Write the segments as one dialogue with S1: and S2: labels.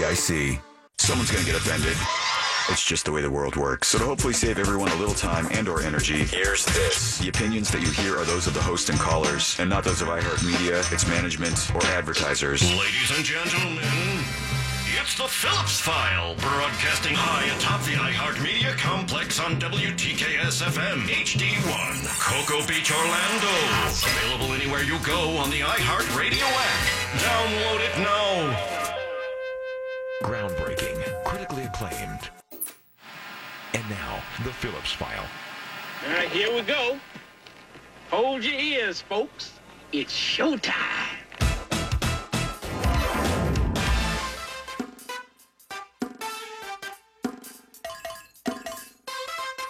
S1: DIC. Someone's going to get offended. It's just the way the world works. So to hopefully save everyone a little time and or energy, here's this. The opinions that you hear are those of the host and callers, and not those of iHeartMedia, its management, or advertisers.
S2: Ladies and gentlemen, it's the Phillips File, broadcasting high atop the iHeartMedia complex on WTKS FM HD1, Cocoa Beach, Orlando. Available anywhere you go on the iHeartRadio app. Download it now.
S3: Groundbreaking, critically acclaimed. And now, the Phillips File.
S4: All right, here we go. Hold your ears, folks. It's showtime.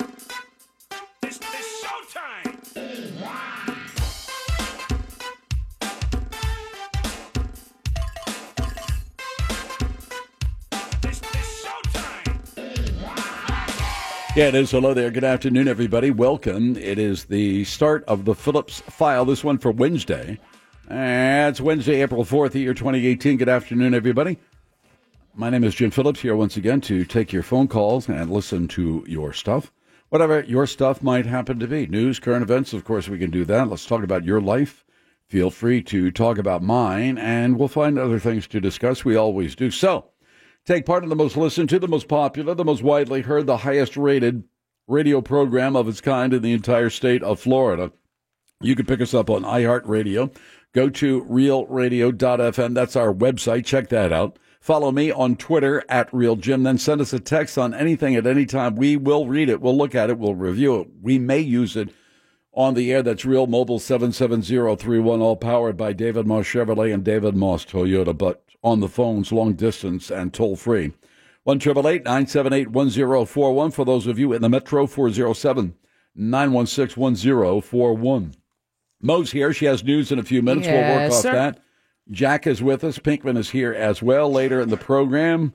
S5: It's, it's showtime! It's, it's showtime!
S6: Yeah, it is. Hello there. Good afternoon, everybody. Welcome. It is the start of the Phillips file. This one for Wednesday. Uh, it's Wednesday, April 4th, the year 2018. Good afternoon, everybody. My name is Jim Phillips here once again to take your phone calls and listen to your stuff. Whatever your stuff might happen to be news, current events, of course, we can do that. Let's talk about your life. Feel free to talk about mine, and we'll find other things to discuss. We always do. So, take part in the most listened to, the most popular, the most widely heard, the highest rated radio program of its kind in the entire state of Florida. You can pick us up on iHeartRadio. Go to realradio.fm. That's our website. Check that out. Follow me on Twitter at RealJim. Then send us a text on anything at any time. We will read it. We'll look at it. We'll review it. We may use it on the air. That's Real Mobile 77031, all powered by David Moss Chevrolet and David Moss Toyota, but on the phones, long distance and toll free. 1 978 1041 for those of you in the Metro 407 916 1041. Mo's here. She has news in a few minutes. we'll work
S7: Yes,
S6: off
S7: sir.
S6: that. Jack is with us. Pinkman is here as well later in the program.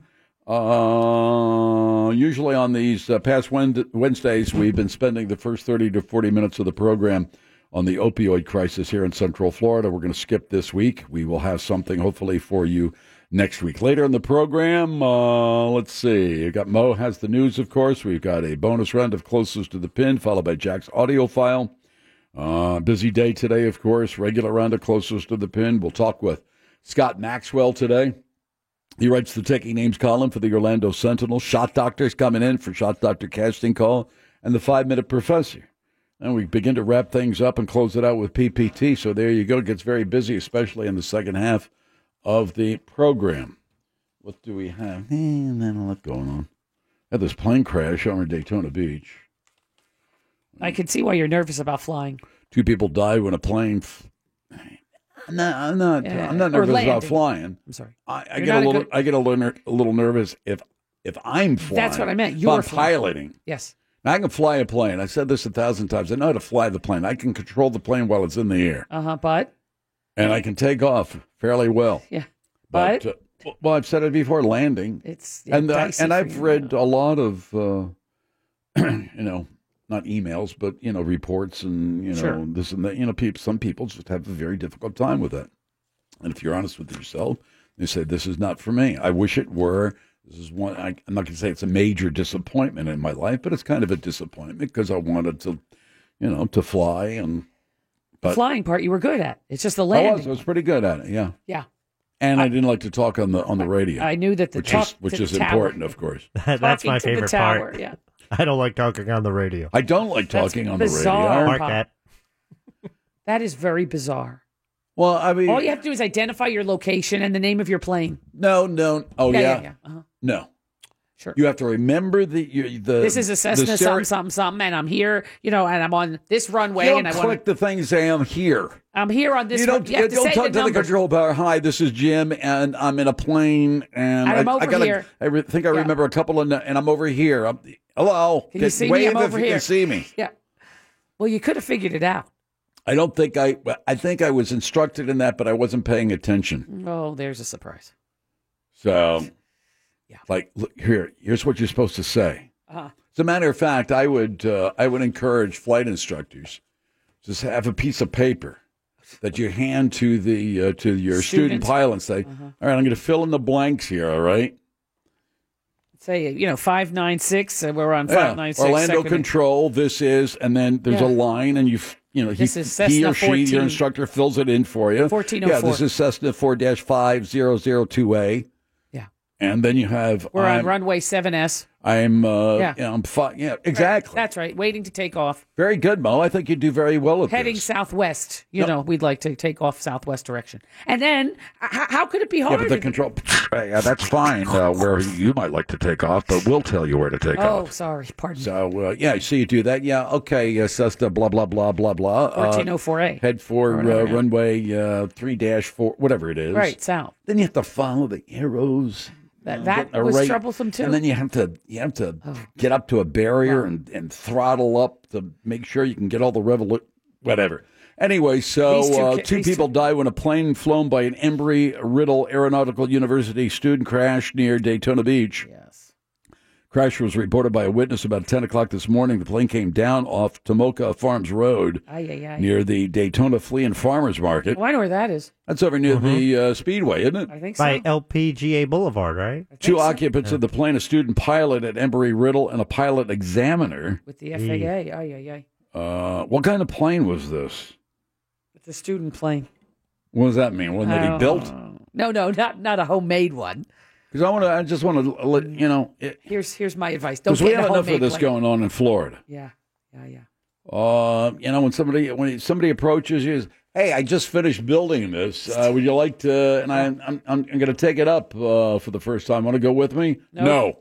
S6: Uh, usually on these uh, past Wed- Wednesdays, we've been spending the first 30 to 40 minutes of the program on the opioid crisis here in Central Florida. We're going to skip this week. We will have something hopefully for you next week. Later in the program, uh, let's see. We've got Mo has the news, of course. We've got a bonus round of closest to the pin, followed by Jack's audio file. Uh, busy day today, of course. Regular round of closest to the pin. We'll talk with Scott Maxwell today. He writes the Taking Names column for the Orlando Sentinel. Shot Doctor's coming in for Shot Doctor Casting Call and the Five Minute Professor. And we begin to wrap things up and close it out with PPT. So there you go. It gets very busy, especially in the second half of the program. What do we have? And then a lot going on. Had this plane crash over Daytona Beach.
S8: I can see why you're nervous about flying.
S6: Two people died when a plane. F- no, I'm not.
S8: Yeah.
S6: I'm not
S8: Uh, Or
S6: nervous about
S8: landing.
S6: flying.
S8: I'm sorry.
S6: I, I get a
S8: You're not a
S6: little.
S8: good-
S6: I get a little, ner- a little nervous if if I'm flying.
S8: That's what I meant.
S6: If
S8: You're
S6: I'm
S8: flying.
S6: piloting.
S8: Yes.
S6: Now, I can fly a plane. I said this a thousand times. I know how to fly the plane. I can control the plane while it's in the air,
S8: Uh huh. But
S6: and I can take off fairly well.
S8: yeah.
S6: But,
S8: But,
S6: uh, well, I've said it before. Landing.
S8: it's
S6: and I,
S8: dicey
S6: and
S8: for
S6: I've
S8: you.
S6: read a lot of, uh, you know, not emails, but you know, reports and you know
S8: Sure.
S6: this and that. You know, people. Some people just have a very difficult time with that. And if you're honest with yourself, you say this is not for me. I wish it were. This is one. I, I'm not going to say it's a major disappointment in my life, but it's kind of a disappointment because I wanted to, you know, to fly and
S8: the
S6: but-
S8: flying part you were good at. It's just the
S6: I
S8: landing.
S6: Oh, was. I was pretty good at it. Yeah,
S8: yeah.
S6: and I, didn't like to talk on the on the radio.
S8: I knew that the
S6: which
S8: talk
S6: is which
S8: to
S6: is
S8: the tower-
S6: important, of course.
S9: That's
S8: talking
S9: my
S8: to the
S9: favorite
S8: tower,
S9: part.
S8: Yeah.
S9: I don't like talking on the radio.
S6: I don't like
S8: That's
S6: talking on the
S8: bizarre.
S6: radio.
S8: Mark
S9: Mark
S8: Pop. that.
S9: that.
S8: That is very bizarre.
S6: Well, I mean,
S8: All you have to do is identify your location and the name of your plane.
S6: no, no. Oh, yeah,
S8: yeah, yeah. Uh-huh.
S6: no.
S8: Sure.
S6: You have to remember the you, the.
S8: this is a Cessna
S6: the
S8: something something something, and I'm here, you know, and I'm on this runway,
S6: You don't
S8: and I
S6: click
S8: want
S6: the thing. Say I'm here.
S8: I'm here on this.
S6: you don't.
S8: run- have
S6: you
S8: to
S6: don't
S8: say
S6: talk to the
S8: numbers.
S6: control tower. Hi, this is Jim, and I'm in a plane, and
S8: And I'm
S6: I, I
S8: over
S6: gotta-
S8: here.
S6: I re- think I
S8: Yeah.
S6: remember a couple of, nu- and I'm over here. I'm, hello.
S8: Can you see me?
S6: wave
S8: I'm
S6: if
S8: over
S6: you
S8: here.
S6: can see me.
S8: Yeah. Well, you could have figured it out.
S6: I don't think I. I think I was instructed in that, but I wasn't paying attention.
S8: Oh, there's a surprise.
S6: So,
S8: Yeah.
S6: like, look here. Here's what you're supposed to say.
S10: Uh-huh.
S8: Uh,
S6: As a matter of fact, I would uh, I would encourage flight instructors to s- have a piece of paper that you hand to the uh, to your student
S8: Students.
S6: pilot and say,
S8: Uh-huh.
S6: "All right, I'm going to fill in the blanks here." All right,
S8: Say you know five nine six. Uh, we're on
S6: Yeah,
S8: five nine six.
S6: Orlando
S8: second-
S6: Control. This is, and then there's
S8: Yeah.
S6: a line, and you f- you know he,
S8: This is
S6: he
S8: Cessna oh
S6: or she,
S8: 14.
S6: your instructor, fills it in for you.
S8: 1404.
S6: Yeah, this is Cessna four five zero zero two A.
S8: Yeah.
S6: and then you have
S8: We're on
S6: I'm,
S8: runway seven S.
S6: I'm uh,
S8: Yeah.
S6: yeah. I'm fi- yeah exactly
S8: That's right. Waiting to take off.
S6: very good, Mo. I think you do very well at
S8: Heading
S6: this.
S8: southwest. You
S6: Yep.
S8: know, we'd like to take off southwest direction. And then, h- how could it be
S6: Yeah,
S8: hard?
S6: but the control. Yeah, that's fine. Uh, where you might like to take off, but we'll tell you where to take
S8: oh,
S6: off.
S8: sorry. Pardon.
S6: So uh, yeah, so you do that. Yeah, okay. Uh, Cessna, blah blah blah blah blah.
S8: Fourteen oh
S6: Uh,
S8: four A.
S6: head for uh, runway uh, three dash four, whatever it is.
S8: Right south.
S6: Then you have to follow the arrows.
S8: That
S6: uh,
S8: that
S6: getting a
S8: was
S6: right-
S8: troublesome too. Oh.
S6: And then you have to you have to get up to a barrier and, and throttle up to make sure you can get all the revolu whatever. Anyway, so
S8: These two
S6: uh,
S8: ki-
S6: two
S8: these
S6: people died when a plane flown by an Embry Riddle Aeronautical University student crashed near Daytona Beach.
S8: yes.
S6: Crash was reported by a witness about 10 o'clock this morning. The plane came down off Tomoka Farms Road
S8: Ay ay ay.
S6: near the Daytona Flea and Farmers Market.
S8: Oh, I know where that is.
S6: That's over near the uh, Speedway, isn't it?
S8: I think so.
S9: Mm-hmm. By LPGA Boulevard, right?
S6: Two occupants of the plane, a student pilot at Embry Riddle and a pilot examiner.
S8: With the FAA. Ay ay ay.
S6: Uh, what kind of plane was this?
S8: It's a student plane.
S6: What does that mean? One that he
S8: Oh.
S6: built?
S8: No, no, not not a homemade one.
S6: Because I want to. I just want to let you know.
S8: Here's here's my advice. Don't
S6: Because
S8: get
S6: we
S8: a
S6: have enough
S8: homemade
S6: of this
S8: plane.
S6: going on in Florida.
S8: Yeah, yeah, yeah.
S6: Uh, you know, when somebody when somebody approaches you, is, hey, I just finished building this. Uh, would you like to? And I, I'm I'm, I'm going to take it up uh, for the first time. Want to go with me?
S8: No.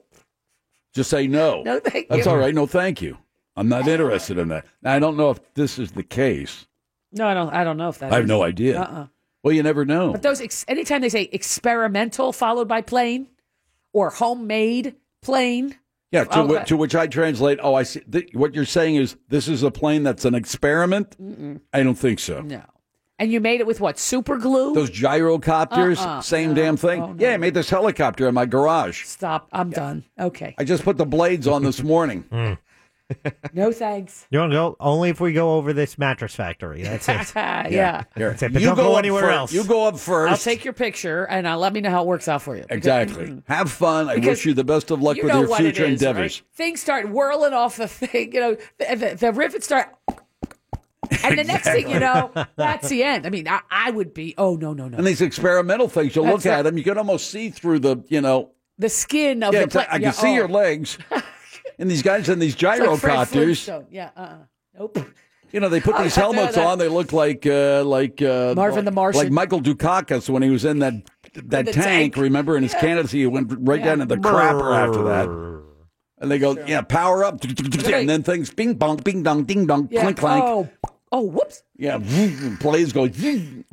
S6: Just say no.
S8: No, thank
S6: That's
S8: you.
S6: all right. No, thank you. I'm not interested in that. Now, I don't know if this is the case.
S8: No, I don't. I don't know if that.
S6: I have
S8: is.
S6: no idea.
S8: Uh-uh.
S6: Well, you never know.
S8: But those ex- anytime they say experimental followed by plane or homemade plane,
S6: yeah. To,
S8: I'll-
S6: whi- to which I translate. Oh, I see. Th- what you're saying is this is a plane that's an experiment. I don't think so.
S8: no. And you made it with what? Super glue?
S6: Those gyrocopters,
S8: Uh-uh.
S6: same damn thing.
S8: Oh,
S6: Yeah, I made this helicopter in my garage.
S8: Stop. I'm done. Okay.
S6: I just put the blades on this morning.
S8: No thanks.
S9: You want to go? Only if we go over this mattress factory. That's it.
S8: Ah, yeah.
S6: Here.
S9: That's it, but don't go
S6: up
S9: anywhere
S6: fir-
S9: else.
S6: You go up first.
S8: I'll take your picture and I'll let me know how it works out for you. Because
S6: Exactly. Have fun. I
S8: Mm-hmm. Because
S6: wish you the best of luck
S8: you
S6: with
S8: know
S6: your
S8: what
S6: future
S8: it is,
S6: endeavors.
S8: right? Things start whirling off the thing. You know, the, the, the rivets start. And the next thing you know, that's the end. I mean, I, I would be, oh, no, no, no.
S6: And these experimental things, you will
S8: That's
S6: look at
S8: right.
S6: them, you can almost see through the, you know,
S8: the skin of
S6: yeah,
S8: the oh.
S6: exa-
S8: plane.
S6: I can see your legs. and these guys in these gyrocopters,
S8: yeah, uh, nope.
S6: you know, they put these
S8: I know
S6: helmets
S8: that.
S6: on. They look like uh, like uh,
S8: Marvin
S6: like-
S8: the Martian.
S6: like Michael Dukakis when he was in that that
S8: the
S6: tank,
S8: tank.
S6: Remember in his candidacy, he went right down in the crapper after that. And they go, yeah, power up. And then things bing bong, bing dong, ding dong,
S8: Yeah.
S6: clink clank.
S8: Oh, oh, whoops.
S6: Yeah, and planes go. And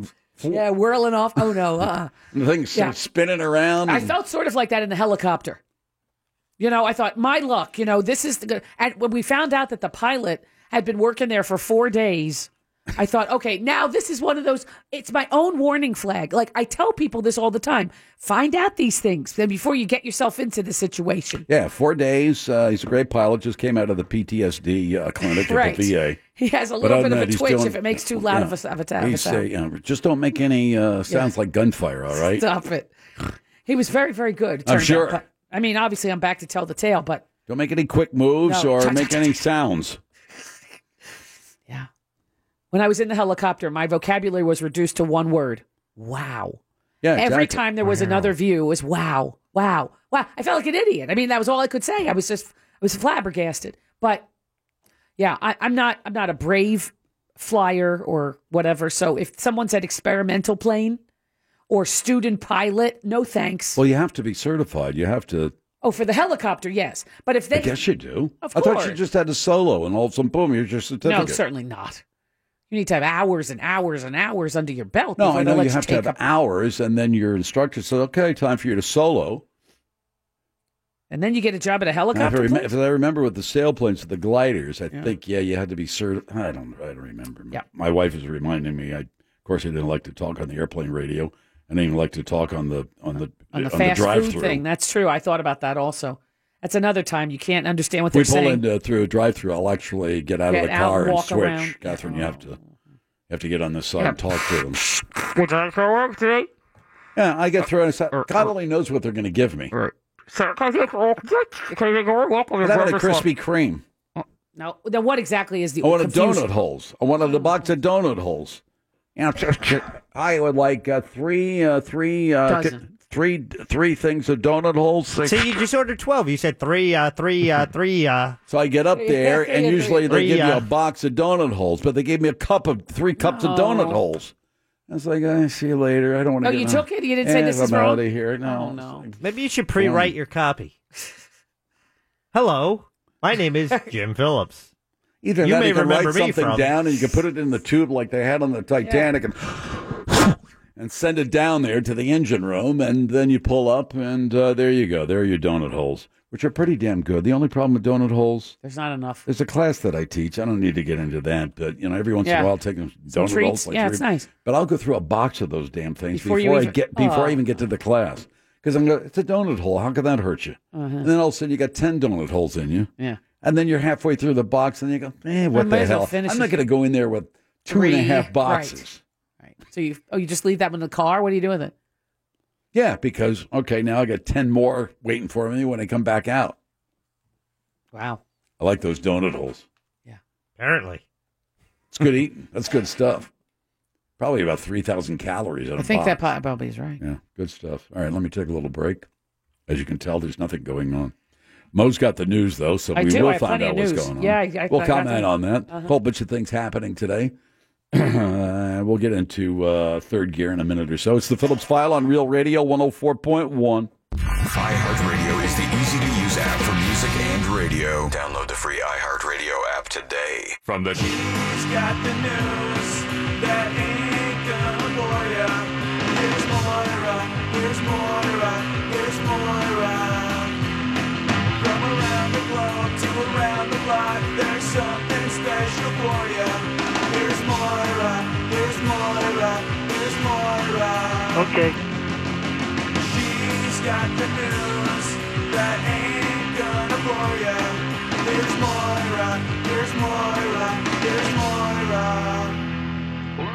S8: Yeah, whirling off. Oh no. Uh,
S6: the things
S8: Yeah.
S6: spinning around.
S8: I
S6: and-
S8: felt sort of like that in the helicopter. You know, I thought my luck. You know, this is the good. And when we found out that the pilot had been working there for four days. I thought, okay, now this is one of those. It's my own warning flag. Like I tell people this all the time: find out these things then before you get yourself into the situation.
S6: yeah, four days. Uh, he's a great pilot. Just came out of the PTSD uh, clinic at
S8: Right.
S6: the VA.
S8: He has a
S6: But
S8: little
S6: other
S8: bit
S6: than
S8: of a
S6: that, he's
S8: twitch
S6: doing-
S8: if it makes too loud of a, of a, of a
S6: He's, uh,
S8: sound.
S6: yeah, just don't make any uh, sounds like gunfire. All right.
S8: Stop it. He was very, very good. it
S6: I'm
S8: turned out.
S6: sure.
S8: But- I mean, obviously, I'm back to tell the tale, but
S6: Don't make any quick moves
S8: No.
S6: or make any sounds.
S8: yeah. When I was in the helicopter, my vocabulary was reduced to one word wow.
S6: Yeah,
S8: Every
S6: exactly.
S8: time there was another view, it was wow, wow, wow. I felt like an idiot. I mean, that was all I could say. I was just, I was flabbergasted. But yeah, I, I'm not, I'm not a brave flyer or whatever. So if someone said experimental plane or student pilot, no thanks.
S6: Well, you have to be certified. You have to.
S8: oh, for the helicopter, yes. But if they,
S6: I guess you do.
S8: Of
S6: I thought you
S8: course.
S6: just had a solo, and all of a sudden, boom, here's your
S8: No,
S6: certificate.
S8: certainly not. You need to have hours and hours and hours under your belt.
S6: No,
S8: before
S6: I
S8: they'll
S6: know
S8: let
S6: you have to
S8: take
S6: have
S8: a-
S6: hours, and then your instructor says, "Okay, time for you to solo."
S8: and then you get a job at
S6: And
S8: a
S6: If I,
S8: helicopter.
S6: rem-
S8: place?
S6: if I remember with the sailplanes, with the gliders, I think yeah, you had to be certified. I don't, I don't remember.
S8: Yeah.
S6: my wife is reminding me. I, of course, I didn't like to talk on the airplane radio. I didn't even like to talk on the on the
S8: on the
S6: the
S8: fast food
S6: drive-through.
S8: thing, that's true. I thought about that also. That's another time you can't understand
S6: If
S8: what
S6: we
S8: they're
S6: pull
S8: saying.
S6: in uh, through a drive-through, I'll actually get out
S8: Get
S6: of the
S8: out
S6: car
S8: and
S6: and
S8: walk
S6: switch.
S8: around.
S6: Catherine, you have to. have to get on this side and
S8: Yeah.
S6: talk to them.
S8: Did I go work today?
S6: Yeah, I get thrown aside. God only knows what they're going to give me.
S8: So can I go Can I go work
S6: What about a Krispy Kreme?
S8: No. Then what exactly is the Mm.
S6: I want Oh, a
S8: confusion?
S6: donut holes. I wanted a box of donut holes. You know, I would like uh, three, uh, three, uh,
S8: Dozen.
S6: th- three, three things of donut holes. Like-
S9: See, you just ordered 12. You said three, uh, three, uh, three, uh,
S6: So I get up there, and usually they
S9: Three,
S6: give you
S9: uh,
S6: a box of donut holes, but they gave me a cup of three cups of donut holes. I was like, I see you later. I don't want to.
S8: Oh, you took it? You didn't say this is
S6: I'm
S8: wrong?
S6: out of here. No,
S8: Oh, no.
S9: Maybe you should pre-write your copy. Hello, my name is Jim Phillips.
S6: Either
S9: You
S6: that,
S9: may
S6: you can write
S9: remember me
S6: something
S9: from-
S6: down, and you can put it in the tube like they had on the Titanic, and and send it down there to the engine room, and then you pull up, and uh, there you go. There are your donut holes, which are pretty damn good. The only problem with donut holes.
S8: There's not enough.
S6: There's a class that I teach. I don't need to get into that, but you know, every once in
S8: Yeah.
S6: a while, I'll take them
S8: Some
S6: donut
S8: treats.
S6: holes. Like
S8: Yeah,
S6: three-
S8: it's nice.
S6: But I'll go through a box of those damn things before,
S8: Before you
S6: I
S8: even-
S6: get before I
S8: Aw.
S6: even get to the class because I'm going. It's a donut hole. How could that hurt you?
S8: Uh-huh.
S6: And then all of a sudden, you got ten donut holes in you,
S8: Yeah.
S6: and then you're halfway through the box, and you go, "Eh, what
S8: might
S6: the
S8: as well
S6: hell? I'm
S8: finish
S6: not
S8: it.
S6: going to go in there with two and a half
S8: Three. Right.
S6: boxes."
S8: Right. So you oh you just leave that one in the car? What do you do with it?
S6: Yeah, because okay, now I got ten more waiting for me when I come back out.
S8: Wow.
S6: I like those donut holes.
S9: Apparently,
S6: It's good eating. That's good stuff. Probably about three thousand calories in a
S8: I think
S6: box.
S8: that that probably is right.
S6: Yeah, good stuff. All right, let me take a little break. As you can tell, there's nothing going on. Mo's got the news though, so
S8: I
S6: we
S8: do.
S6: will
S8: I have
S6: find
S8: plenty
S6: out
S8: of
S6: what's
S8: news.
S6: going on.
S8: Yeah, I- I-
S6: we'll
S8: I got Uh-huh.
S6: comment
S8: the-
S6: on that. A Whole bunch of things happening today. Uh, we'll get into uh, third gear in a minute or so. It's the Phillips File on Real Radio 104.1.
S1: iHeartRadio is the easy to use app for music and radio. Download the free iHeartRadio app today.
S3: From the
S5: He's got the news that ain't gonna bore ya. Here's Moira, here's Moira, here's Moira. From around the globe to around the block, there's something special for ya. Here's Moira, here's Moira, here's Moira. Okay. She's got the news that ain't gonna bore ya. Here's Moira, here's Moira, here's Moira.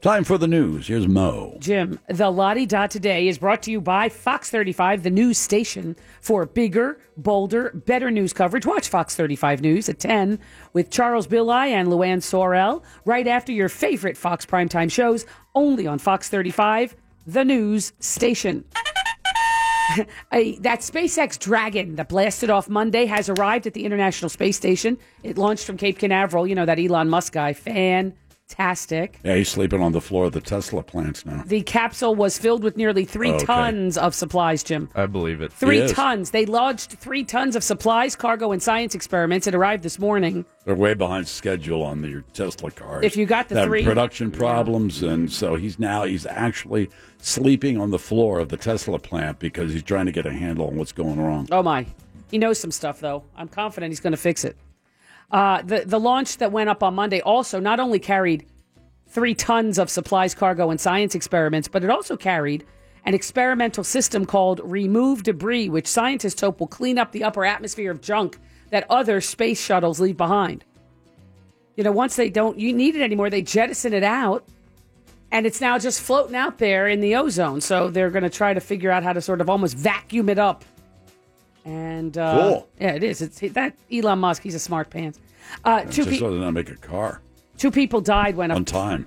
S6: Time for the news. Here's Mo.
S8: Jim, the Lottie Dot today is brought to you by Fox 35, the news station for bigger, bolder, better news coverage. Watch Fox 35 News at 10 with Charles Billeye and Luann Sorel right after your favorite Fox primetime shows, only on Fox 35, the news station. A, that SpaceX Dragon that blasted off Monday has arrived at the International Space Station. It launched from Cape Canaveral, you know, that Elon Musk guy. Fantastic.
S6: Yeah, he's sleeping on the floor of the Tesla plants now.
S8: The capsule was filled with nearly three
S6: Okay.
S8: tons of supplies, Jim.
S7: I believe it.
S8: Three
S6: is.
S8: tons. They launched three tons of supplies, cargo, and science experiments. It arrived this morning.
S6: They're way behind schedule on your Tesla cars.
S8: If you got the
S6: They're having
S8: three-
S6: production problems, and so he's now he's actually sleeping on the floor of the Tesla plant because he's trying to get a handle on what's going wrong.
S8: Oh my! He knows some stuff, though. I'm confident he's going to fix it. Uh, the the launch that went up on Monday also not only carried three tons of supplies, cargo, and science experiments, but it also carried an experimental system called Remove Debris, which scientists hope will clean up the upper atmosphere of junk that other space shuttles leave behind. You know, once they don't you need it anymore, they jettison it out. And it's now just floating out there in the ozone. So they're going to try to figure out how to sort of almost vacuum it up. And uh,
S6: Cool.
S8: yeah, it is. It's that Elon Musk. He's a smart pants. Uh, two,
S6: Just
S8: pe-
S6: so they don't make a car
S8: two people died when a,
S6: on time.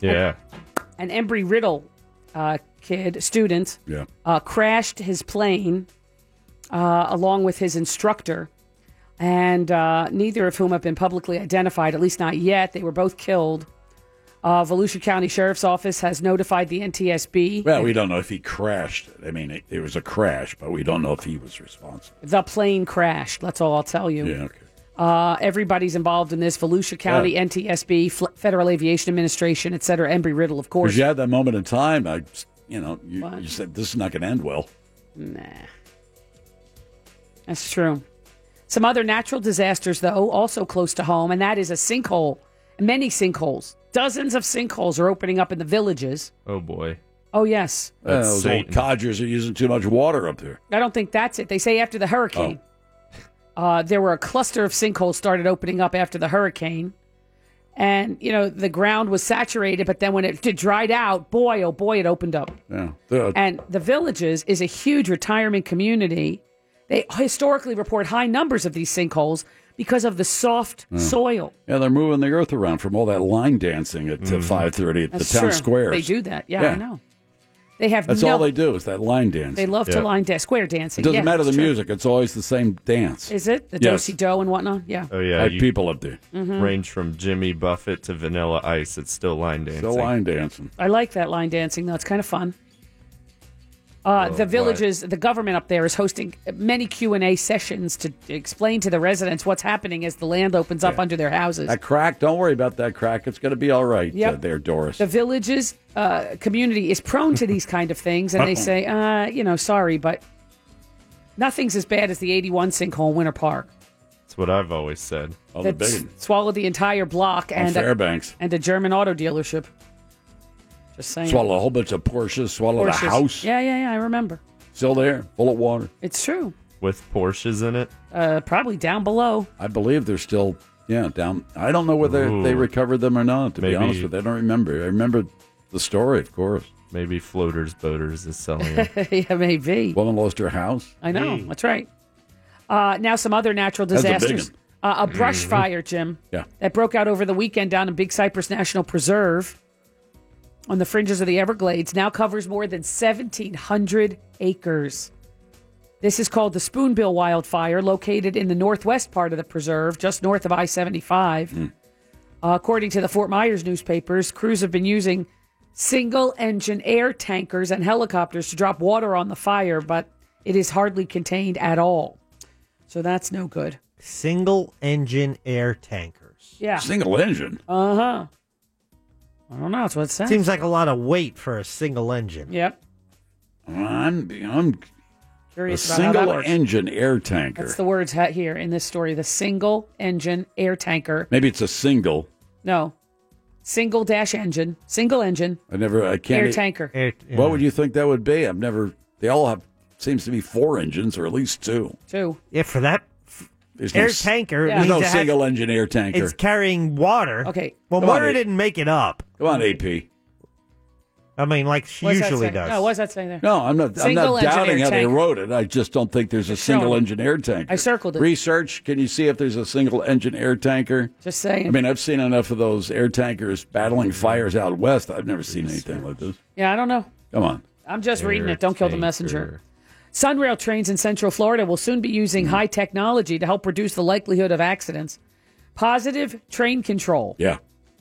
S7: Yeah.
S8: an Embry Riddle uh, kid student
S6: Yeah,
S8: uh, crashed his plane uh, along with his instructor, and uh, neither of whom have been publicly identified, at least not yet. They were both killed. Uh, Volusia County Sheriff's Office has notified the NTSB.
S6: Well, we don't know if he crashed. I mean, it, it was a crash, but we don't know if he was responsible.
S8: The plane crashed. That's all I'll tell you.
S6: Yeah, okay.
S8: Uh, everybody's involved in this. Volusia County,
S6: Yeah.
S8: NTSB, Fl- Federal Aviation Administration, et cetera. Embry Riddle, of course.
S6: Because you had that moment in time, I, you know, you,
S8: What?
S6: you said this is not going to end well.
S8: Nah. That's true. Some other natural disasters, though, also close to home, and that is a sinkhole. Many sinkholes. Dozens of sinkholes are opening up in the villages.
S7: Oh boy.
S8: Oh, yes.
S6: Uh,
S7: That's
S6: those old
S7: Satan.
S6: codgers are using too much water up there. Oh.
S8: I don't think that's it. They say after the hurricane. Uh, there were a cluster of sinkholes started opening up after the hurricane. And, you know, the ground was saturated, but then when it did dried out, boy, oh boy, it opened up.
S6: Yeah. The-
S8: And the Villages is a huge retirement community. They historically report high numbers of these sinkholes because of the soft
S6: Yeah.
S8: soil.
S6: yeah, they're moving the earth around from all that line dancing at
S7: Mm-hmm.
S8: Mhm.
S6: five thirty at
S8: That's
S6: the town
S8: true.
S6: square.
S8: They do that. Yeah, I know. They have
S6: That's
S8: no,
S6: all they do is that line dance.
S8: They love to line dance, square dancing.
S6: It doesn't
S8: Yeah,
S6: matter the
S8: it's true.
S6: music; it's always the same dance.
S8: Is it the
S7: Yes.
S8: do do and whatnot? Yeah.
S7: Oh yeah,
S6: Like people up there.
S8: Mhm.
S7: Range from Jimmy Buffett to Vanilla Ice. It's still line dancing.
S6: Still line dancing.
S8: I like that line dancing though; it's kind of fun. Uh,
S6: Oh,
S7: Well,
S8: the villages, the government up there is hosting many Q and A sessions to explain to the residents what's happening as the land opens up under their houses.
S6: That crack. Don't worry about that crack. It's going to be all right.
S8: Yep.
S6: uh, there, Doris.
S8: the villages uh, community is prone to these kind of things, and they say, uh, you know, sorry, but nothing's as bad as the '81 sinkhole in Winter Park.
S7: That's what I've always said.
S6: Oh,
S8: that s- swallowed the entire block
S6: On
S8: and
S6: Fairbanks.
S8: A, and a German auto dealership. Just saying.
S6: Swallow a whole bunch of Porsches. Swallow a
S8: Porsches.
S6: house.
S8: Yeah, yeah, yeah. I remember.
S6: Still there, full of water.
S8: It's true.
S6: With Porsches in it.
S8: Uh, probably down below.
S6: I believe they're still yeah down. I don't know whether they
S7: Ooh.
S6: recovered them or not. To be
S7: Maybe-
S6: honest with you, I don't remember. I remember the story, of course.
S7: Maybe floaters boaters is
S6: Oh,
S7: selling. it.
S8: yeah, maybe.
S6: Woman lost her house.
S8: I know. That's right. Uh, now some other natural
S6: That's a big
S8: disasters. Uh, a brush
S6: Mhm.
S8: fire, Jim.
S6: Yeah.
S8: That broke out over the weekend down in Big Cypress National Preserve on the fringes of the Everglades now covers more than 1,700 acres. This is called the Spoonbill Wildfire, located in the northwest part of the preserve, just north of I 75.
S6: Hmm.
S8: Uh, according to the Fort Myers newspapers, crews have been using single engine air tankers and helicopters to drop water on the fire, but it is hardly contained at all. So that's no good.
S9: Single engine air tankers.
S8: Yeah.
S6: Single engine.
S8: Uh huh. I don't know. That's what it says.
S9: Seems like a lot of weight for a single engine.
S8: Yep.
S6: I'm I'm a
S8: Curious about how that
S6: single
S8: works.
S6: engine air tanker.
S8: That's the words ha- here in this story. The single engine air tanker.
S6: Maybe it's a single.
S8: No, single dash engine. Single engine.
S6: I never. I can't. e-
S8: Air tanker. Air- yeah.
S6: What would you think that would be? I've never. They all have. Seems to be four engines or at least two.
S8: Two.
S9: Yeah, for that
S6: There's
S9: air
S6: s-
S9: tanker.
S6: There's
S9: means
S6: no
S9: it has-
S6: single engine air tanker.
S9: It's carrying water.
S8: Okay.
S9: Well,
S6: Come on,
S9: water
S6: Abe.
S9: didn't make it up.
S6: Come on, AP.
S9: I mean, like she
S8: What's that
S9: usually
S8: say?
S9: does.
S8: No, what's that saying there?
S6: No, I'm not. I'm
S8: Single
S6: not
S8: engine
S6: doubting
S8: air
S6: how they
S8: tanker.
S6: wrote it. I just don't think there's a single
S8: showing.
S6: engine air tanker.
S8: I circled it.
S6: Research. Can you see if there's a single engine air tanker?
S8: Just saying.
S6: I mean, I've seen enough of those air tankers battling
S9: Mm-hmm.
S6: fires out west. I've never seen anything like this.
S8: yeah, I don't know.
S6: Come on.
S8: I'm just
S6: Air
S8: reading it. Don't kill the messenger. Sunrail trains in Central Florida will soon be
S6: Hmm.
S8: using high technology to help reduce the likelihood of accidents. Positive train control.
S6: Yeah.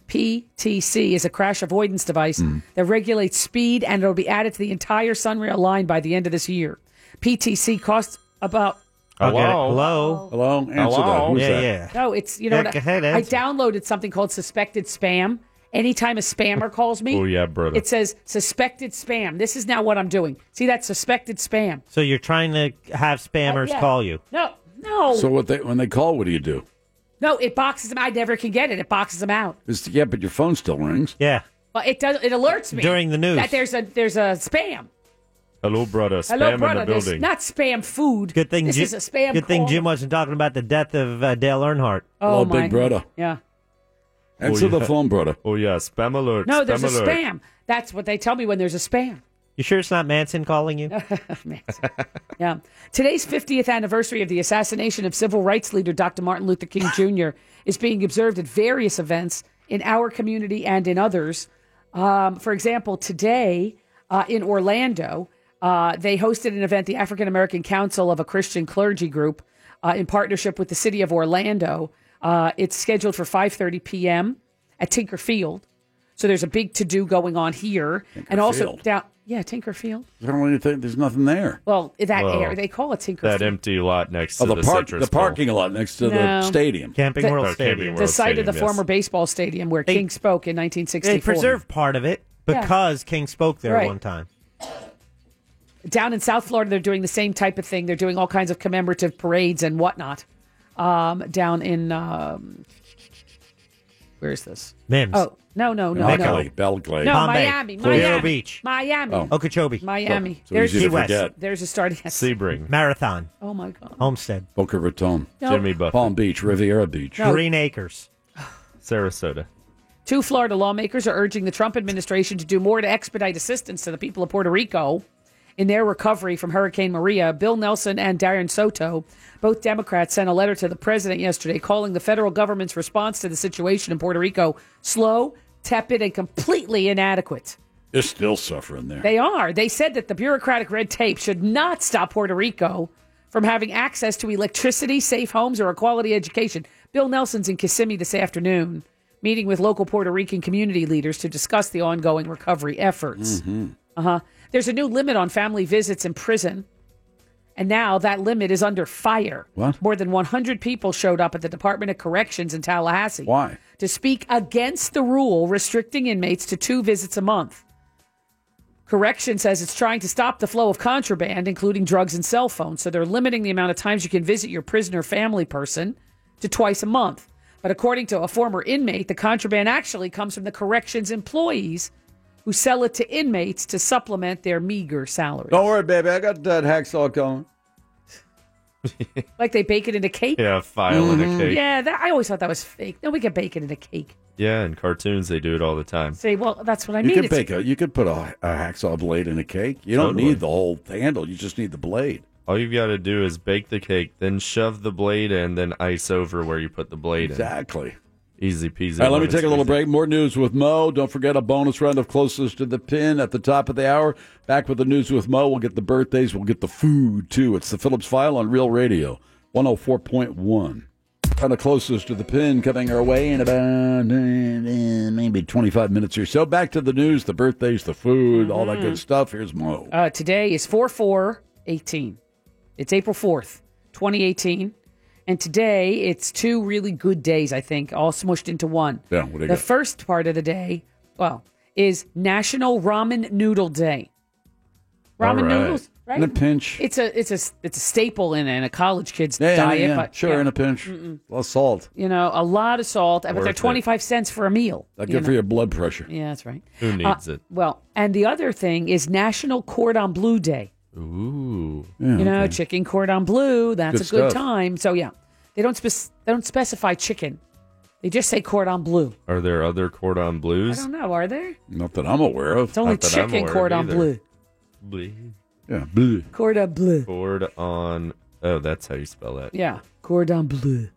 S8: PTC is a crash avoidance device
S6: Hmm.
S8: that regulates speed and it'll be added to the entire Sunrail line by the end of this year. PTC costs about
S9: I'll get it.
S6: Hello?
S9: Hello.
S6: Hello. Answer that. Who's
S9: yeah,
S6: that?
S9: yeah.
S8: No, it's you know
S9: Yeah,
S8: what
S9: go ahead,
S8: I, I
S9: answer.
S8: downloaded something called suspected spam. Anytime a spammer calls me,
S9: Oh, yeah, brother.
S8: it says suspected spam. This is now what I'm doing. See that suspected spam?
S9: So you're trying to have spammers
S8: Yeah.
S9: call you.
S8: No, no,
S6: So what they when they call, what do you do?
S8: no. It boxes them. I never can get it. It boxes them out.
S6: Is yeah, but your phone still rings.
S9: Yeah.
S8: But it does. It alerts me
S6: During the news.
S8: that there's a there's a spam.
S7: Hello, brother. Spam
S8: Hello,
S7: in
S8: brother.
S7: the
S8: There's
S7: building.
S8: not spam food.
S9: Good thing.
S8: this
S9: Jim,
S8: is a spam.
S9: Good thing
S8: call.
S9: Jim wasn't talking about the death of uh, Dale Earnhardt.
S8: Oh my.
S6: brother.
S8: Yeah.
S6: Answer the phone, brother.
S7: Oh yeah, spam alert.
S8: No,
S7: spam
S8: there's a
S7: alert.
S8: spam. That's what they tell me when there's a spam.
S9: You sure it's not Manson calling you?
S8: Yeah. Today's 50th anniversary of the assassination of civil rights leader Dr. Martin Luther King Jr. is being observed at various events in our community and in others. Um, for example, today uh, in Orlando, uh, they hosted an event, the African American Council of a Christian Clergy Group, uh, in partnership with the city of Orlando. Uh, it's scheduled for 5:30 p.m. at Tinker Field. So there's a big to do going on here, and also
S6: Field.
S8: down yeah Tinker Field.
S6: I don't really think there's nothing there.
S8: Well, that
S7: Well,
S8: area they call it Tinker
S7: That
S8: Field.
S7: empty lot next
S6: Oh,
S7: to
S6: the
S7: the,
S6: park-
S7: Citrus
S6: the parking lot next to the No. stadium. Camping World
S7: Oh, Camping
S9: Stadium.
S7: World
S8: the site of the
S7: Stadium, yes.
S8: former baseball stadium where King spoke in 1964.
S9: They preserved part of it
S8: Yeah.
S9: because King spoke there
S8: Right.
S9: one time.
S8: Down in South Florida, they're doing the same type of thing. They're doing all kinds of commemorative parades and whatnot. Um, down in um, where's this?
S9: Mims.
S8: Oh, No, no, no,
S6: Beckley,
S8: no.
S6: Belgrade.
S8: No,
S6: Bombay,
S8: Miami,
S6: Clearwater
S8: Miami,
S6: Beach.
S8: Miami,
S6: Oh.
S9: Okeechobee,
S8: Miami.
S6: So easy to
S8: Key West.
S6: forget.
S8: There's a start. Yes.
S9: Sebring, Marathon,
S8: Oh my God.
S9: Homestead,
S6: Boca Raton,
S8: No. Jimmy
S7: Buffett.
S6: Oh, Palm Beach, Riviera Beach.
S8: No.
S9: Green Acres.
S7: Sarasota.
S8: Two Florida lawmakers are urging the Trump administration to do more to expedite assistance to the people of Puerto Rico in their recovery from Hurricane Maria. Bill Nelson and Darren Soto, both Democrats, sent a letter to the president yesterday calling the federal government's response to the situation in Puerto Rico slow, tepid, and completely inadequate.
S6: They're still suffering there.
S8: They are. They said that the bureaucratic red tape should not stop Puerto Rico from having access to electricity, safe homes, or a quality education. Bill Nelson's in Kissimmee this afternoon, meeting with local Puerto Rican community leaders to discuss the ongoing recovery efforts.
S5: Mm-hmm.
S8: Uh huh. There's a new limit on family visits in prison. And now that limit is under fire.
S6: What?
S8: More than 100 people showed up at the Department of Corrections in Tallahassee
S6: Why?
S8: to speak against the rule restricting inmates to two visits a month. Correction says it's trying to stop the flow of contraband, including drugs and cell phones. So they're limiting the amount of times you can visit your prisoner family person to twice a month. But according to a former inmate, the contraband actually comes from the corrections employees who sell it to inmates to supplement their meager salaries.
S6: Don't worry, baby. I got that hacksaw going.
S8: Like they bake it into cake.
S7: Yeah, file in a cake. Yeah.
S8: Mm-hmm. Yeah, that, I always thought that was fake. No, we can bake it in a cake.
S7: in cartoons they do it all the time.
S8: Say, well, that's what I
S6: you
S8: mean.
S6: could
S8: It's-
S6: bake a, you could put a, a hacksaw blade in a cake. You don't
S7: Totally.
S6: need the whole handle. You just need the blade.
S7: All you've got to do is bake the cake, then shove the blade in, then ice over where you put the blade
S6: Exactly.
S7: in. Easy peasy.
S6: All right, let me
S7: lemon
S6: take a little
S7: squeezy.
S6: break. More news with Mo. Don't forget a bonus round of closest to the pin at the top of the hour. Back with the news with Mo. We'll get the birthdays. We'll get the food too. It's the Phillips File on Real Radio, one hundred four point one. Kind of closest to the pin coming our way in about uh, maybe twenty five minutes or so. Back to the news, the birthdays, the food, all that
S8: Mm-hmm.
S6: good stuff. Here's Mo.
S8: Uh, today is 4 4 18. It's April 4th, 2018. And today it's two really good days, I think, all smushed into one.
S6: Yeah, what do you
S8: the
S6: got?
S8: first part of the day, well, is National Ramen Noodle Day.
S7: All
S8: Ramen
S7: right.
S8: noodles, right?
S6: In a pinch.
S8: It's a it's a it's a staple in, in a college kid's
S6: Yeah, yeah,
S8: diet,
S6: yeah.
S8: but
S6: sure,
S8: yeah,
S6: in a pinch. A little salt.
S8: you know, a lot of salt, but
S7: Worth
S8: they're
S7: it.
S8: 25 cents for a meal.
S6: That
S8: you
S6: good
S8: know?
S6: for your blood pressure.
S8: Yeah, Uh, that's right.
S7: Who needs it?
S8: Well, and the other thing is National Cordon Bleu Day.
S7: Ooh.
S8: you know, chicken cordon bleu. That's
S6: Good
S8: a good
S6: stuff.
S8: time. So yeah, they don't spec- they don't specify chicken. They just say cordon bleu.
S7: Are there other cordon
S8: I
S7: blues?
S8: don't know. Are there?
S6: Not that I'm aware of.
S8: It's only
S7: Not that I'm
S8: chicken
S7: aware of
S8: cordon
S7: either.
S8: bleu.
S7: Ble-
S6: Yeah. bleh.
S8: Cordon bleu.
S7: Cordon. Oh, that's how you spell that.
S8: Yeah, cordon bleu.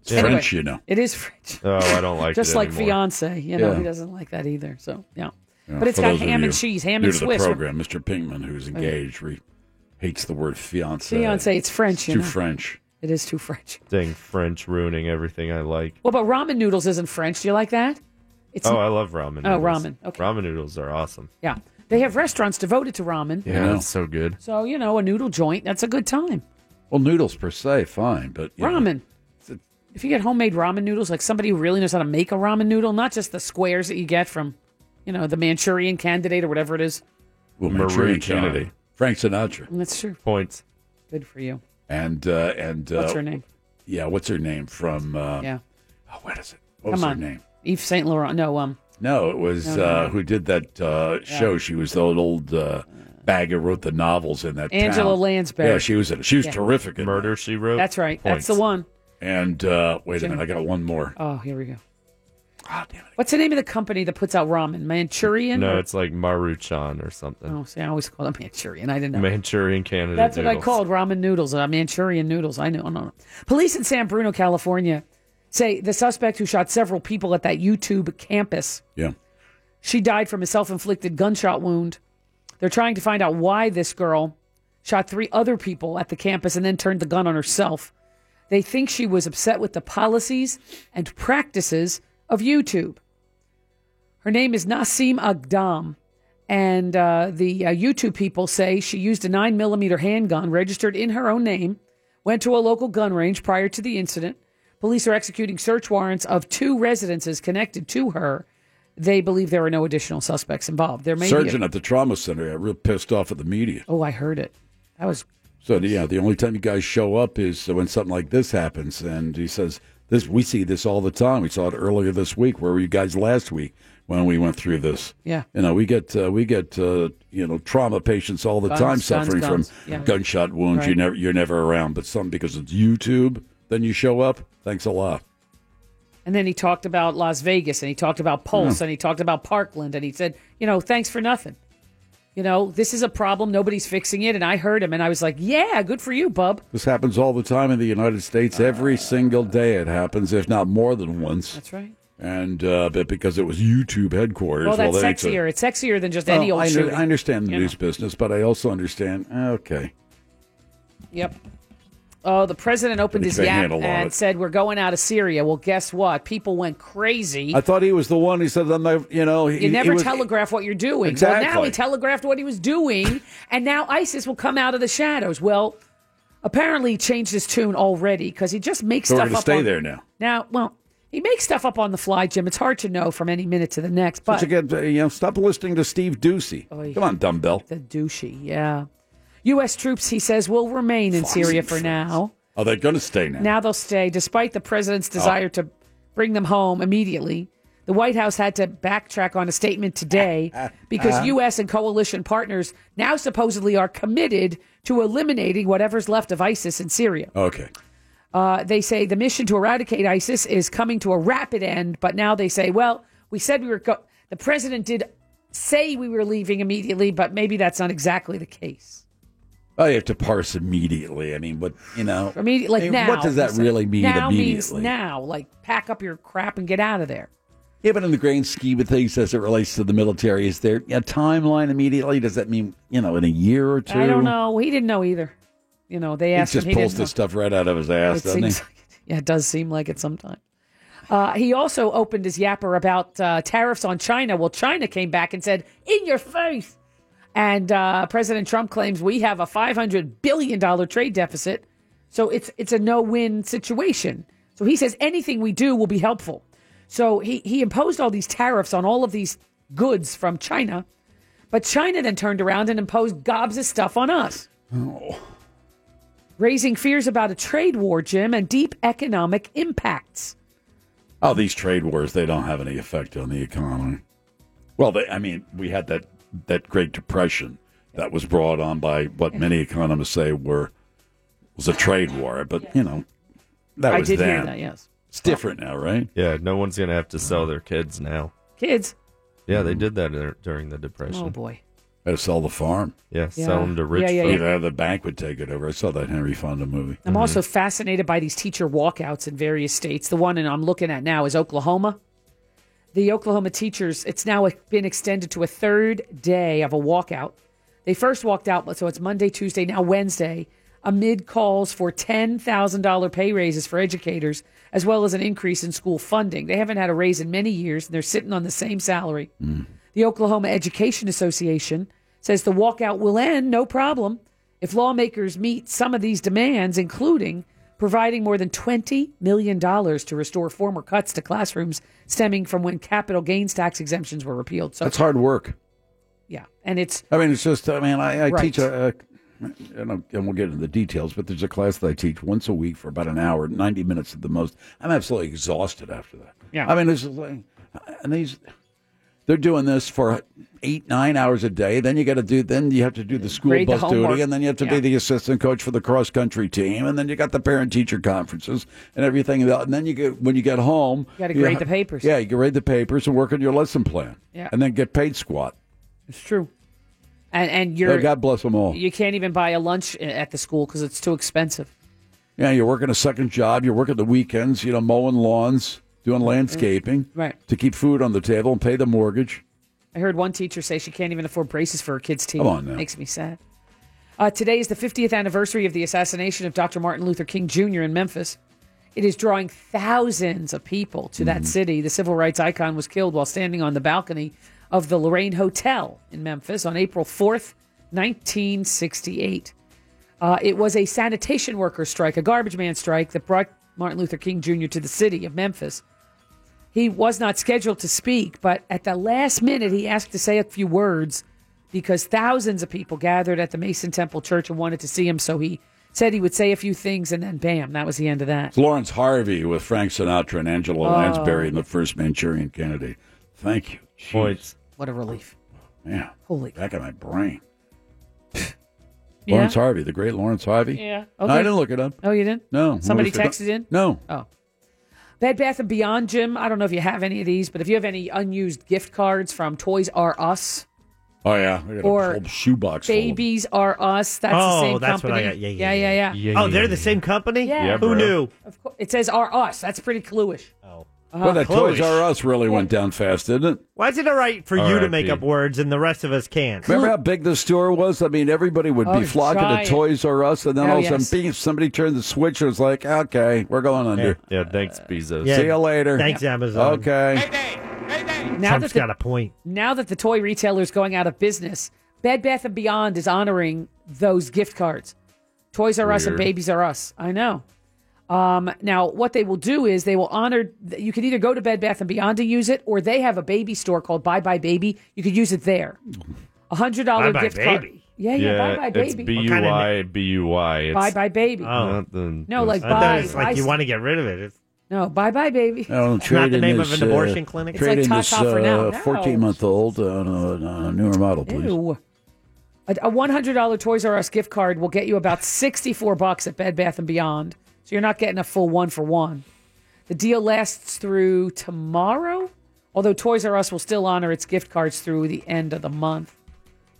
S6: It's
S8: Anyway.
S6: French, you know.
S8: It is French.
S7: Oh, I don't like
S8: Just
S7: it
S8: like
S7: anymore.
S8: fiance, you know,
S6: Yeah.
S8: he doesn't like that either. So yeah,
S6: Yeah,
S8: but it's
S6: for
S8: got
S6: those of
S8: ham
S6: you
S8: and cheese, ham
S6: new
S8: and
S6: to
S8: Swiss.
S6: The program, Mr. Pinkman, who's engaged, re- hates the word fiance.
S8: Fiance, it's French. You
S6: uh, too
S8: know,
S6: French.
S8: it is too French.
S7: Dang, French ruining everything I like.
S8: Well, but ramen noodles isn't French. Do you like that? It's
S7: Oh, I love ramen.
S8: Oh,
S7: Noodles.
S8: ramen. Okay.
S7: Ramen noodles are awesome.
S8: yeah. They have restaurants devoted to ramen.
S7: Yeah,
S6: know.
S7: that's so good.
S8: So you know, a noodle joint. That's a good time.
S6: Well, noodles per se, fine, but you know,
S8: ramen. if you get homemade ramen noodles, like somebody who really knows how to make a ramen noodle, not just the squares that you get from, you know, the Manchurian Candidate or whatever it is.
S6: well, Manchurian
S7: Maruchan.
S6: Kennedy, Frank Sinatra,
S8: And That's true.
S7: Points.
S8: Good for you.
S6: and uh, and uh,
S8: What's her name?
S6: Yeah, what's her name from? Uh,
S8: Yeah.
S6: oh, what is it? What was
S8: Come
S6: her
S8: on.
S6: name?
S8: Eve Saint Laurent. No, um,
S6: No, it was
S8: no,
S6: uh,
S8: no.
S6: who did that uh, show. She was the old uh, bag who wrote the novels in that.
S8: Angela
S6: town.
S8: Lansbury.
S6: Yeah, she was in it. She was terrific in
S7: Murder She Wrote.
S8: that's right. That's
S7: Points.
S8: the one.
S6: it. And uh, wait a minute, I got one more.
S8: Oh, here we go.
S6: Ah, damn it!
S8: What's the name of the company that puts out ramen? Manchurian?
S7: No,
S8: or-
S7: it's like Maruchan or something.
S8: Oh, see, I always call it Manchurian. I didn't know.
S7: Manchurian Canada.
S8: That's what I
S7: noodles.
S8: called ramen noodles, uh, Manchurian noodles. I know, no, no. Police in San Bruno, California, say the suspect who shot several people at that YouTube campus,
S6: Yeah.
S8: she died from a self-inflicted gunshot wound. They're trying to find out why this girl shot three other people at the campus and then turned the gun on herself. They think she was upset with the policies and practices of YouTube. Her name is Nasim Agdam. And uh, the uh, YouTube people say she used a 9mm handgun registered in her own name, went to a local gun range prior to the incident. Police are executing search warrants of two residences connected to her. They believe there are no additional suspects involved. There may
S6: surgeon
S8: be. a-
S6: at the trauma center got real pissed off at the media.
S8: oh, I heard it. That was
S6: So yeah, the only time you guys show up is when something like this happens, and he says This we see this all the time. We saw it earlier this week. Where were you guys last week when we went through this?
S8: Yeah.
S6: you know we get uh, we get uh, you know trauma patients all the
S8: Guns,
S6: time
S8: guns,
S6: suffering
S8: guns.
S6: from
S8: Yeah.
S6: gunshot wounds. You
S8: Right.
S6: never you're never around, but some because it's YouTube, then you show up. Thanks a lot.
S8: And then he talked about Las Vegas and he talked about Pulse
S6: Yeah.
S8: and he talked about Parkland and he said, you know, thanks for nothing. You know, this is a problem. Nobody's fixing it. And I heard him and I was like, yeah, good for you, bub.
S6: This happens all the time in the United States. Every single day it happens, if not more than once.
S8: Ah. That's right.
S6: And uh, but because it was YouTube headquarters,
S8: Well, that's
S6: then it's a-
S8: sexier. It's sexier than just any
S6: Well, Oh,
S8: old
S6: I, under-
S8: shooting.
S6: I understand the
S8: you
S6: news business, but I also understand. uh, Okay,
S8: Yep. Oh, the president opened
S6: He
S8: his
S6: couldn't
S8: yap
S6: handle all
S8: and
S6: of it.
S8: said, we're going out of Syria. Well, guess what? People went crazy.
S6: I thought he was the one who said, "I'm not," you know, he,
S8: You never
S6: he was,
S8: telegraph what you're doing. Well, now
S6: Exactly.
S8: he telegraphed what he was doing, and now ISIS will come out of the shadows. Well, apparently he changed his tune already because he just makes
S6: So we're
S8: stuff
S6: gonna
S8: up.
S6: stay
S8: on-
S6: there now.
S8: Now, well, he makes stuff up on the fly, Jim. It's hard to know from any minute to the next. But
S6: Once again, uh, you know, stop listening to Steve Ducey.
S8: Oy.
S6: Come on, dumbbell.
S8: the douchey, yeah. U.S. troops, he says, will remain in
S6: Foxy
S8: Syria for
S6: friends.
S8: now.
S6: Are they going to Oh, stay now?
S8: Now they'll stay, despite the president's desire to bring them home immediately. The White House had to backtrack on a statement today because U.S. and coalition partners now supposedly are committed to eliminating whatever's left of ISIS in Syria.
S6: Okay.
S8: Uh, they say the mission to eradicate ISIS is coming to a rapid end, but now they say, well, we said we were. Go- the president did say we were leaving immediately, but maybe that's not exactly the case.
S6: Oh, you have to parse immediately. I mean, what you know?
S8: Immediate, like
S6: I mean,
S8: now.
S6: What does that
S8: he said.
S6: really mean?
S8: Now means
S6: immediately.
S8: now. Like pack up your crap and get out of there.
S6: Yeah, but in the grand scheme of things, as it relates to the military, is there a timeline immediately? Does that mean you know in a year or two?
S8: I don't know. He didn't know either. You know, they
S6: He
S8: asked
S6: just
S8: him. He
S6: pulls
S8: didn't
S6: this
S8: know.
S6: stuff right out of his ass,
S8: It
S6: doesn't he?
S8: seems like it. Yeah, it does seem like it sometimes. Uh, he also opened his yapper about uh, tariffs on China. Well, China came back and said, "In your face!" And uh, President Trump claims we have a five hundred billion dollar trade deficit, so it's it's a no win situation. So he says anything we do will be helpful. So he he imposed all these tariffs on all of these goods from China, but China then turned around and imposed gobs of stuff on us raising fears about a trade war, Jim, and deep economic impacts.
S6: Oh, these trade wars, they don't have any effect on the economy. Well, they, I mean, we had that, that Great Depression that was brought on by what many economists say were was a trade war, but you know, that
S8: I
S6: was
S8: did
S6: then.
S8: hear that, yes.
S6: It's different now, right?
S7: Yeah, no one's gonna have to
S8: Oh.
S7: sell their kids now.
S8: Kids.
S7: Yeah, they did that in- during the depression.
S8: Mm-hmm. Oh, boy.
S6: Had to sell the farm.
S7: Yeah,
S8: Yeah.
S7: sell them to rich
S8: Yeah, yeah,
S7: folk.
S8: yeah.
S6: Either the bank would take it over. I saw that Henry Fonda movie.
S8: I'm also fascinated by these teacher walkouts in various states. The one and I'm looking at now is Oklahoma. The Oklahoma teachers, it's now been extended to a third day of a walkout. They first walked out, so it's Monday, Tuesday, now Wednesday, amid calls for $10,000 pay raises for educators, as well as an increase in school funding. They haven't had a raise in many years, and they're sitting on the same salary.
S6: Mm.
S8: The Oklahoma Education Association says the walkout will end, no problem, if lawmakers meet some of these demands, including providing more than $20 million to restore former cuts to classrooms stemming from when capital gains tax exemptions were repealed. So,
S6: That's hard work.
S8: yeah. And it's,
S6: I mean, it's just, I mean, I, I
S8: Right.
S6: teach a, a and, I'll- and we'll get into the details, but there's a class that I teach once a week for about an hour, 90 minutes at the most. I'm absolutely exhausted after that.
S8: Yeah.
S6: I mean, this is like, and these, they're doing this for eight, nine hours a day. Then you got to do, then you have to do the school
S8: Grade the
S6: bus
S8: homework.
S6: duty, and then you have to
S8: Yeah.
S6: be the assistant coach for the cross country team, and then you got the parent teacher conferences and everything. else. And then you get, when you get home,
S8: You gotta grade the papers.
S6: Yeah, you grade the papers and work on your lesson plan.
S8: Yeah.
S6: And then get paid squat.
S8: it's true. And, and
S6: Yeah,
S8: you're,
S6: God bless them all.
S8: you can't even buy a lunch at the school because it's too expensive.
S6: Yeah, you're working a second job. You're working the weekends. You know, mowing lawns, doing landscaping,
S8: Mm-hmm. Right.
S6: To keep food on the table and pay the mortgage.
S8: I heard one teacher say she can't even afford braces for her kids' team.
S6: Come on now.
S8: Makes me sad. Uh, today is the 50th anniversary of the assassination of Dr. Martin Luther King Jr. in Memphis. It is drawing thousands of people to
S6: Mm-hmm.
S8: that city. The civil rights icon was killed while standing on the balcony of the Lorraine Hotel in Memphis on April 4th, 1968. Uh, it was a sanitation worker strike, a garbage man strike that brought Martin Luther King Jr. to the city of Memphis. He was not scheduled to speak, but at the last minute, he asked to say a few words because thousands of people gathered at the Mason Temple Church and wanted to see him. So he said he would say a few things, and then bam, that was the end of that.
S6: It's Lawrence Harvey with Frank Sinatra and Angela
S8: Oh.
S6: Lansbury and the first Manchurian candidate. Thank you. Jeez.
S8: What a relief.
S6: Yeah.
S8: Holy.
S6: Back in my brain.
S8: Yeah?
S6: Lawrence Harvey, the great Lawrence Harvey.
S8: Yeah.
S6: No, I didn't look it up.
S8: Oh, you didn't?
S6: No.
S8: Somebody
S6: What was
S8: texted
S6: it?
S8: in?
S6: No.
S8: Oh. Bed Bath and Beyond, Jim. I don't know if you have any of these, but if you have any unused gift cards from Toys R Us,
S6: Oh, yeah. I got a
S8: Or
S6: whole shoebox full of
S8: Babies R Us, that's the
S9: oh,
S8: same
S9: that's
S8: company.
S9: what I got. Yeah, yeah,
S8: yeah, yeah.
S9: oh, they're the same company.
S8: Yeah. Yeah,
S9: Who
S8: bro.
S9: knew?
S8: Of course, it says R Us. That's pretty clueish. Oh.
S6: Well, that Toys R Us really went down fast, didn't it?
S9: Why is it all right for you to make
S6: RIP.
S9: up words and the rest of us can't?
S6: Remember how big the store was? I mean, everybody would
S9: Oh,
S6: be flocking
S9: giant.
S6: to Toys R Us, and then
S9: Oh,
S6: all of a sudden,
S9: yes.
S6: bing, somebody turned the switch and was like, okay, we're going under.
S7: Yeah, thanks, Bezos.
S6: See you later.
S9: Thanks, Amazon.
S6: Okay.
S8: Now
S9: Trump's
S8: that the-
S9: got a point.
S8: Now that the toy retailer is going out of business, Bed Bath and Beyond is honoring those gift cards. Toys R Us and
S11: Weird.
S8: Babies R Us. I know. Um, now, what they will do is they will honor. You can either go to Bed Bath and Beyond to use it, or they have a baby store called Bye Bye Baby. You could use it there. A hundred
S7: Bye
S8: dollar
S7: Bye
S8: gift card.
S7: Baby?
S8: Yeah, yeah, Bye Bye
S7: It's
S8: Baby.
S7: B U Y B U Y. It's
S8: Bye Bye Baby.
S7: not the-
S8: No, like
S7: I thought
S8: bye,
S7: it was
S8: bye-
S9: to get rid of it. It's-
S8: No, Bye Bye Baby.
S6: Oh, trade in this, uh,
S8: It's
S6: Trade
S8: like
S6: in
S8: Tata
S6: this uh,
S8: for now. No.
S6: 14 month old on a, on a newer model, please.
S8: Ew. A, a one hundred dollar Toys R Us gift card will get you about sixty four bucks at Bed Bath and Beyond, so you're not getting a full one for one. The deal lasts through tomorrow, although Toys R Us will still honor its gift cards through the end of the month.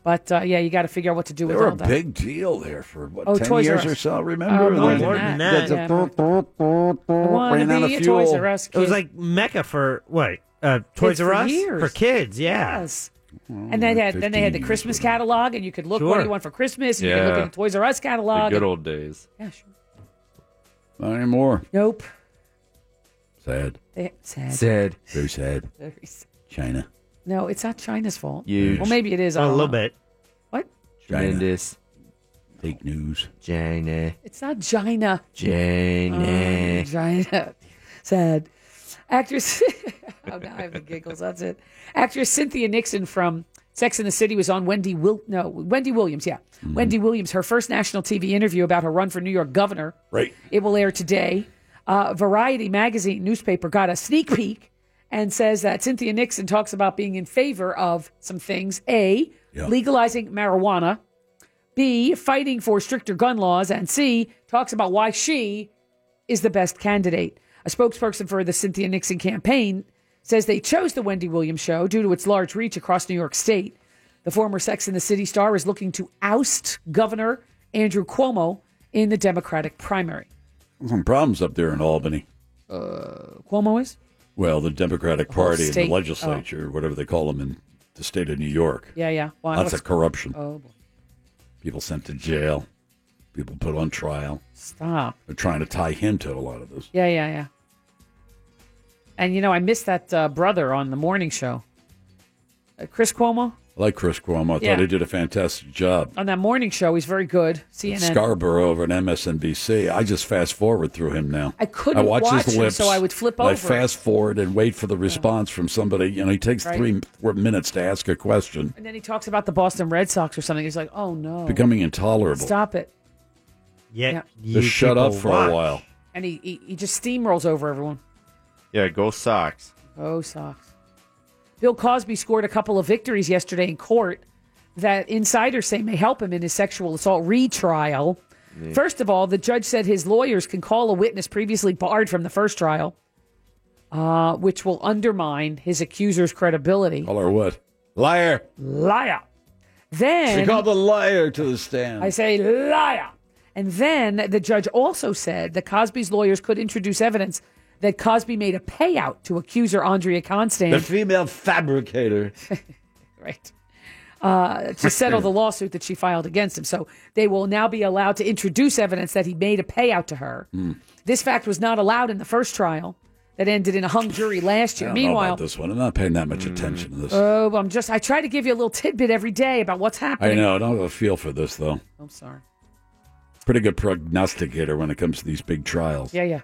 S8: But uh, yeah, you got to figure out what to do
S6: They
S8: with
S6: were
S8: all
S6: a
S8: that.
S6: big deal there for what
S8: Oh,
S6: ten
S8: Toys R
S6: years
S8: Us.
S6: or so. Remember,
S8: Oh, more
S6: They-
S8: than
S6: that's
S8: that.
S6: a
S8: Yeah.
S6: ran out of
S8: be a
S6: fuel.
S8: Toys R Us
S9: It was
S8: kid.
S9: like Mecca for what? Uh, Toys
S8: Kids
S9: R
S8: for
S9: Us
S8: years.
S9: for kids. Yeah.
S8: Yes. And then had then they had the Christmas catalog, and you could look what do
S9: Sure.
S8: you want for Christmas. And You could look
S7: Yeah.
S8: at the Toys R Us
S7: The
S8: catalog.
S7: good
S8: and-
S7: old days.
S8: Yeah, sure.
S6: Not anymore.
S8: Nope.
S6: Sad.
S8: They- sad.
S7: Sad.
S6: Very sad.
S8: Very sad.
S6: China.
S8: No, it's not China's fault.
S6: Huge.
S8: Well, maybe it is. I
S9: a
S8: don't
S9: little
S8: know.
S9: bit.
S8: What?
S7: Tremendous.
S6: Fake news.
S7: China.
S8: It's not China.
S7: China.
S8: Oh, China. Sad. Actress. oh, now I have the giggles. That's it. Actress Cynthia Nixon from Sex and the City was on Wendy Will. No, Wendy Williams. Yeah, Wendy Williams. Her first national TV interview about her run for New York governor.
S6: Right.
S8: It will air today. Uh, Variety magazine newspaper got a sneak peek and says that Cynthia Nixon talks about being in favor of some things: a legalizing marijuana, b fighting for stricter gun laws, and c talks about why she is the best candidate. A spokesperson for the Cynthia Nixon campaign says they chose the Wendy Williams show due to its large reach across New York State. The former Sex and the City star is looking to oust Governor Andrew Cuomo in the Democratic primary.
S6: Some problems up there in Albany.
S8: Uh, Cuomo is?
S6: Well, the Democratic
S8: whole
S6: Party and the
S8: state. Oh.
S6: legislature, whatever they call them in the state of New York.
S8: Yeah, yeah. Well,
S6: Lots
S8: what's-
S6: of corruption.
S8: Oh, boy.
S6: People sent to jail. People put on trial.
S8: Stop.
S6: They're trying to tie him to a lot of this.
S8: yeah, yeah, yeah. And, you know, I missed that uh, brother on the morning show. Uh, Chris Cuomo
S6: I like Chris Cuomo. I
S8: Yeah.
S6: thought he did a fantastic job.
S8: on that morning show. He's very good. CNN.
S6: Scarborough over at MSNBC. I just fast forward through him now.
S8: I couldn't
S6: watch,
S8: watch
S6: his
S8: him,
S6: lips,
S8: so I would flip
S6: and I
S8: over.
S6: fast forward and wait for the response from somebody. You know, he takes
S8: Right.
S6: three four minutes to ask a question,
S8: And then he talks about the Boston Red Sox or something. He's like, oh, no.
S6: becoming intolerable.
S8: Stop it.
S9: Yeah.
S6: Just shut up for a while.
S8: And he, he, he just steamrolls over everyone.
S7: Yeah, go socks.
S8: Oh, socks. Bill Cosby scored a couple of victories yesterday in court that insiders say may help him in his sexual assault retrial.
S11: Yeah.
S8: First of all, the judge said his lawyers can call a witness previously barred from the first trial, uh, which will undermine his accuser's credibility.
S6: Call her what? Liar.
S8: Liar. Then
S6: She called the liar to the stand.
S8: I say liar. And then the judge also said that Cosby's lawyers could introduce evidence that Cosby made a payout to accuser Andrea
S6: the
S8: Constand
S6: female fabricator.
S8: right. uh, to settle the lawsuit that she filed against him. So they will now be allowed to introduce evidence that he made a payout to her.
S6: Hmm.
S8: This fact was not allowed in the first trial that ended in a hung jury last
S6: I
S8: year.
S6: don't know
S8: Meanwhile,
S6: about this one. I'm not paying that much attention to this.
S8: oh, I'm just, I try to give you a little tidbit every day about what's
S6: I
S8: happening.
S6: know. I don't have a feel for this though.
S8: I'm sorry.
S6: Pretty good prognosticator when it comes to these big trials.
S8: Yeah, yeah.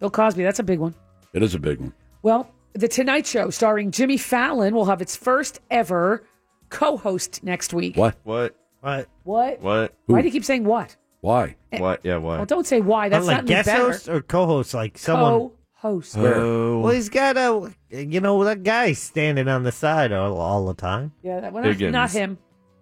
S8: Bill Cosby, that's a big one.
S6: It is a big one.
S8: Well, The Tonight Show starring Jimmy Fallon will have its first ever co host next week.
S6: What?
S7: What?
S9: What?
S8: What?
S7: What?
S8: Why do you keep saying what?
S6: Why?
S7: Why? Yeah, why?
S8: Well, don't say why. That's
S9: like
S8: not any
S9: guest
S8: better.
S9: host or co-host, like someone. Oh.
S8: Co-host. Oh.
S9: Well, he's got a you know that guy standing on the side all, all the time.
S8: Yeah, that one. Not him.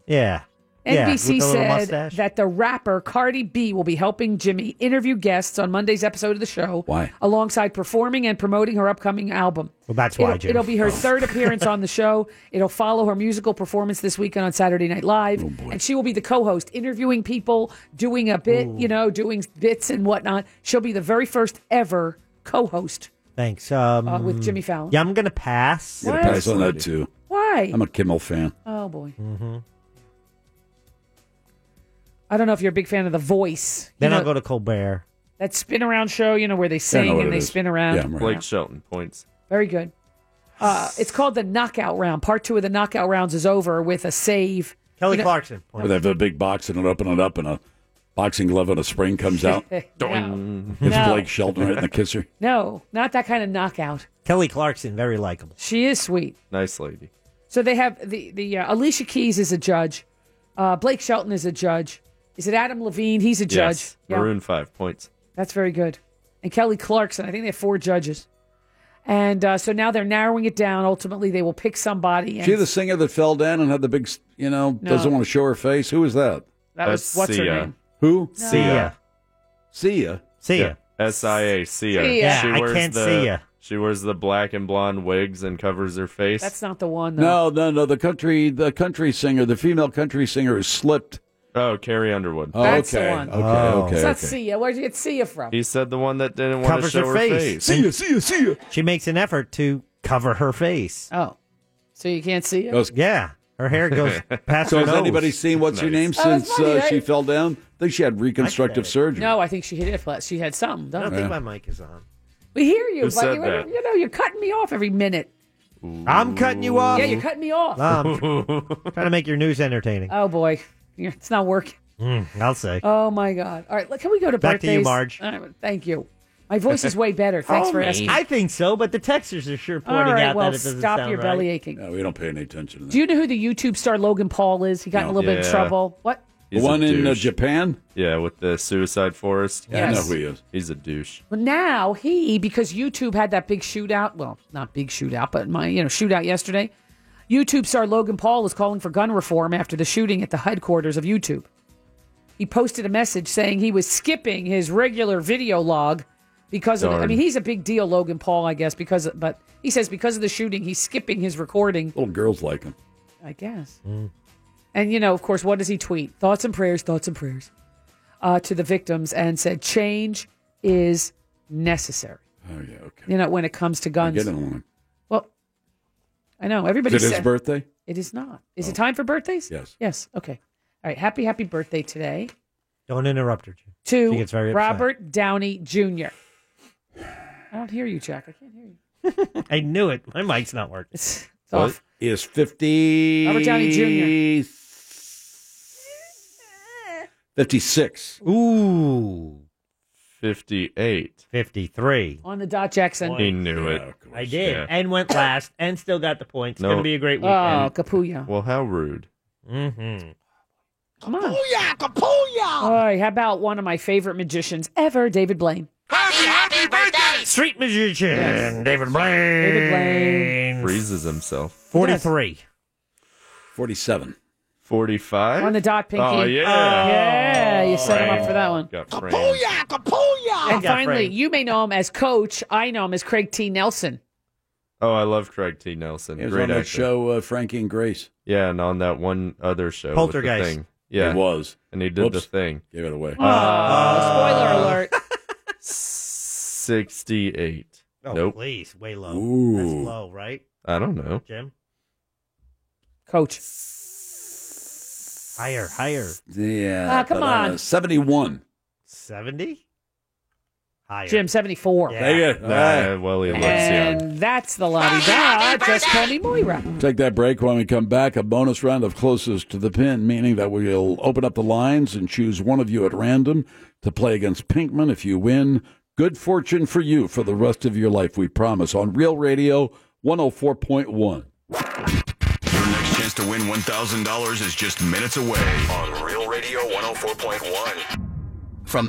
S9: Yeah. Yeah, with
S8: NBC
S9: the little
S8: said
S9: mustache.
S8: that the rapper Cardi B will be helping Jimmy interview guests on Monday's episode of the show.
S9: Why?
S8: Alongside performing and promoting her upcoming album.
S9: Well, that's why,
S8: it'll,
S9: Jim.
S8: it'll be her
S9: Oh.
S8: third appearance on the show. It'll follow her musical performance this weekend on Saturday Night Live.
S9: Oh,
S8: and she will be the co host, interviewing people, doing a bit, you know, doing bits and whatnot. She'll be the very first ever co host.
S9: Thanks. Um,
S8: Uh, with Jimmy Fallon.
S9: Yeah, I'm gonna pass.
S8: I'm gonna What? pass on that,
S6: too.
S8: Why?
S6: I'm a Kimmel fan.
S8: oh, boy.
S9: Mm-hmm.
S8: I don't know if you're a big fan of The Voice. You
S9: Then I'll
S8: know-
S9: go to Colbert.
S8: That spin around show, you know, where they
S9: know
S8: sing
S9: what
S8: and
S9: it
S8: they
S9: is.
S8: spin around.
S9: Yeah, I'm right.
S7: Blake Shelton points.
S8: Very good. Uh, it's called the knockout round. Part two of the knockout rounds is over with a save. You know-
S6: Where they have a big box and open it up, and a boxing glove and a spring comes out.
S8: No.
S6: Doing. It's
S8: No.
S6: Blake Shelton right in the kisser.
S8: No, not that kind of knockout.
S9: Kelly Clarkson, very likable.
S8: She is sweet.
S7: Nice lady.
S8: So they have the the uh, Alicia Keys is a judge. Uh, Blake Shelton is a judge. Is it Adam Levine? He's a judge.
S7: Yes.
S8: Yeah.
S7: Maroon Five points.
S8: That's very good. And Kelly Clarkson, I think they have four judges. And uh, so now they're narrowing it down. Ultimately, they will pick somebody. And
S6: She the singer that fell down and had the big, you know,
S8: No.
S6: doesn't want to show her face. Who was that?
S8: That was- That's what's her Sia. name?
S6: Who?
S8: No. Sia.
S6: Sia.
S9: Sia.
S7: S I A Sia.
S8: Sia. Yeah,
S7: She
S8: I
S7: wears
S8: can't
S7: the,
S8: see ya.
S7: She wears the black and blonde wigs and covers her face.
S8: that's not the one. Though.
S6: No, no, no. The country, the country singer, the female country singer, has slipped.
S7: Oh, Carrie Underwood.
S6: Oh,
S8: That's
S6: okay.
S8: the one.
S6: Okay, okay,
S8: it's not
S6: okay.
S8: Sia. Where'd you get Sia from?
S7: He said the one that didn't want to
S9: Covers
S7: show
S9: her face.
S7: And
S9: ya, see ya, see ya. She makes an effort to cover her face.
S8: Oh, so you can't see it?
S9: yeah, her hair goes past
S6: So
S9: her
S6: has
S9: nose.
S6: anybody seen what's her name
S8: Oh, that's
S6: since
S8: funny,
S6: uh,
S8: right?
S6: she fell down? I think she had reconstructive surgery.
S8: No, I think she hit it flat. She had something.
S9: I
S8: Don't
S9: don't
S8: you?
S9: think my mic is on.
S8: We hear you,
S9: Who
S8: but
S9: said
S8: you,
S9: that?
S8: you know you're cutting me off every minute.
S9: I'm cutting you off.
S8: Yeah, you're cutting me off.
S9: I'm trying to make your news entertaining.
S8: oh boy, You're- it's not working.
S9: Mm, I'll say.
S8: Oh my god! All right, look, can we go to
S9: Back to
S8: birthdays?
S9: you, Marge.
S8: All right, thank you. My voice is way better. Thanks for
S9: Homie.
S8: asking.
S9: Oh, I think so, but the textures are sure
S8: All
S9: pointing
S8: right,
S9: out
S8: well,
S9: that it doesn't
S8: stop
S9: sound
S8: your
S9: right.
S8: belly aching.
S6: No, we don't pay any attention to that.
S8: Do you know who the YouTube star Logan Paul is? He got in a
S7: No.
S8: little bit of
S7: Yeah.
S8: trouble. What?
S6: The one in, uh, Japan?
S7: Yeah, with the suicide forest.
S8: Yeah, I know Yes. who
S6: he is.
S7: He's a douche.
S8: Well, now he because YouTube had that big shootout. Well, not big shootout, but my you know shootout yesterday. YouTube star Logan Paul is calling for gun reform after the shooting at the headquarters of YouTube. He posted a message saying he was skipping his regular video log because of. I
S6: Darn.
S8: mean, he's a big deal, Logan Paul, I guess, because of, but he says because of the shooting, he's skipping his recording.
S6: Little girls like him.
S8: I guess.
S7: Mm.
S8: And you know, of course, what does he tweet? Thoughts and prayers, thoughts and prayers uh, to the victims, and said change is necessary.
S6: Oh yeah, okay.
S8: You know, when it comes to
S6: Get
S8: guns.
S6: in line.
S8: Well, I know everybody.
S6: Is it his
S8: said-
S6: birthday?
S8: It is not. Is it time for birthdays?
S6: Oh. Yes.
S8: Yes. Okay. All right. Happy, happy birthday today
S9: Don't interrupt her. Jim.
S8: to
S9: She gets very upset.
S8: Robert Downey Jr. I don't hear you, Jack. I can't hear you.
S9: I knew it. My mic's not working.
S8: It's
S6: What is fifty?
S8: Robert Downey Jr..
S6: Fifty-six.
S9: Ooh.
S7: 58.
S9: 53.
S8: on the dot, Jackson.
S7: He knew it.
S9: I did,
S7: Yeah.
S9: and went last, and still got the points.
S7: No.
S9: It's gonna be a great weekend.
S8: Oh, Capuya.
S7: Well, how rude.
S9: Mm-hmm.
S8: Come on. Capuya, Capuya. All right. How about one of my favorite magicians ever, David Blaine?
S9: Street magician
S7: Yes.
S9: David Blaine.
S8: David Blaine.
S7: Freezes himself.
S9: 43.
S6: 47.
S7: 45?
S8: On the dot, Pinky.
S7: Oh, yeah.
S8: Yeah,
S9: Oh,
S8: you set him up for that one.
S7: Got framed.
S8: And
S7: Yeah,
S8: finally,
S7: Frank.
S8: you may know him as Coach. I know him as Craig T. Nelson.
S7: Oh, I love Craig T. Nelson.
S6: He was
S7: Great
S6: on
S7: actor.
S6: that show, uh, Frankie and Grace.
S7: Yeah, and on that one other show. with the
S6: Poltergeist.
S7: thing. Yeah.
S6: It was.
S7: And he did the
S6: Whoops.
S7: thing. Uh,
S6: Gave it away.
S8: spoiler alert.
S7: 68.
S9: Oh,
S7: nope.
S9: please, way low.
S7: Ooh.
S9: That's low, right?
S7: I don't know.
S9: Jim,
S8: Coach.
S9: higher, higher.
S6: Yeah.
S8: Ah, come
S6: but,
S8: on.
S6: Uh, 71.
S9: 70? Higher.
S8: Jim, 74.
S6: Take it. All right.
S7: well, he
S8: And that's the lobby dot. Just call me Moira.
S6: Take that break. When we come back, a bonus round of closest to the pin, meaning that we'll open up the lines and choose one of you at random to play against Pinkman. If you win, good fortune for you for the rest of your life, we promise, on Real Radio 104.1.
S1: Your next chance oh to win $1,000 is just minutes away on Real Radio 104.1.
S11: from.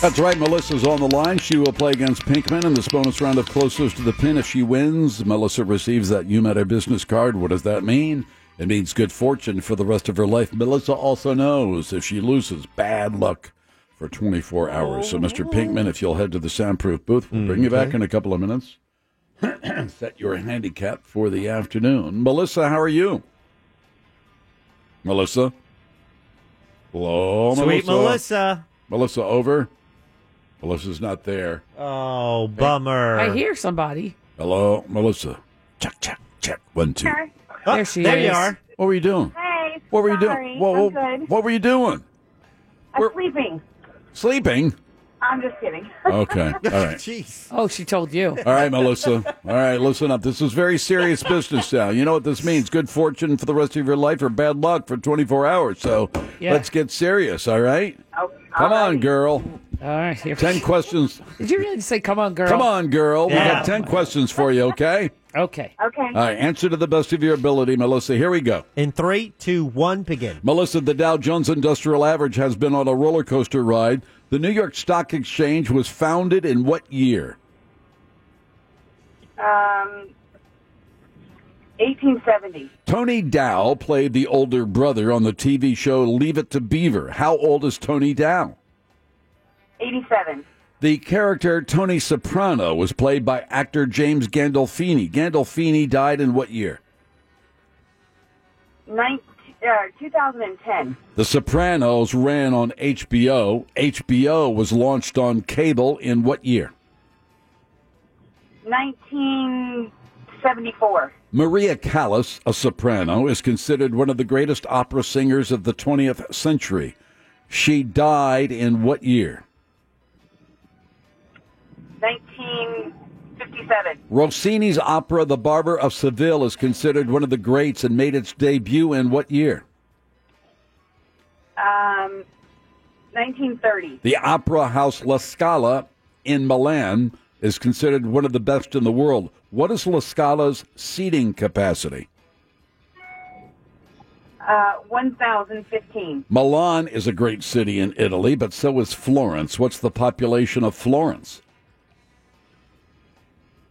S6: That's right. Melissa's on the line. She will play against Pinkman in this bonus round of closest to the pin. If she wins, Melissa receives that You Matter business card. What does that mean? It means good fortune for the rest of her life. Melissa also knows if she loses, bad luck for 24 hours. So, Mr. Pinkman, if you'll head to the soundproof booth, we'll bring you
S9: Mm-hmm.
S6: back in a couple of minutes. Set your handicap for the afternoon. Melissa, how are you? Melissa? Hello,
S9: Sweet Melissa.
S6: Melissa over. Melissa's not there.
S9: Oh, bummer.
S8: I hear somebody.
S6: Hello, Melissa. Check, check, check. One, two.
S8: Oh, There she
S6: Ah, there
S8: there you
S6: you
S8: is.
S6: are.
S8: are.
S6: What were you doing?
S12: Hey,
S6: What were you
S12: sorry.
S6: doing? Whoa, whoa,
S12: I'm good.
S6: What were you doing?
S12: I'm sleeping.
S6: Sleeping.
S12: I'm just kidding.
S6: Okay. All right.
S8: Jeez. Oh, she told you.
S6: All right, Melissa. All right, listen up. This is very serious business now. You know what this means? Good fortune for the rest of your life or bad luck for 24 hours. So
S8: Yeah.
S6: let's get serious, all right?
S12: Oh,
S6: Come on, girl.
S8: All right. Here
S6: 10 questions.
S8: Did you really just say, come on, girl?
S6: Come on, girl. We
S8: Yeah.
S6: got 10 questions for you, okay?
S8: Okay.
S12: Okay.
S6: All right, answer to the best of your ability, Melissa. Here we go.
S9: In three, two, one, begin.
S6: Melissa, the Dow Jones Industrial Average has been on a roller coaster ride. The New York Stock Exchange was founded in what year?
S12: Um, 1870.
S6: Tony Dow played the older brother on the TV show Leave It to Beaver. How old is Tony Dow?
S12: 87.
S6: The character Tony Soprano was played by actor James Gandolfini. Gandolfini died in what year?
S12: 19, uh, 2010.
S6: The Sopranos ran on HBO. HBO was launched on cable in what year?
S12: 1974.
S6: Maria Callas, a soprano, is considered one of the greatest opera singers of the 20th century. She died in what year?
S12: 1957.
S6: Rossini's opera The Barber of Seville is considered one of the greats and made its debut in what year?
S12: Um, 1930.
S6: The opera house La Scala in Milan is considered one of the best in the world. What is La Scala's seating capacity?
S12: Uh, 1015.
S6: Milan is a great city in Italy, but so is Florence. What's the population of Florence?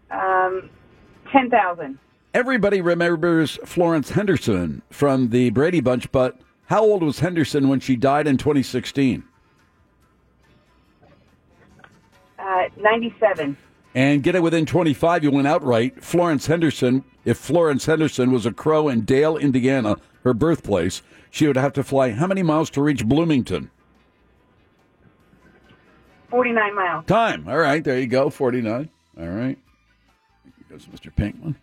S12: Um, 10,000.
S6: Everybody remembers Florence Henderson from the Brady Bunch, but how old was Henderson when she died in 2016?
S12: Uh, 97.
S6: And get it within 25, you went outright. Florence Henderson, if Florence Henderson was a crow in Dale, Indiana, her birthplace, she would have to fly how many miles to reach Bloomington?
S12: 49 miles.
S6: Time. All right, there you go, 49. All right. There goes Mr. Pinkman.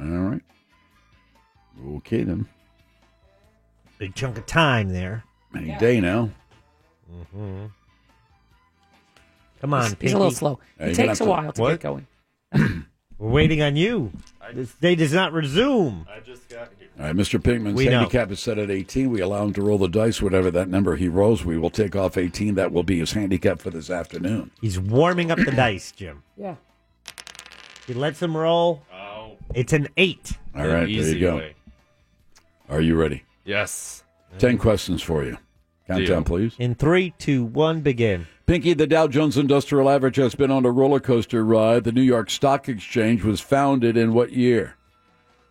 S6: All right. Okay, then.
S9: Big chunk of time there.
S6: Any day now.
S9: Mm-hmm. Come on,
S8: He's- he's a little
S9: Pinky.
S8: slow. It Hey, you're gonna takes a have to- while to get What? going.
S9: We're waiting on you. This day does not resume. I just got here.
S6: All right, Mr. Pinkman's
S9: We know.
S6: handicap is set at 18. We allow him to roll the dice, whatever that number he rolls. We will take off 18. That will be his handicap for this afternoon.
S9: He's warming up the dice, Jim.
S8: Yeah.
S9: He lets him roll. Oh. It's an eight.
S6: All right, there you go. Are you ready?
S7: Yes.
S6: 10 questions for you. Countdown, please.
S9: In three, two, one, begin.
S6: Pinky, the Dow Jones Industrial Average has been on a roller coaster ride. The New York Stock Exchange was founded in what year?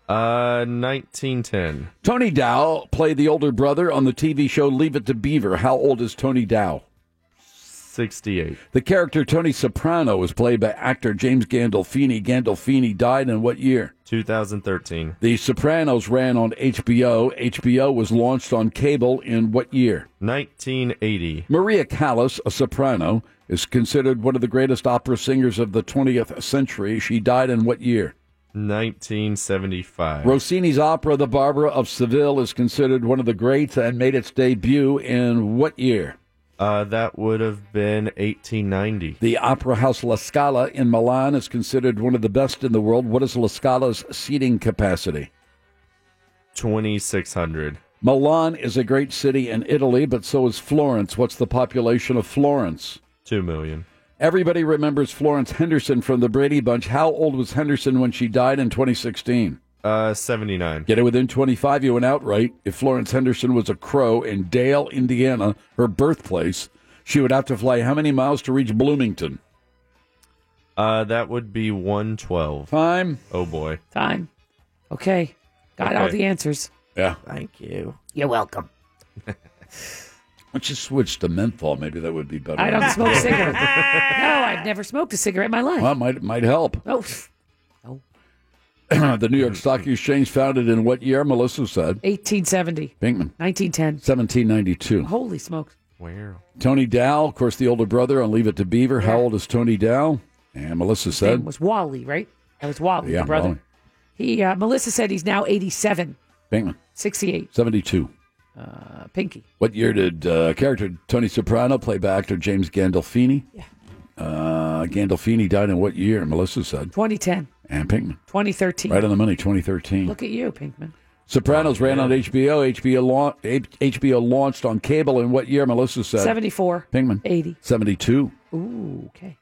S7: Uh, 1910.
S6: Tony Dow played the older brother on the TV show Leave It to Beaver. How old is Tony Dow?
S7: 68.
S6: The character Tony Soprano was played by actor James Gandolfini. Gandolfini died in what year?
S7: 2013.
S6: The Sopranos ran on HBO. HBO was launched on cable in what year?
S7: 1980.
S6: Maria Callas, a soprano, is considered one of the greatest opera singers of the 20th century. She died in what year?
S7: 1975.
S6: Rossini's opera The Barbara of Seville is considered one of the greats and made its debut in what year?
S7: Uh, that would have been 1890.
S6: The Opera House La Scala in Milan is considered one of the best in the world. What is La Scala's seating capacity?
S7: 2600.
S6: Milan is a great city in Italy, but so is Florence. What's the population of Florence?
S7: 2 million.
S6: Everybody remembers Florence Henderson from the Brady Bunch. How old was Henderson when she died in 2016?
S7: Uh, 79.
S6: Get it within 25, you went out right. If Florence Henderson was a crow in Dale, Indiana, her birthplace, she would have to fly how many miles to reach Bloomington?
S7: Uh, that would be 112.
S6: Time.
S7: Oh boy.
S8: Time. Okay. Got all
S7: Okay.
S8: the answers.
S6: Yeah.
S7: Thank you.
S8: You're welcome.
S6: Why don't you switch to menthol? Maybe that would be better.
S8: I don't smoke cigarettes. no, I've never smoked a cigarette in my life.
S6: Well, it might, might help.
S8: Oh, pff,
S6: the New York Stock Exchange founded in what year, Melissa said?
S8: 1870,
S6: Pinkman.
S8: 1910.
S6: 1792.
S8: Holy smokes.
S7: Where?
S6: Tony Dow, of course, the older brother on Leave It to Beaver. How old is Tony Dow? And Melissa
S8: Name
S6: said,
S8: was Wally, right? That was Wally,
S6: Yeah,
S8: the brother.
S6: Wally.
S8: He uh, Melissa said he's now 87,
S6: Pinkman,
S8: 68.
S6: 72.
S8: Uh, Pinky.
S6: What year did uh, character Tony Soprano play by actor James Gandolfini? Yeah. Uh, Gandolfini died in what year, Melissa said?
S8: 2010,
S6: And Pinkman.
S8: 2013.
S6: Right on the money, 2013.
S8: Look at you, Pinkman.
S6: Sopranos ran on HBO. HBO, laun- HBO launched on cable in what year, Melissa said?
S8: 74.
S6: Pinkman.
S8: 80.
S6: 72.
S8: Ooh, okay.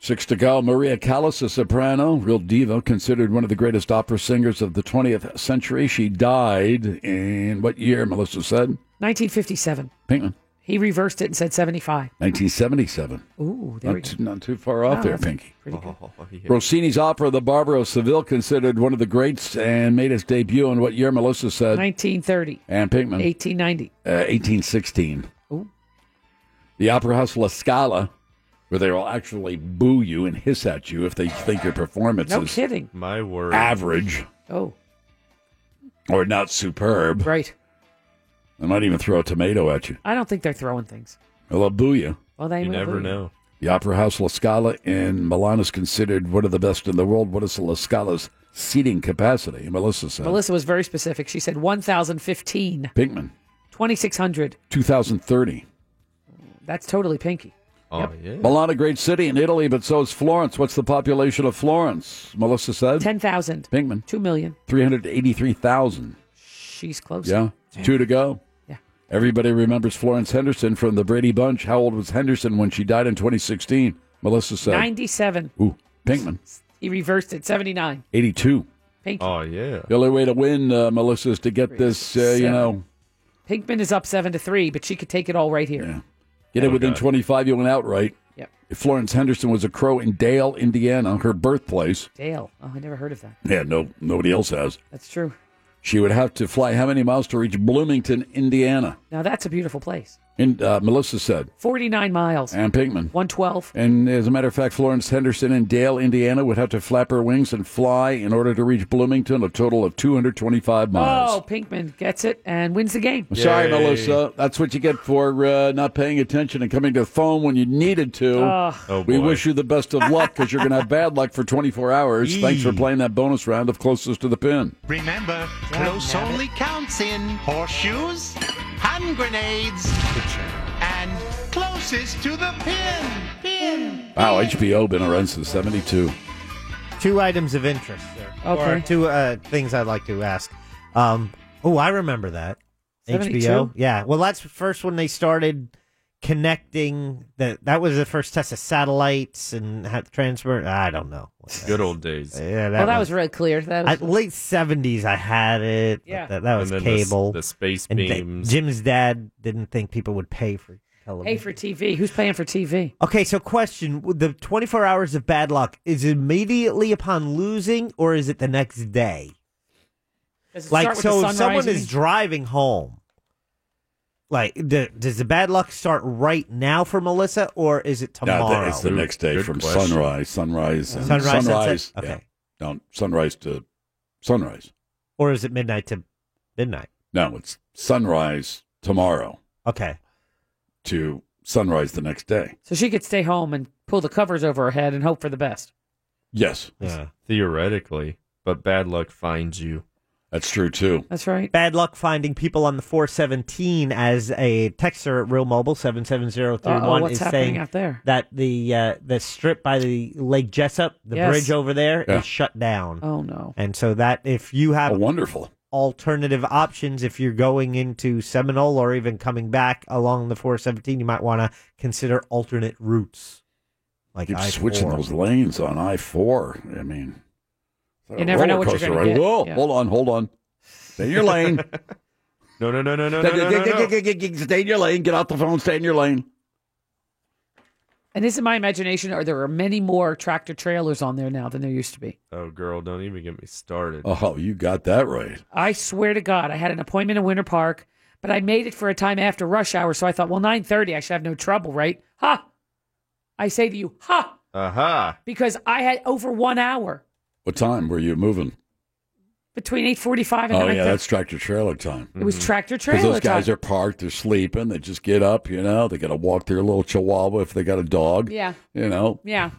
S6: Six to go. Maria Callas, a soprano, real diva, considered one of the greatest opera singers of the 20th century. She died in what year, Melissa said?
S8: 1957.
S6: Pinkman.
S8: He reversed it and said 75.
S6: 1977.
S8: Ooh,
S6: Not
S8: there we go.
S6: too, not too far off
S8: Oh,
S6: there,
S8: that's
S6: Pinky.
S8: Pretty good.
S9: Oh,
S6: Rossini's opera The Barber of Seville, considered one of the greats, and made its debut in what year? Melissa said.
S8: 1930,
S6: And Pinkman.
S8: 1890.
S6: Uh, 1816.
S8: Ooh.
S6: The Opera House La Scala, where they will actually boo you and hiss at you if they think your performance
S8: No
S6: is
S8: kidding.
S7: My word.
S6: average
S8: Oh,
S6: or not superb.
S8: right.
S6: They might even throw a tomato at you.
S8: I don't think they're throwing things.
S6: They'll boo you.
S8: Well, they
S7: You
S8: will
S7: never
S8: be.
S7: know.
S6: The Opera House La Scala in Milan is considered one of the best in the world. What is the La Scala's seating capacity? Melissa said.
S8: Melissa was very specific. She said 1,015,
S6: Pinkman,
S8: 2,600.
S6: 2030.
S8: That's totally pinky.
S7: Oh, yeah.
S6: Milan, a great city in Italy, but so is Florence. What's the population of Florence? Melissa said.
S8: 10,000,
S6: Pinkman,
S8: 2 million.
S6: 383,000.
S8: She's close.
S6: Yeah. Two to go.
S8: Yeah.
S6: Everybody remembers Florence Henderson from the Brady Bunch. How old was Henderson when she died in 2016? Melissa said.
S8: 97.
S6: Ooh, Pinkman,
S8: He reversed it. 79.
S6: 82.
S8: Pink,
S7: Oh, yeah.
S6: The only way to win, uh, Melissa, is to get this, uh, you
S8: Seven.
S6: know,
S8: Pinkman is up 7 to 3, but she could take it all right here.
S6: get it
S7: Oh,
S6: within
S7: God.
S6: 25, you went outright.
S8: Yep.
S6: If Florence Henderson was a crow in Dale, Indiana, her birthplace,
S8: Dale. Oh, I never heard of that.
S6: yeah, no, nobody else has.
S8: That's true.
S6: She would have to fly how many miles to reach Bloomington, Indiana?
S8: Now, that's a beautiful place.
S6: And uh, Melissa said,
S8: 49 miles,
S6: and Pinkman.
S8: 112.
S6: And as a matter of fact, Florence Henderson in Dale, Indiana, would have to flap her wings and fly in order to reach Bloomington, a total of 225 miles.
S8: Oh, Pinkman gets it and wins the game.
S6: I'm sorry,
S7: Yay.
S6: Melissa. That's what you get for uh, not paying attention and coming to the phone when you needed to.
S7: Oh, boy.
S6: we wish you the best of luck because you're going to have bad luck for 24 hours. Thanks for playing that bonus round of closest to the pin.
S11: Remember, close only counts in horseshoes, hand grenades, and closest to the pin. Pin.
S6: Wow, HBO been around since 72.
S9: Two items of interest there. Or
S8: Okay.
S9: two uh, things I'd like to ask. Um, oh, I remember that.
S8: 72?
S9: HBO. Yeah. Well, that's the first when they started connecting. That that was the first test of satellites and had transfer. I don't know.
S7: Good old days.
S9: Yeah, that,
S8: well, that was, really clear. That was,
S9: at late seventies. I had it. but
S8: Yeah.
S9: That, that was
S7: and then the s-
S9: cable.
S7: The, space
S9: and th-
S7: beams.
S9: Jim's dad didn't think people would pay for television.
S8: pay for TV. Who's paying for TV?
S9: Okay, so question: with the twenty-four hours of bad luck is it immediately upon losing, or is it the next day?
S8: Does it
S9: Like,
S8: start with
S9: so
S8: the
S9: if
S8: sun
S9: someone
S8: rising?
S9: is driving home, like, d does the bad luck start right now for Melissa, or is it
S6: No,
S9: tomorrow?
S6: it's the next day
S7: Good
S6: from
S7: question.
S6: sunrise. Sunrise. And
S9: Sunrise,
S6: Sunrise.
S9: sunset?
S6: yeah.
S9: Okay.
S6: No, sunrise to sunrise.
S9: or is it midnight to midnight?
S6: No, it's sunrise tomorrow
S9: Okay,
S6: to sunrise the next day.
S8: so she could stay home and pull the covers over her head and hope for the best.
S6: Yes.
S9: yeah.
S7: Theoretically. But bad luck finds you.
S6: That's true too.
S8: That's right.
S9: Bad luck finding people on the 417 as a texter at Real Mobile 77031
S8: Uh-oh, what's
S9: is
S8: happening
S9: saying
S8: out there?
S9: that the uh, the strip by the Lake Jessup, the
S8: Yes.
S9: bridge over there, is
S8: Yeah.
S9: shut down.
S8: Oh no.
S9: And so that if you have
S6: wonderful
S9: alternative options if you're going into Seminole or even coming back along the 417, you might want to consider alternate routes. Like
S6: Keep
S9: I-4.
S6: switching those lanes on I four. I mean, it's like
S9: You
S6: a
S9: never know
S6: roller
S9: what you're
S6: coaster
S9: gonna
S6: ride.
S9: get.
S6: Whoa,
S9: Yeah.
S6: hold on, hold on. Stay in your lane.
S7: no, no, no, no, no,
S6: stay,
S7: no, no, no.
S6: stay in your lane. Get off the phone. Stay in your lane.
S8: And is it my imagination, or there are many more tractor trailers on there now than there used to be?
S7: Oh, girl, don't even get me started.
S6: Oh, you got that right.
S8: I swear to God, I had an appointment in Winter Park, but I made it for a time after rush hour, so I thought, well, nine thirty, I should have no trouble, right? Ha! I say to you, ha!
S7: Aha.
S8: Because I had over one hour
S6: What time were you moving?
S8: between eight forty-five and
S6: Oh
S8: 9:30.
S6: yeah, that's tractor trailer time.
S8: It was tractor
S6: Because
S8: trailer
S6: those guys
S8: time.
S6: are parked, they're sleeping, they just get up, you know, they got to walk their little chihuahua if they got a dog.
S8: Yeah.
S6: You know,
S8: Yeah.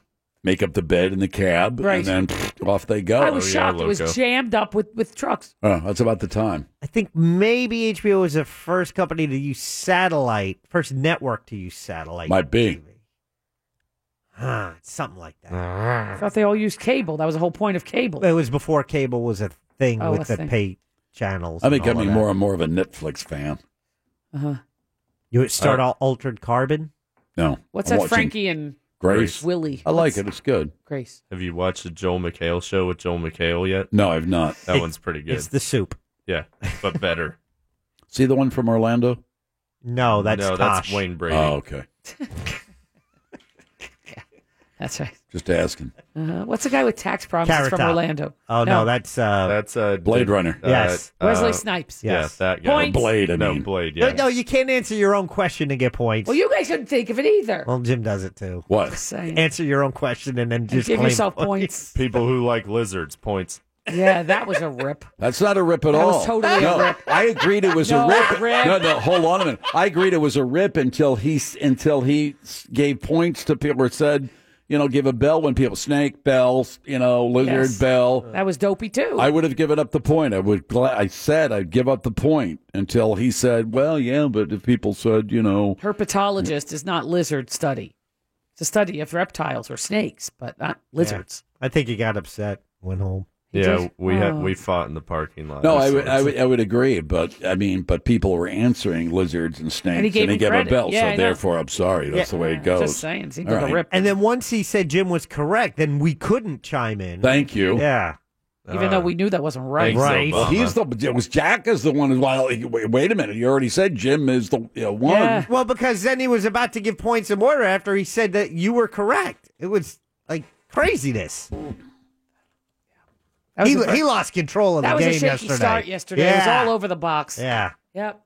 S6: make up the bed in the cab,
S8: Right.
S6: and then pfft, off they go.
S8: I
S7: Oh,
S8: was shocked. it was jammed up with, with trucks.
S6: Oh, that's about the time.
S9: I think maybe HBO was the first company to use satellite, first network to use satellite.
S6: Might be.
S9: Huh, something like that.
S8: I thought they all used cable. That was the whole point of cable.
S9: It was before cable was a thing
S8: Oh,
S9: with
S8: a
S9: the
S8: thing.
S9: pay channels.
S6: I think
S9: and
S6: I'm
S9: all of
S6: more
S9: that.
S6: and more of a Netflix fan.
S8: Uh-huh.
S9: You would start
S6: Uh,
S9: all altered carbon.
S6: No.
S8: What's
S6: I'm
S8: that,
S6: watching
S8: Frankie and
S6: Grace.
S8: Willie?
S6: I like
S8: What's-
S6: it. It's good.
S8: Grace.
S7: Have you watched the Joel McHale show with Joel McHale yet?
S6: No, I've not.
S7: That
S6: It's-
S7: one's pretty good.
S6: it's the soup.
S7: Yeah, but better.
S6: See the one from Orlando?
S9: No, that's
S7: no, that's
S9: Tosh.
S7: Wayne Brady.
S6: Oh, okay.
S8: That's right.
S6: Just asking.
S8: Uh, what's the guy with tax problems
S9: Carrot
S8: from
S9: Top.
S8: Orlando?
S9: Oh no, that's uh,
S7: that's uh,
S6: Blade Runner.
S7: uh,
S9: Yes.
S8: Wesley Snipes.
S9: Yes.
S7: Yeah, that guy.
S8: Points. Blade,
S6: I
S7: no,
S6: mean.
S7: Blade.
S9: No,
S7: Yeah.
S9: no, you can't answer your own question and get points.
S8: Well, you guys couldn't think of it either.
S9: Well, Jim does it too.
S6: What?
S8: saying.
S9: Answer your own question and then just
S8: give
S9: claim
S8: yourself points.
S7: People who like lizards. Points.
S8: yeah, that was a rip.
S6: That's not a rip at
S8: That was
S6: all.
S8: totally a
S6: no,
S8: rip.
S6: I agreed it was
S8: No,
S6: a rip.
S8: rip.
S6: No, no, hold on a minute. I agreed it was a rip until he s- until he s- gave points to people or said, you know, give a bell when people snake bells, you know, lizard
S8: Yes.
S6: bell.
S8: That was dopey too.
S6: I would have given up the point. I would. Gla- I said I'd give up the point until he said, "Well, yeah, but if people said, you know,
S8: Herpetologist is not lizard study. It's a study of reptiles or snakes, but not lizards.
S9: I think he got upset, went home.
S7: Yeah,
S8: did?
S7: we had
S8: Oh.
S7: we fought in the parking lot.
S6: no, I
S7: That's
S6: would,
S7: what
S6: I
S7: it's-
S6: would, I would agree, but I mean, but people were answering lizards and snakes,
S8: And he gave me
S6: gave
S8: credit.
S6: a bell,
S8: Yeah,
S6: so
S8: I know.
S6: therefore, I'm sorry. That's
S9: Yeah.
S6: the way
S9: Yeah,
S6: it goes.
S8: just saying. Seemed
S6: All
S8: like a
S6: right.
S8: rip.
S9: And then once he said Jim was correct, then we couldn't chime in.
S6: Thank you.
S9: Yeah. Uh,
S8: Even though we knew that wasn't right.
S6: Well, he's the. It was Jack is the one who. Well, he- wait, wait a minute. You already said Jim is the you know, one.
S9: Well, because then he was about to give points in order after he said that you were correct. It was like craziness.
S8: That was
S9: He,
S8: a-
S9: he lost control of
S8: That
S9: the
S8: was
S9: game
S8: a shaky
S9: yesterday.
S8: start yesterday. It was
S9: Yeah.
S8: all over the box.
S9: Yeah.
S8: Yep.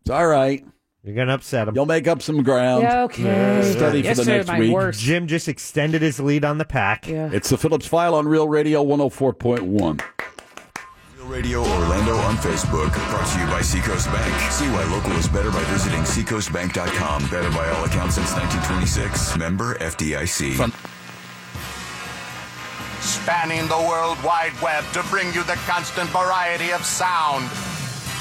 S6: It's all right.
S9: You're gonna upset him.
S6: You'll make up some ground.
S8: Yeah, okay.
S6: Study for the
S8: Yesterday
S6: next
S8: my
S6: week.
S8: worst.
S9: Jim just extended his lead on the pack.
S8: Yeah.
S6: It's the Phillips File on Real Radio 104.1.
S1: Real Radio Orlando on Facebook, brought to you by Seacoast Bank. See why local is better by visiting seacoastbank.com. Better by all accounts since 1926. Member FDIC.
S13: spanning the World Wide Web to bring you the constant variety of sound,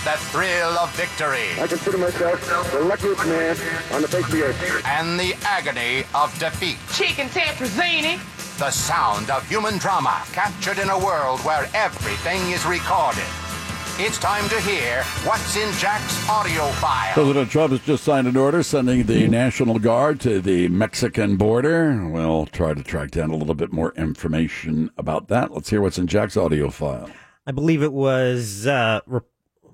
S13: the thrill of victory,
S14: I consider myself the luckiest man on the face of the earth.
S13: and the agony of defeat.
S15: Chicken tetrazzini.
S13: The sound of human drama captured in a world where everything is recorded. It's time to hear what's in Jack's audio file.
S6: President Trump has just signed an order sending the National Guard to the Mexican border. We'll try to track down a little bit more information about that. Let's hear what's in Jack's audio file.
S9: I believe it was uh, Re-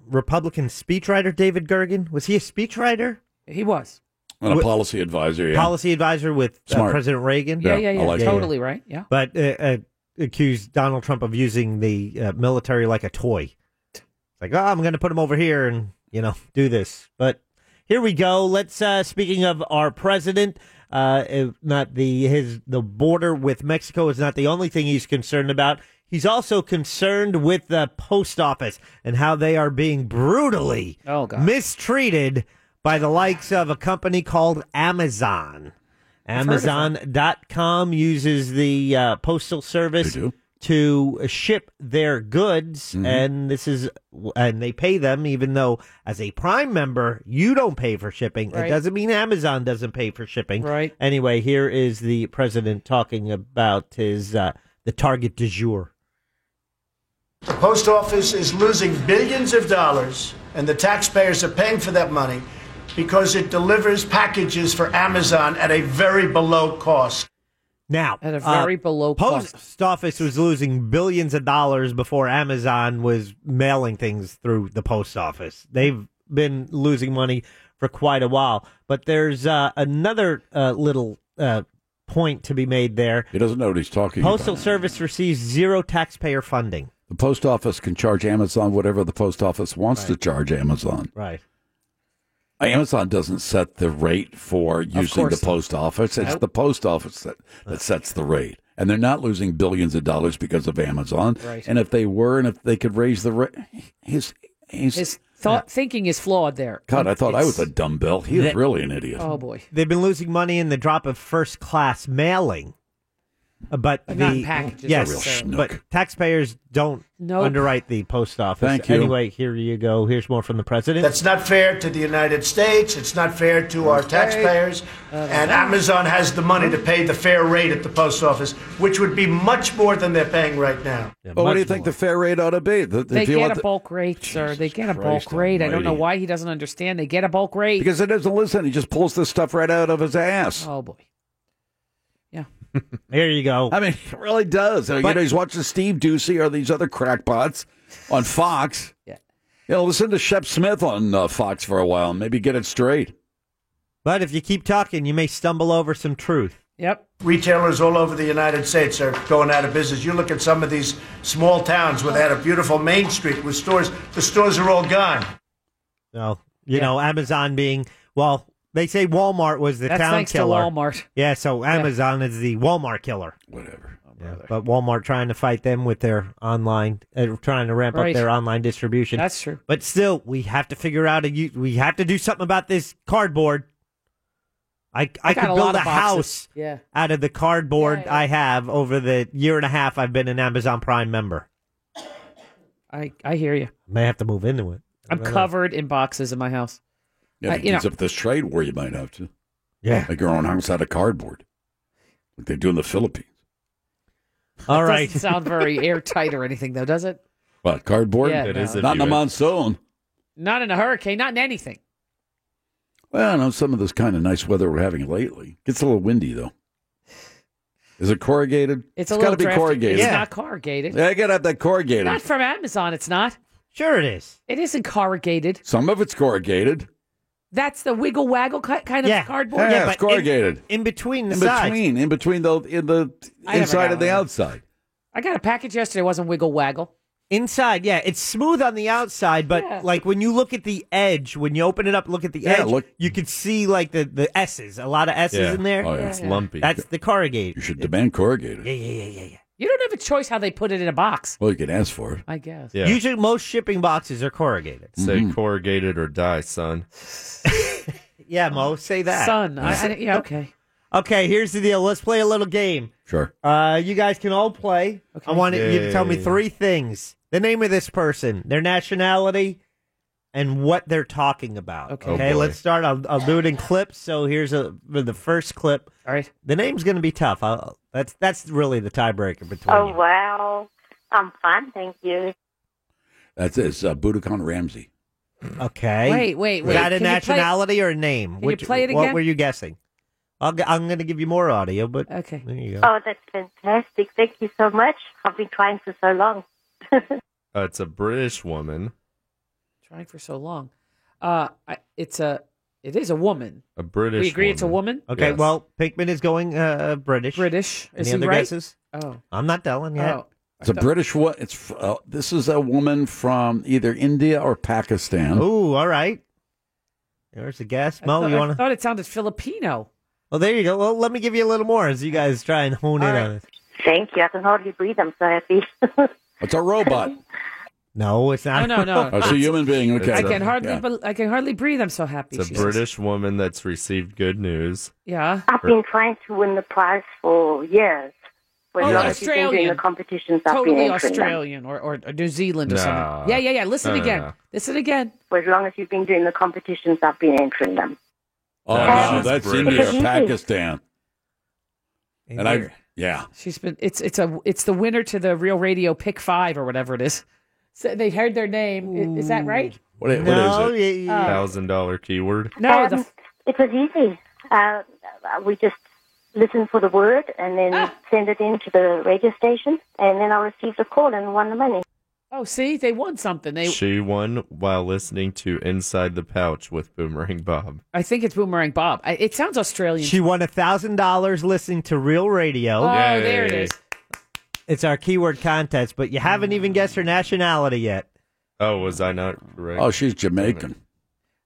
S9: Republican speechwriter David Gergen. Was he a speechwriter?
S8: He was.
S6: And a
S9: Wh-
S6: policy advisor, yeah.
S9: Policy advisor with uh,
S6: Smart.
S9: President Reagan.
S8: Yeah, yeah, yeah. totally
S9: yeah.
S8: right. Yeah.
S9: But uh, uh, accused Donald Trump of using the uh, military like a toy. Like, oh, I'm going to put him over here and you know do this. But here we go. Let's. Uh, speaking of our president, uh, if not the his the border with Mexico is not the only thing he's concerned about. He's also concerned with the post office and how they are being brutally
S8: Oh,
S9: mistreated by the likes of a company called Amazon.
S16: heard of
S9: Amazon.com uses the uh, postal service to ship their goods,
S16: Mm-hmm.
S5: Mhm.
S9: and this is and they pay them, even though as a Prime member you don't pay for shipping.
S5: Right.
S9: It doesn't mean Amazon doesn't pay for shipping.
S8: Right.
S9: Anyway, here is the president talking about his uh, the target du jour.
S15: The post office is losing billions of dollars, and the taxpayers are paying for that money because it delivers packages for Amazon at a very below cost.
S9: Now, uh,
S8: at a very below
S9: post office was losing billions of dollars before Amazon was mailing things through the post office. They've been losing money for quite a while, but there's uh, another uh, little uh, point to be made there.
S6: He doesn't know what he's talking
S9: Postal
S6: about.
S9: Service receives zero taxpayer funding.
S6: The post office can charge Amazon whatever the post office wants to charge Amazon.
S9: Right.
S6: Amazon doesn't set the rate for using
S9: course
S6: the post office. It's
S9: Nope.
S6: the post office that, that sets the rate. And they're not losing billions of dollars because of Amazon.
S8: Right.
S6: And if they were, and if they could raise the rate, his, his,
S8: His thought thinking is flawed there.
S6: God, I thought I was a
S8: It's-
S6: dumbbell. Oh, He is
S9: That-
S6: really an idiot.
S8: Oh boy.
S9: They've been losing money in the drop of first class mailing. Uh, But,
S8: But
S9: the
S8: not packages
S9: yes,
S8: necessarily.
S9: but taxpayers don't
S8: Nope.
S9: underwrite the post office.
S15: Thank you.
S9: Anyway, here you go. Here's more from the president.
S15: That's not fair to the United States. It's not fair to our taxpayers. And Amazon has the money to pay the fair rate at the post office, which would be much more than they're paying right now.
S6: Well, what do you think the fair rate ought to be? The-
S8: They
S6: if you
S8: get
S6: want
S8: a
S6: the-
S8: bulk rate, sir. They get a
S6: Christ
S8: bulk rate. I don't know
S6: almighty.
S8: why he doesn't understand. They get a bulk rate.
S6: because he doesn't listen. He just pulls this stuff right out of his ass.
S8: Oh boy.
S9: Here you go.
S6: I mean, it really does. you know, he's watching Steve Ducey or these other crackpots on Fox.
S8: Yeah.
S6: You know, listen to Shep Smith on uh, Fox for a while and maybe get it straight.
S9: But if you keep talking, you may stumble over some truth.
S8: Yep.
S15: Retailers all over the United States are going out of business. You look at some of these small towns where they had a beautiful main street with stores. The stores are all gone.
S9: No, you know, Amazon being well, they say Walmart was the
S15: That's
S9: town
S15: thanks to
S9: killer.
S15: Walmart.
S9: Yeah, so Amazon is the Walmart killer.
S6: Whatever.
S9: Yeah, but Walmart trying to fight them with their online, uh, trying to ramp
S8: Right.
S9: up their online distribution.
S8: That's true.
S9: But still, we have to figure out a. u- We have to do something about this cardboard. I I,
S8: got
S9: could
S8: a
S9: build
S8: lot
S9: a
S8: of
S9: house
S8: boxes. Yeah.
S9: out of the cardboard I have over the year and a half I've been an Amazon Prime member.
S8: I I hear you.
S9: May have to move into it.
S8: I'm covered in boxes in my house.
S6: Yeah,
S8: I-
S6: if it
S8: Uh, you know,
S6: gets up this trade war, you might have to.
S9: Yeah.
S6: Like your own house out of cardboard, like they do in the Philippines.
S9: All
S8: it doesn't sound very airtight or anything though, does it?
S6: What, cardboard?
S8: Yeah, It no. is if
S6: Not in
S8: you-
S6: a monsoon.
S8: Not in a hurricane. Not in anything.
S6: Well, I know some of this kind of nice weather we're having lately. Gets a little windy, though. Is it corrugated?
S8: It's a
S6: got
S8: little
S6: to be
S8: drafty.
S6: corrugated.
S8: It's not corrugated.
S6: Yeah, I got to have that corrugated.
S8: Not from Amazon. It's not.
S9: Sure, it is.
S8: It isn't corrugated.
S6: Some of it's corrugated.
S8: That's the wiggle waggle ki- kind of cardboard.
S6: Yeah, it's corrugated.
S9: In, between
S8: the
S6: in
S8: sides.
S6: between, in between the in the
S8: I never
S6: inside
S8: got
S6: and the
S8: one.
S6: outside.
S8: I got a package yesterday. It wasn't wiggle waggle.
S9: Inside, yeah, it's smooth on the outside, but
S8: Yeah.
S9: like when you look at the edge, when you open it up, look at the
S6: Yeah,
S9: edge,
S6: look-
S9: you can see like the the S's, a lot of S's
S6: Yeah.
S9: in there.
S6: Oh, yeah. It's Yeah. lumpy.
S9: That's the corrugated.
S6: You should demand corrugated.
S9: Yeah, yeah, yeah, yeah, yeah.
S8: You don't have a choice how they put it in a box.
S6: Well, you can ask for it.
S8: I guess.
S9: Usually, most shipping boxes are corrugated.
S7: Say
S6: Mm-hmm.
S7: corrugated or die, son.
S9: Yeah, Mo, say that.
S8: Son, I- I- yeah, okay.
S9: Okay, here's the deal. Let's play a little game.
S6: Sure.
S9: Uh, you guys can all play. I want you to tell me
S11: Yay.
S9: three things: the name of this person, their nationality, and what they're talking about.
S11: Okay. Oh,
S9: okay.
S11: boy.
S9: Let's start. I'll, I'll do it in clips. So here's a for the first clip.
S8: All right.
S9: The name's going to be tough. I'll, that's that's really the tiebreaker between.
S16: Oh, wow. I'm fine, thank you.
S6: That's it. It's uh, Budokan Ramsey.
S9: Okay.
S16: Wait, wait,
S9: Is
S16: wait.
S9: that a
S16: Can you play-
S9: nationality or a name?
S16: you play it
S9: What
S16: again?
S9: were you guessing? I'll, g- I'm going to give you more audio, but okay. There you go.
S16: Oh, that's fantastic. Thank you so much. I've been trying for so long.
S7: Uh, it's a British woman,
S8: Trying for so long. Uh, I, it's a. It is a woman.
S7: a British.
S8: we agree it's a woman.
S9: Okay, well, Pinkman is going uh, British. British. Any
S8: Is he
S9: other
S8: right?
S9: guesses?
S8: Oh.
S9: I'm not telling yet.
S8: Oh.
S6: It's a British wo It's fr- uh, this is a woman from either India or Pakistan.
S9: Ooh, all right. There's a guess. Mo,
S8: I
S9: you
S8: thought-
S9: want
S8: I
S9: to?
S8: thought it sounded Filipino.
S9: Well, there you go. Well, let me give you a little more as you guys try and hone in on it.
S16: Thank you. I can hardly breathe. I'm so happy.
S6: It's a robot.
S9: No, it's
S8: No,
S9: not.
S8: no, no.
S6: Oh, it's a human being. Okay.
S8: I can hardly. bel I can hardly breathe. I'm so happy.
S7: It's a
S8: she says.
S7: British woman that's received good news.
S8: Yeah.
S16: I've been trying to win the prize for years. where
S8: Oh,
S16: a lot of people doing the
S8: Australian.
S16: competitions have been
S8: Totally
S16: entering them.
S8: Australian or, or, or New Zealand or
S16: No.
S8: something. Yeah, yeah, yeah. Listen
S16: No, no,
S8: again.
S16: no.
S8: Listen again.
S16: For as long as you've been doing the competitions, I've been entering them.
S6: Oh,
S8: Wow.
S6: no, that's
S8: That's
S6: India,
S8: brilliant.
S6: Pakistan. And I,
S8: India.
S6: yeah.
S8: She's been. It's it's a it's the winner to the Real Radio Pick Five or whatever it is. So they heard their name. I- Is that right? Oh.
S6: What, i-
S7: what
S16: No,
S7: is it?
S16: y- y-
S7: Thousand dollar keyword.
S8: No,
S16: Um, it was easy. Uh, we just listened for the word and then
S8: Ah.
S16: send it in to the radio station, and then I received a call and won the money.
S8: Oh, see, they won something. They.
S7: She won while listening to Inside the Pouch with Boomerang Bob.
S8: I think it's Boomerang Bob. I, it sounds Australian.
S9: She won a thousand dollars listening to Real Radio.
S8: Oh, there it is.
S9: It's our keyword contest, but you haven't even guessed her nationality yet.
S7: Oh, was I not correct?
S6: Oh, she's Jamaican.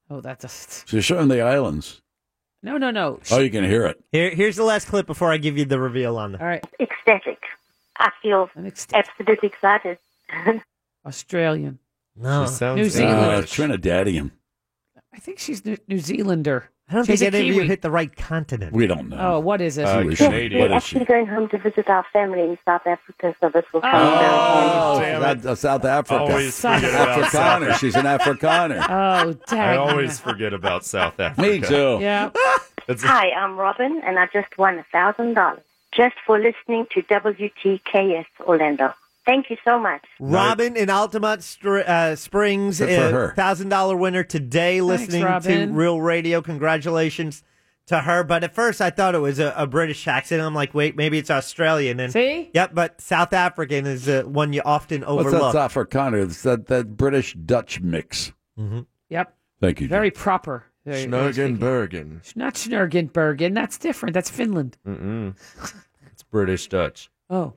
S8: Oh, that's
S6: She's showing the islands.
S8: a, no, no, no.
S6: Oh, you can hear it.
S9: Here, here's the last clip before I give you the reveal on
S8: All right.
S16: Ecstatic. I feel absolutely excited.
S8: Australian.
S9: No,
S8: She sounds New Zealand.
S6: Uh, Trinidadian.
S8: I think she's New, New Zealander.
S9: I don't
S8: she's
S9: think
S8: a
S9: any of you
S8: Kiwi.
S9: hit the right continent.
S6: We don't
S8: Oh, what is it?
S9: Uh,
S6: Who is
S9: Canadian.
S6: she?
S16: We're
S6: What is
S16: actually
S6: she?
S16: going home to visit our family in South Africa, so this will come
S6: Oh,
S16: down.
S6: South- uh, South Africa.
S7: Always forget about South
S6: Afrikaner.
S7: Africa.
S6: She's an Afrikaner.
S8: Oh,
S7: I always forget about South Africa.
S6: Me too.
S8: Yeah.
S7: It's
S16: Hi, I'm Robin, and I just won a thousand dollars just for listening to WTKS Orlando. Thank you so much.
S9: Robin in Altamont Str- uh, Springs,
S16: Good for her.
S9: thousand dollar winner today, listening to
S16: Robin.
S9: Real Radio. Congratulations to her. But at first, I thought it was a, a British accent. I'm like, wait, maybe it's Australian. And
S8: see,
S9: yep, but South African is uh, one you often
S6: What's
S9: overlook.
S6: that Afrikaner? It's that, that British Dutch mix.
S9: Mm-hmm.
S8: Yep.
S6: Thank you.
S8: Very proper. Very- very speaking.
S7: Bergen.
S8: Not Snurgenbergen. That's different. That's Finland.
S7: Mm-mm. It's British Dutch.
S8: Oh.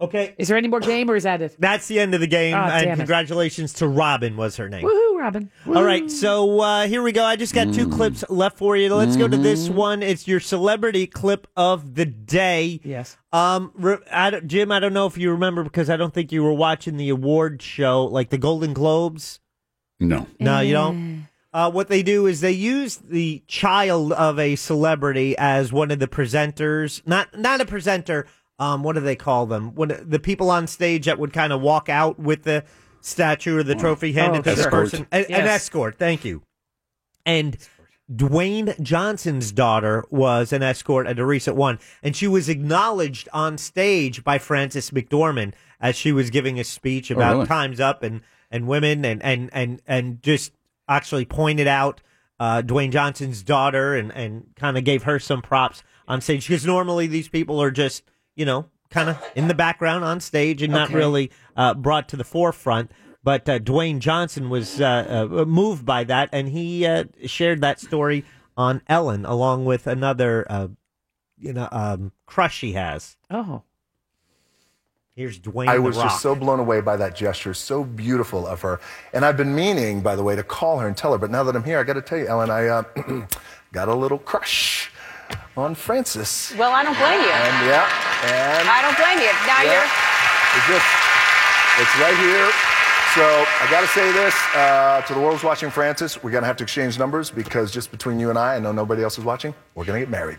S9: Okay.
S8: Is there any more game or is that it?
S9: That's the end of the game.
S8: Ah, damn
S9: and
S8: it.
S9: congratulations to Robin was her name.
S8: Woohoo, Robin.
S9: All right, so uh, here we go. I just got two clips left for you. Let's go to this one. It's your celebrity clip of the day.
S8: Yes.
S9: Um, re- I don't- Jim, I don't know if you remember because I don't think you were watching the award show, like the Golden Globes.
S6: No.
S9: No, you
S6: Eh.
S9: don't. Uh, what they do is they use the child of a celebrity as one of the presenters. Not not a presenter. Um, what do they call them? When the people on stage that would kind of walk out with the statue or the trophy handed to the
S6: Oh, Escort.
S9: person, A- an
S6: Yes.
S9: escort. Thank you. And Dwayne Johnson's daughter was an escort at a recent one, and she was acknowledged on stage by Frances McDormand as she was giving a speech
S17: Oh,
S9: about
S17: really?
S9: times up and and women and and and and just actually pointed out uh, Dwayne Johnson's daughter and and kind of gave her some props on stage because normally these people are just you know kind of in the background on stage and not
S17: Okay.
S9: really uh, brought to the forefront. But uh, Dwayne Johnson was uh, uh, moved by that, and he uh, shared that story on Ellen along with another uh, you know um, crush he has.
S8: Oh,
S9: here's Dwayne.
S18: I
S9: The
S18: was
S9: Rock.
S18: just so blown away by that gesture, so beautiful of her. And I've been meaning, by the way, to call her and tell her. But now that I'm here, I got to tell you, Ellen, I uh, got a little crush on Francis.
S10: Well, I don't blame you.
S18: And yeah, and
S10: I don't blame you. Now
S18: Yeah.
S10: you're.
S18: It's just, it's right here. So I got to say this uh, to the world's watching, Francis. We're gonna have to exchange numbers because just between you and I, I know nobody else is watching. We're gonna get married.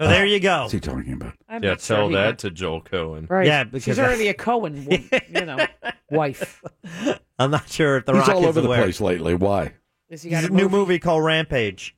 S9: So there you go.
S6: What's he talking about?
S8: I'm
S7: yeah,
S8: not sure
S7: tell
S8: he
S7: that
S8: got-
S7: to Joel Cohen.
S8: Right.
S9: Yeah, because
S8: she's already a Cohen, wo- you know, wife.
S9: I'm not sure if the
S6: He's
S9: Rock
S6: all
S9: is
S6: over the
S9: aware.
S6: place lately. Why?
S8: Is he
S9: He's
S8: got
S9: a
S8: a
S9: new
S8: movie?
S9: movie called Rampage.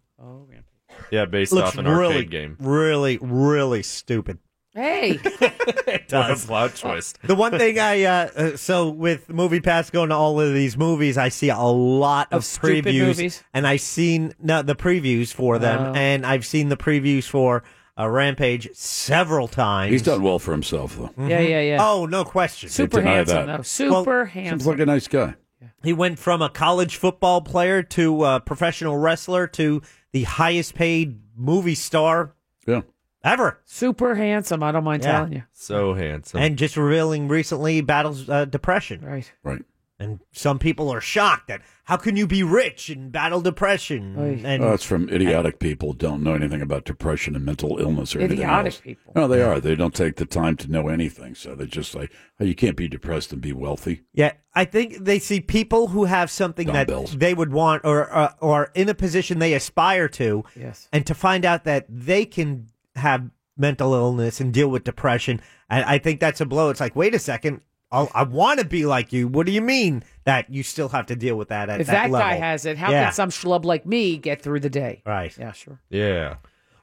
S7: Yeah, based
S9: Looks
S7: off an
S9: really,
S7: arcade game.
S9: really, really stupid.
S8: Hey.
S7: What a plot twist.
S9: The one thing I uh, uh, so with Movie Pass going to all of these movies, I see a lot of,
S8: stupid
S9: previews,
S8: movies.
S9: and I've seen no, the previews for them,
S6: Oh.
S9: and I've seen the previews for uh, Rampage several times.
S6: He's done well for himself, though.
S8: Yeah, yeah, yeah.
S9: Oh, no question.
S8: Super
S6: Deny
S8: handsome,
S6: that.
S8: though. Super
S9: Well,
S8: handsome.
S6: Seems like a nice guy.
S9: He went from a college football player to a professional wrestler to the highest paid movie star.
S6: Yeah.
S9: Ever.
S8: Super handsome. I don't mind
S9: Yeah.
S8: telling you.
S7: So handsome.
S9: And just revealing recently he battles uh, depression.
S8: Right.
S6: Right.
S9: And some people are shocked that how can you be rich and battle depression? And
S6: oh, it's from idiotic people don't know anything about depression and mental illness or anything
S9: Idiotic
S6: else.
S9: people.
S6: No, they are. They don't take the time to know anything. So they're just like, oh, you can't be depressed and be wealthy.
S9: yeah, I think they see people who have something
S6: Dumbbells.
S9: that they would want or uh, or in a position they aspire to.
S8: Yes.
S9: And to find out that they can have mental illness and deal with depression. And I think that's a blow. It's like, wait a second. I'll, I want to be like you. What do you mean that you still have to deal with that at
S8: if
S9: that,
S8: that, guy
S9: level?
S8: has it, how
S9: Yeah.
S8: can some schlub like me get through the day?
S9: Right.
S8: Yeah, sure.
S7: Yeah.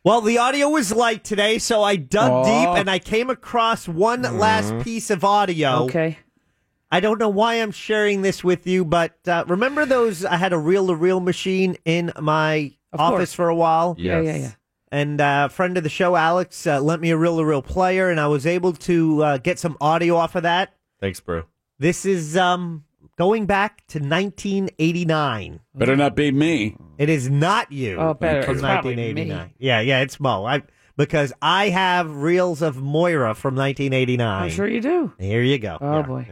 S9: Well, the audio was light today, so I dug
S8: Aw.
S9: deep and I came across one last
S8: Mhm.
S9: piece of audio.
S8: Okay.
S9: I don't know why I'm sharing this with you, but uh, remember those? I had a reel to reel machine in my
S8: Of
S9: office
S8: course.
S9: for a while.
S8: Yeah, yeah, Yes. yeah.
S9: And uh, a friend of the show, Alex, uh, lent me a reel to reel player, and I was able to uh, get some audio off of that.
S7: Thanks, bro.
S9: This is um, going back to 1989.
S6: Better not be me.
S9: Mm. It is not you.
S6: Oh, better.
S9: From
S6: It's probably
S9: 1989. Yeah, yeah, it's Mo. I because I have reels of Moira from 1989.
S17: I'm sure
S8: you do.
S9: Here you go.
S17: Oh,
S9: boy.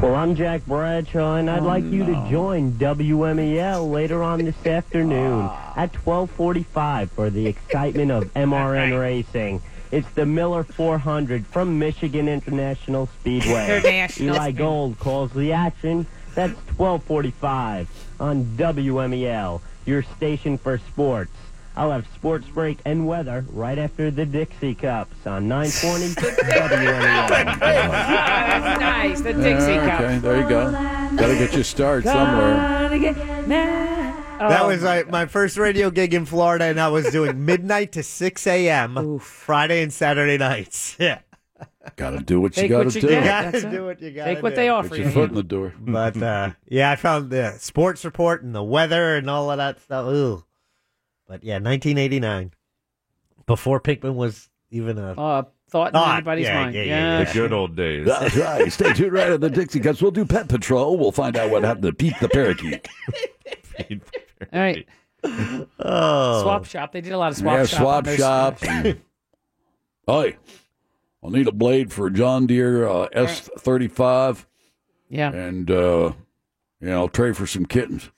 S17: Well, I'm Jack Bradshaw, and I'd like you to join WMEL later on this afternoon at 12:45 for the excitement of MRN racing. It's the Miller 400 from Michigan International Speedway.
S10: International
S17: Eli
S10: Speedway.
S17: Gold calls the action. That's 12:45 on WMEL, your station for sports. I'll have sports break and weather right after the Dixie Cups on 9:20 E WMEL.
S8: That's nice. The Dixie
S5: Uh,
S6: Yeah,
S8: Cup.
S6: Ah, okay, there you go. Gotta get your start somewhere.
S8: Gotta get mad.
S9: That
S8: Oh,
S9: was like my first radio gig in Florida, and I was doing midnight to 6 a.m. Friday and Saturday nights. Yeah.
S6: Gotta do what you
S9: Take
S6: gotta
S9: what you
S6: do.
S9: get,
S8: Oh,
S9: Gotta that's it. do what you gotta
S8: Take what
S9: do.
S8: they offer
S6: Put
S8: you.
S6: your foot in the door.
S9: But uh, yeah, I found the sports report and the weather and all of that stuff. Ooh. But yeah, 1989, before Pinkman was even a
S8: Uh, thought in
S9: Thought,
S8: anybody's
S9: yeah,
S8: mind.
S9: yeah,
S8: Yeah,
S9: yeah,
S7: The good old days.
S6: That's right. Stay tuned right on the Dixie Cups. We'll do Pet Patrol. We'll find out what happened to Pete the Parakeet.
S8: All right.
S9: Oh.
S8: Swap shop. They did a lot of swap
S6: yeah,
S8: shop.
S6: swap
S8: on those-
S6: shop. Hey, I'll need a blade for John Deere uh, S35.
S8: Yeah.
S6: And, uh, you know, I'll trade for some kittens.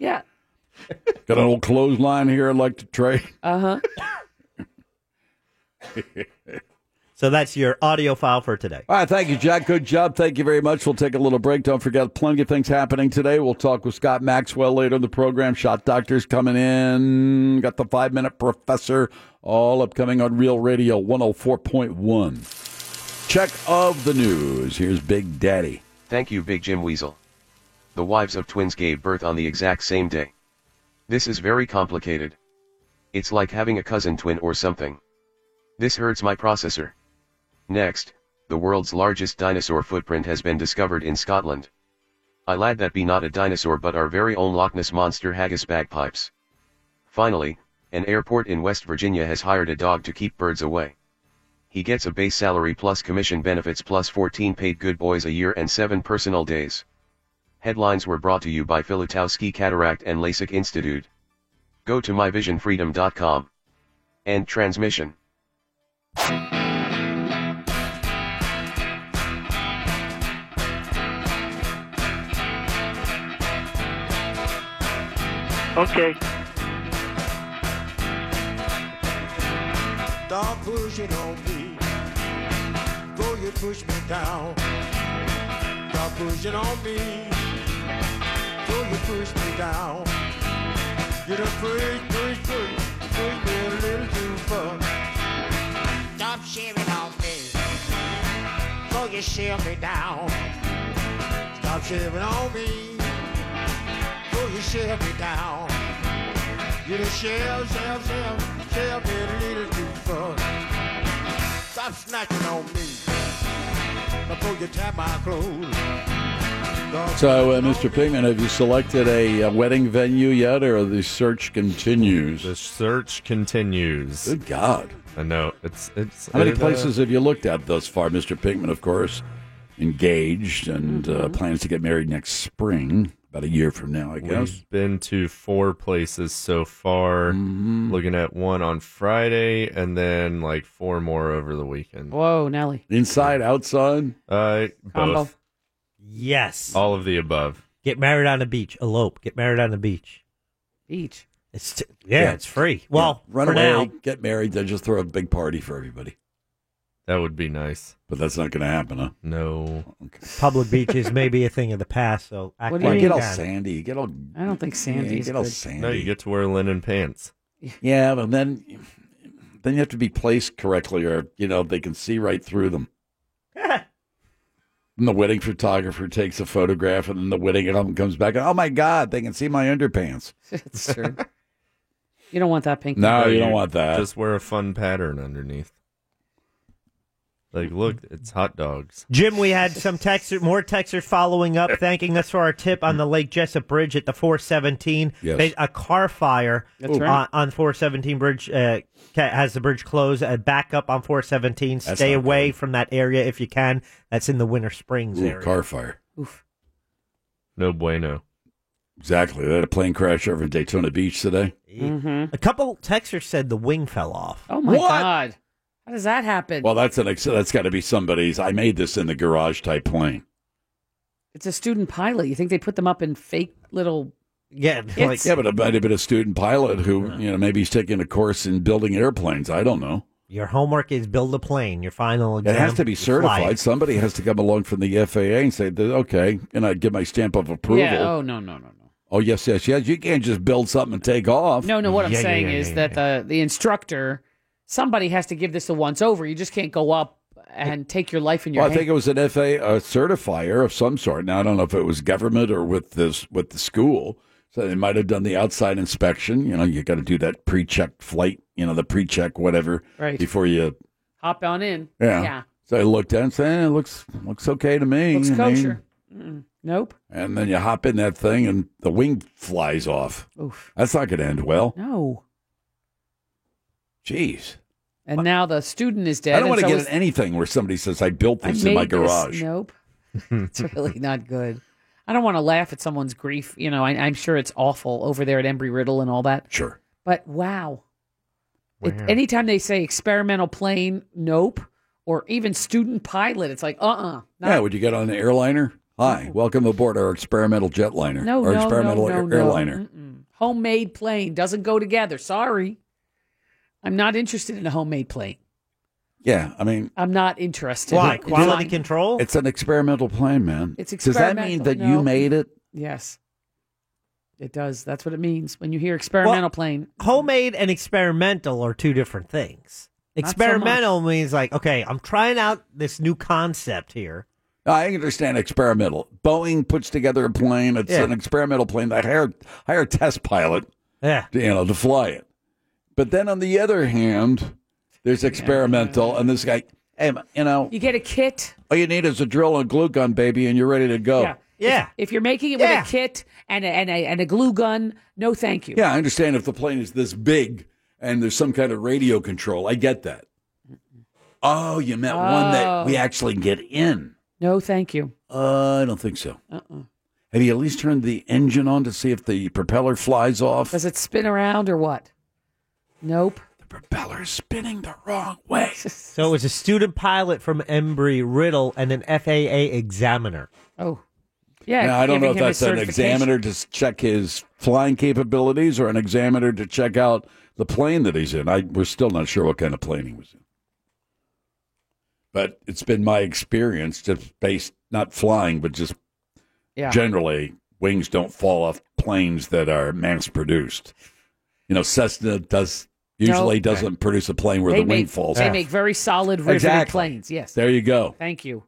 S8: yeah.
S6: Got an old clothesline here I'd like to trade.
S8: Uh
S6: huh.
S9: So that's your audio file for today.
S6: All right, thank you, Jack. Good job. Thank you very much. We'll take a little break. Don't forget, plenty of things happening today. We'll talk with Scott Maxwell later in the program. Shot Doctors coming in. Got the five minute professor. All upcoming on Real Radio 104.1. Check of the news. Here's Big Daddy.
S19: Thank you, Big Jim Weasel. The wives of twins gave birth on the exact same day. This is very complicated. It's like having a cousin twin or something. This hurts my processor. Next, the world's largest dinosaur footprint has been discovered in Scotland. I lad that be not a dinosaur but our very own Loch Ness monster haggis bagpipes. Finally, an airport in West Virginia has hired a dog to keep birds away. He gets a base salary plus commission benefits plus 14 paid good boys a year and 7 personal days. Headlines were brought to you by Filatowski Cataract and LASIK Institute. Go to myvisionfreedom.com. End transmission.
S20: Okay.
S5: Stop pushing on me. Though you push me down. Stop pushing on me. Though you push me down. You done push, push, push, push me a little too far. Stop shaving on me. Though you shave me down. Stop shaving on me. Though you shave me down. You done shell, shell, shell, shell me a little too far. Stop snatching on me before you tap my clothes.
S6: So, uh, Mr. Pinkman, have you selected a, uh wedding venue yet, or the search continues?
S7: The search continues.
S6: Good God!
S7: I know it's it's.
S6: How many
S7: it, uh,
S6: places have you looked at thus far, Mr. Pinkman? Of course, engaged and uh, plans to get married next spring, about a year from now, I guess.
S7: We've been to four places so far.
S6: Mm-hmm.
S7: Looking at one on Friday, and then like four more over the weekend.
S8: Whoa, Nelly.
S6: Inside, outside.
S7: Uh,
S8: Combo.
S7: both.
S9: Yes.
S7: All of the above.
S9: Get married on a beach. Elope. Get married on a beach.
S8: Beach.
S9: It's t- yeah, it's free.
S6: Yeah.
S9: Well,
S6: run
S9: for
S6: away,
S9: now.
S6: get married, then just throw a big party for everybody.
S7: That would be nice,
S6: but that's not going to happen, huh?
S7: No.
S9: Public beaches may be a thing of the past. So act
S6: What do you
S9: like
S6: mean? Get
S9: you
S6: all
S9: can.
S6: sandy. Get all.
S8: I don't think
S6: Yeah,
S8: Sandy's
S6: get all
S8: good.
S6: sandy.
S7: No, you get to wear linen pants.
S6: Yeah, but then then you have to be placed correctly, or you know they can see right through them. and the wedding photographer takes a photograph, and then the wedding album comes back, and oh my god, they can see my underpants.
S8: That's true. You don't want that pink.
S6: No, you don't want that.
S7: Just wear a fun pattern underneath. Like, look, it's hot dogs.
S9: Jim, we had some texter, more texters following up, thanking us for our tip on the Lake Jessup Bridge at the 417.
S7: Yes.
S9: They- A car fire
S7: That's
S9: on,
S7: right.
S9: on 417 bridge uh, ca- has the bridge closed. Uh, back up on 417.
S6: That's
S9: Stay
S6: not
S9: away from that area if you can. That's in the Winter Springs
S6: Ooh,
S9: area.
S6: car fire.
S8: Oof.
S7: No bueno.
S6: Exactly. They had a plane crash over in Daytona Beach today. Mm-hmm.
S9: A couple texters said the wing fell off.
S8: Oh my god! How does that happen?
S6: Well, that's an ex- that's got to be somebody's. I made this in the garage type plane.
S8: it's a student pilot. You think they put them up in fake little?
S9: Yeah,
S8: it's,
S6: yeah, but it might have been a student pilot who, you know, maybe he's taking a course in building airplanes. I don't know.
S9: Your homework is build a plane. Your final
S6: It
S9: exam.
S6: has to be
S9: you fly
S6: certified.
S9: it.
S6: Somebody has to come along from the FAA and say, that, okay, and I give my stamp of approval.
S8: yeah. Oh no, no, no, no.
S6: Oh, yes, yes, yes. You can't just build something and take off.
S8: No, no. What I'm
S6: Yeah, yeah,
S8: saying
S6: yeah,
S8: is
S6: yeah,
S8: that the the instructor, somebody has to give this a once over. You just can't go up and take your life in your
S6: Well, I
S8: hand.
S6: think it was an FAA uh, certifier of some sort. Now I don't know if it was government or with this with the school. So they might have done the outside inspection. You know, you got to do that pre-check flight. You know, the pre-check whatever
S8: Right.
S6: before you.
S8: Hop on in.
S6: Yeah.
S8: Yeah.
S6: So I looked at it and said, eh, "It looks looks okay to me." I
S8: Looks
S6: mean,
S8: kosher. Mm-mm. Nope.
S6: and then you hop in that thing, and the wing flies off.
S8: Oof.
S6: That's not going to end well.
S8: No.
S6: Jeez.
S8: And now the student is dead.
S6: I don't
S8: and
S6: want to
S8: so
S6: get
S8: is-
S6: in anything where somebody says, "I built
S8: I
S6: this in my
S8: made this-
S6: garage."
S8: Nope. it's really not good. I don't want to laugh at someone's grief. You know, I, I'm sure it's awful over there at Embry Riddle and all that.
S6: Sure.
S8: But wow. It,
S6: Wow.
S8: anytime they say experimental plane, nope, or even student pilot, it's like, uh uh
S6: yeah, would you get on an airliner? Hi, welcome aboard our experimental jetliner
S8: No,
S6: or
S8: no,
S6: experimental
S8: no, no,
S6: air-
S8: no.
S6: airliner.
S8: homemade plane doesn't go together. Sorry. I'm not interested in a homemade plane.
S6: Yeah, I mean,
S8: I'm not interested.
S6: Why?
S8: It's
S6: Quality
S8: fine.
S9: control?
S6: it's an experimental plane, man.
S8: It's
S6: Does that mean
S8: experimental,
S6: that
S8: no.
S6: you made it?
S8: Yes. It does. That's what it means when you hear experimental plane.
S9: Homemade and experimental are two different things.
S8: Not so
S9: Experimental means like, okay, I'm trying out this new concept here.
S6: I understand experimental. Boeing puts together a plane. It's
S9: Yeah.
S6: an experimental plane. They hire hire a test pilot,
S9: yeah,
S6: you know, to fly it. But then on the other hand, there's experimental, and this guy, hey, you know,
S8: You get a kit.
S6: all you need is a drill and a glue gun, baby, and you're ready to go.
S8: Yeah.
S9: Yeah.
S8: If, if you're making it
S9: Yeah.
S8: with a kit and a, and a and a glue gun, no thank you.
S6: Yeah, I understand if the plane is this big and there's some kind of radio control. I get that. Oh, you meant one that
S8: Oh.
S6: we actually get in.
S8: No thank you.
S6: Uh, I don't think so.
S8: Uh-uh.
S6: Have you at least turned the engine on to see if the propeller flies off?
S8: Does it spin around or what? Nope.
S6: Propeller is spinning the wrong way.
S9: So it was a student pilot from Embry Riddle and an FAA examiner.
S8: Oh, yeah.
S6: now, I don't know if
S8: giving him his
S6: that's an
S8: certification.
S6: examiner to s- check his flying capabilities or an examiner to check out the plane that he's in. I we're still not sure what kind of plane he was in. But it's been my experience just based not flying, but just
S8: Yeah.
S6: generally wings don't fall off planes that are mass produced. You know, Cessna does usually
S8: No.
S6: doesn't produce a plane where
S8: they
S6: the wing
S8: make,
S6: falls
S8: They
S6: off.
S8: make very solid riveted
S6: Exactly.
S8: planes. Yes.
S6: There you go.
S8: Thank you.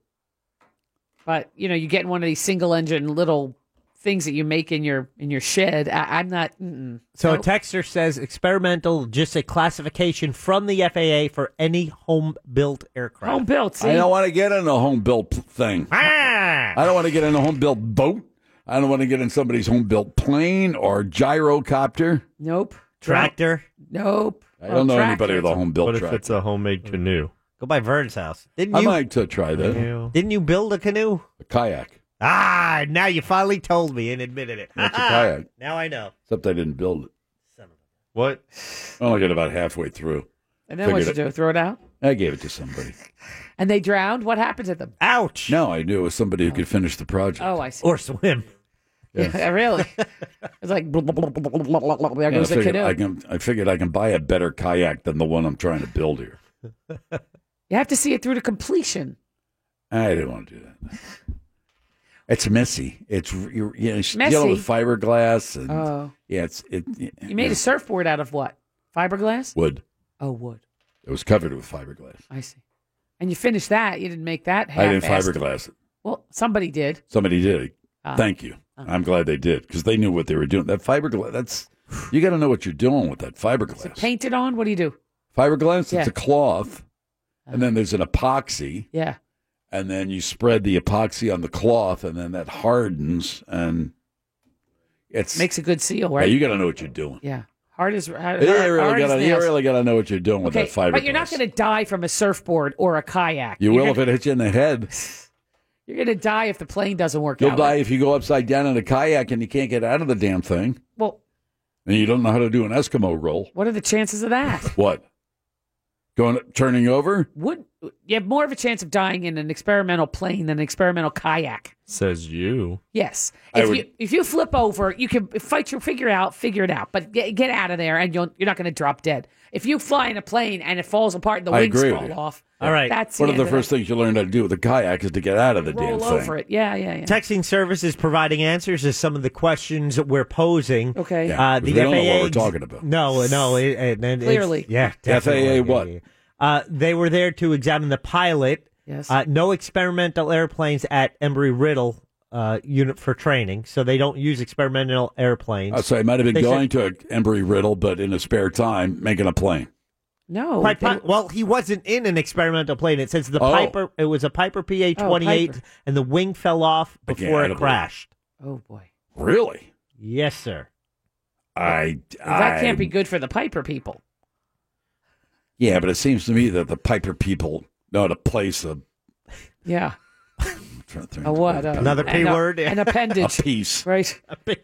S8: But you know, you get in one of these single engine little things that you make in your in your shed. I, I'm not. Mm-mm.
S9: So
S8: Nope.
S9: a texter says experimental, just a classification from the FAA for any home built aircraft.
S8: Home built. Ah!
S6: I don't want to get in a home built thing. I don't want to get in a home built boat. I don't want to get in somebody's home built plane or gyrocopter.
S8: Nope.
S9: Tractor.
S8: Nope.
S6: I don't know anybody with a home built
S7: What if
S6: tractor.
S7: it's a
S8: Mm.
S7: homemade canoe?
S9: Go by Vern's house. Didn't
S6: I
S9: you?
S6: might uh, try that.
S9: Didn't you build a canoe?
S6: A kayak.
S9: Ah, now you finally told me and admitted it.
S6: It's a kayak.
S9: Ah, Now I know.
S6: Except I didn't build it.
S7: What?
S6: I only got about halfway through.
S8: And then what you
S6: Figured
S8: do? Throw it out?
S6: I gave it to somebody.
S8: And they drowned. What happened to them?
S9: Ouch.
S6: No, I knew it was somebody who could finish the project.
S8: Oh, I see.
S9: Or swim.
S6: Yes.
S8: Yeah, really. It's like blah, blah, blah, blah, blah, blah, blah, blah. there
S6: And I
S8: goes the
S6: figured
S8: canoe.
S6: I, can, I figured I can buy a better kayak than the one I'm trying to build here.
S8: You have to see it through to completion.
S6: I didn't want to do that. It's messy. It's r- you're, you know, it's
S8: Messy?
S6: dealing with fiberglass and
S8: Oh.
S6: yeah, it's it.
S8: You made a surfboard out of what? Fiberglass?
S6: Wood.
S8: Oh, wood.
S6: It was covered with fiberglass.
S8: I see. And you finished that. You didn't make that.
S6: I didn't
S8: half-assed.
S6: fiberglass it.
S8: Well, somebody did.
S6: Somebody did.
S8: Ah.
S6: Thank you.
S8: Ah.
S6: I'm glad they did because they knew what they were doing. That fiberglass. That's you got to know what you're doing with that fiberglass.
S8: Painted on. What do you do?
S6: Fiberglass.
S8: Yeah.
S6: It's
S8: Uh-huh.
S6: a cloth, and then there's an epoxy,
S8: Yeah.
S6: and then you spread the epoxy on the cloth, and then that hardens and it's
S8: Makes a good seal,
S6: Yeah,
S8: right?
S6: you got to know what you're doing.
S8: Yeah. Hard as hard,
S6: You really
S8: hard as
S6: got to. You
S8: nails.
S6: really got to know what you're doing with
S8: Okay,
S6: that fiberglass.
S8: but you're not going to die from a surfboard or a kayak.
S6: You
S8: You're
S6: will
S8: gonna-
S6: if it hits you in the head.
S8: You're going to die if the plane doesn't work
S6: You'll
S8: out.
S6: die if you go upside down in a kayak and you can't get out of the damn thing,
S8: Well,
S6: and you don't know how to do an Eskimo roll.
S8: what are the chances of that?
S6: What? Going turning over?
S8: Would you have more of a chance of dying in an experimental plane than an experimental kayak?
S7: Says you.
S8: Yes.
S7: I
S8: If
S7: would-
S8: you if you flip over, you can fight your figure out, figure it out, but get, get out of there, and you'll, you're not going to drop dead. If you fly in a plane and it falls apart and the
S6: I
S8: wings
S6: agree with
S8: fall
S6: you.
S8: off,
S9: All right.
S8: that's
S6: One of
S8: the
S6: the
S8: end
S6: first things you learn how to do with a kayak is to get out of the damn
S8: Roll
S6: thing.
S8: over it. Yeah, yeah, yeah.
S9: Texting service is providing answers to some of the questions that we're posing. Uh,
S8: Okay.
S6: Yeah, 'cause we don't know what we're talking about.
S9: No, no. It, and and it's-
S8: Clearly.
S9: yeah.
S6: FAA
S9: definitely.
S6: what?
S9: Uh, they were there to examine the pilot.
S8: Yes.
S9: Uh, no experimental airplanes at Embry Riddle uh, unit for training, so they don't use experimental airplanes.
S6: Uh, so I might have been
S9: They said-
S6: going to Embry Riddle, but in his spare time, making a plane.
S8: No.
S9: Quite po- well, he wasn't in an experimental plane. It says the
S6: Oh.
S9: Piper. It was a Piper PA twenty eight,
S6: Piper.
S9: and the wing fell off
S6: I can't-
S9: before
S6: I
S9: it
S6: don't
S9: crashed.
S8: Oh boy,
S6: Really?
S9: Yes, sir.
S6: I,
S8: that can't
S6: I-
S8: be good for the Piper people.
S6: Yeah, but it seems to me that the Piper people know how to place a,
S8: Yeah.
S6: trying to think
S8: A what? A-
S9: Another P
S8: an-
S9: word?
S8: An
S6: a
S8: appendage.
S6: piece.
S8: right.
S9: A piece.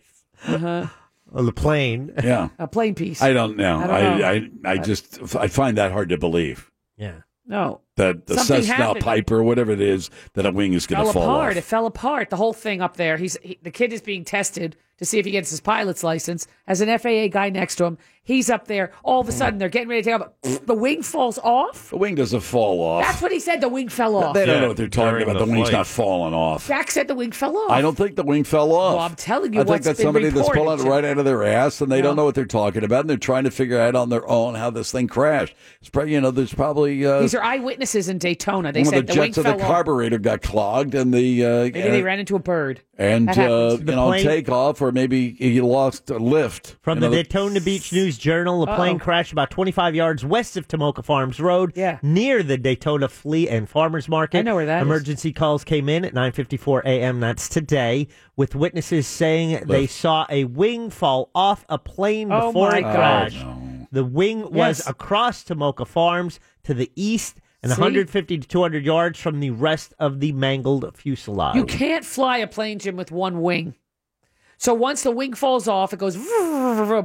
S8: Uh-huh.
S9: Oh, the plane.
S6: Yeah.
S8: A plain piece.
S6: I don't know.
S8: I
S6: I,
S8: don't know.
S6: I, I, just I find that hard to believe
S9: Yeah.
S8: No.
S6: that the
S8: Something
S6: Cessna
S8: happened.
S6: Piper, whatever it is, that a wing is going
S8: Fell
S6: to fall
S8: apart. It
S6: off.
S8: fell apart. The whole thing up there. He's he, the kid is being tested to see if he gets his pilot's license. As an FAA guy next to him, he's up there. All of a sudden, they're getting ready to take off. The wing falls off.
S6: The wing doesn't fall off.
S8: That's what he said. The wing fell off.
S6: they don't know what they're talking
S7: during
S6: about.
S7: the
S6: The, wing's
S7: flight.
S6: not falling off.
S8: Jack said the wing fell off.
S6: I don't think the wing fell off.
S8: Well, I'm telling you
S6: I think
S8: what's
S6: that's
S8: been
S6: somebody that's
S8: reported
S6: pulling it
S8: to-
S6: right out of their ass, and they
S8: No.
S6: don't know what they're talking about, and they're trying to figure out on their own how this thing crashed. It's probably you know there's probably uh,
S8: These are eyewitnesses in Daytona. They
S6: one
S8: said
S6: of the
S8: wing
S6: jets of the
S8: fell off.
S6: carburetor got clogged, and the uh,
S8: Maybe they ran into a bird.
S6: and
S8: That
S6: uh,
S8: happens.
S6: you
S8: The
S6: know
S8: plane-
S6: takeoff, or maybe he lost a lift
S9: From
S6: You know,
S9: the Daytona Beach News Journal, a plane
S8: Uh-oh.
S9: crashed about 25 yards west of Tomoka Farms Road, near the Daytona Flea and Farmers Market.
S8: I know where that is.
S9: Emergency calls came in at 9:54 a.m. That's today, with witnesses saying they saw a wing fall off a plane
S8: Oh,
S9: before
S8: my
S9: it
S8: God.
S9: crashed. The wing was
S8: Yes.
S9: across Tomoka Farms to the east and
S8: See?
S9: 150 to 200 yards from the rest of the mangled fuselage.
S8: You can't fly a plane, Jim, with one wing. So once the wing falls off, it goes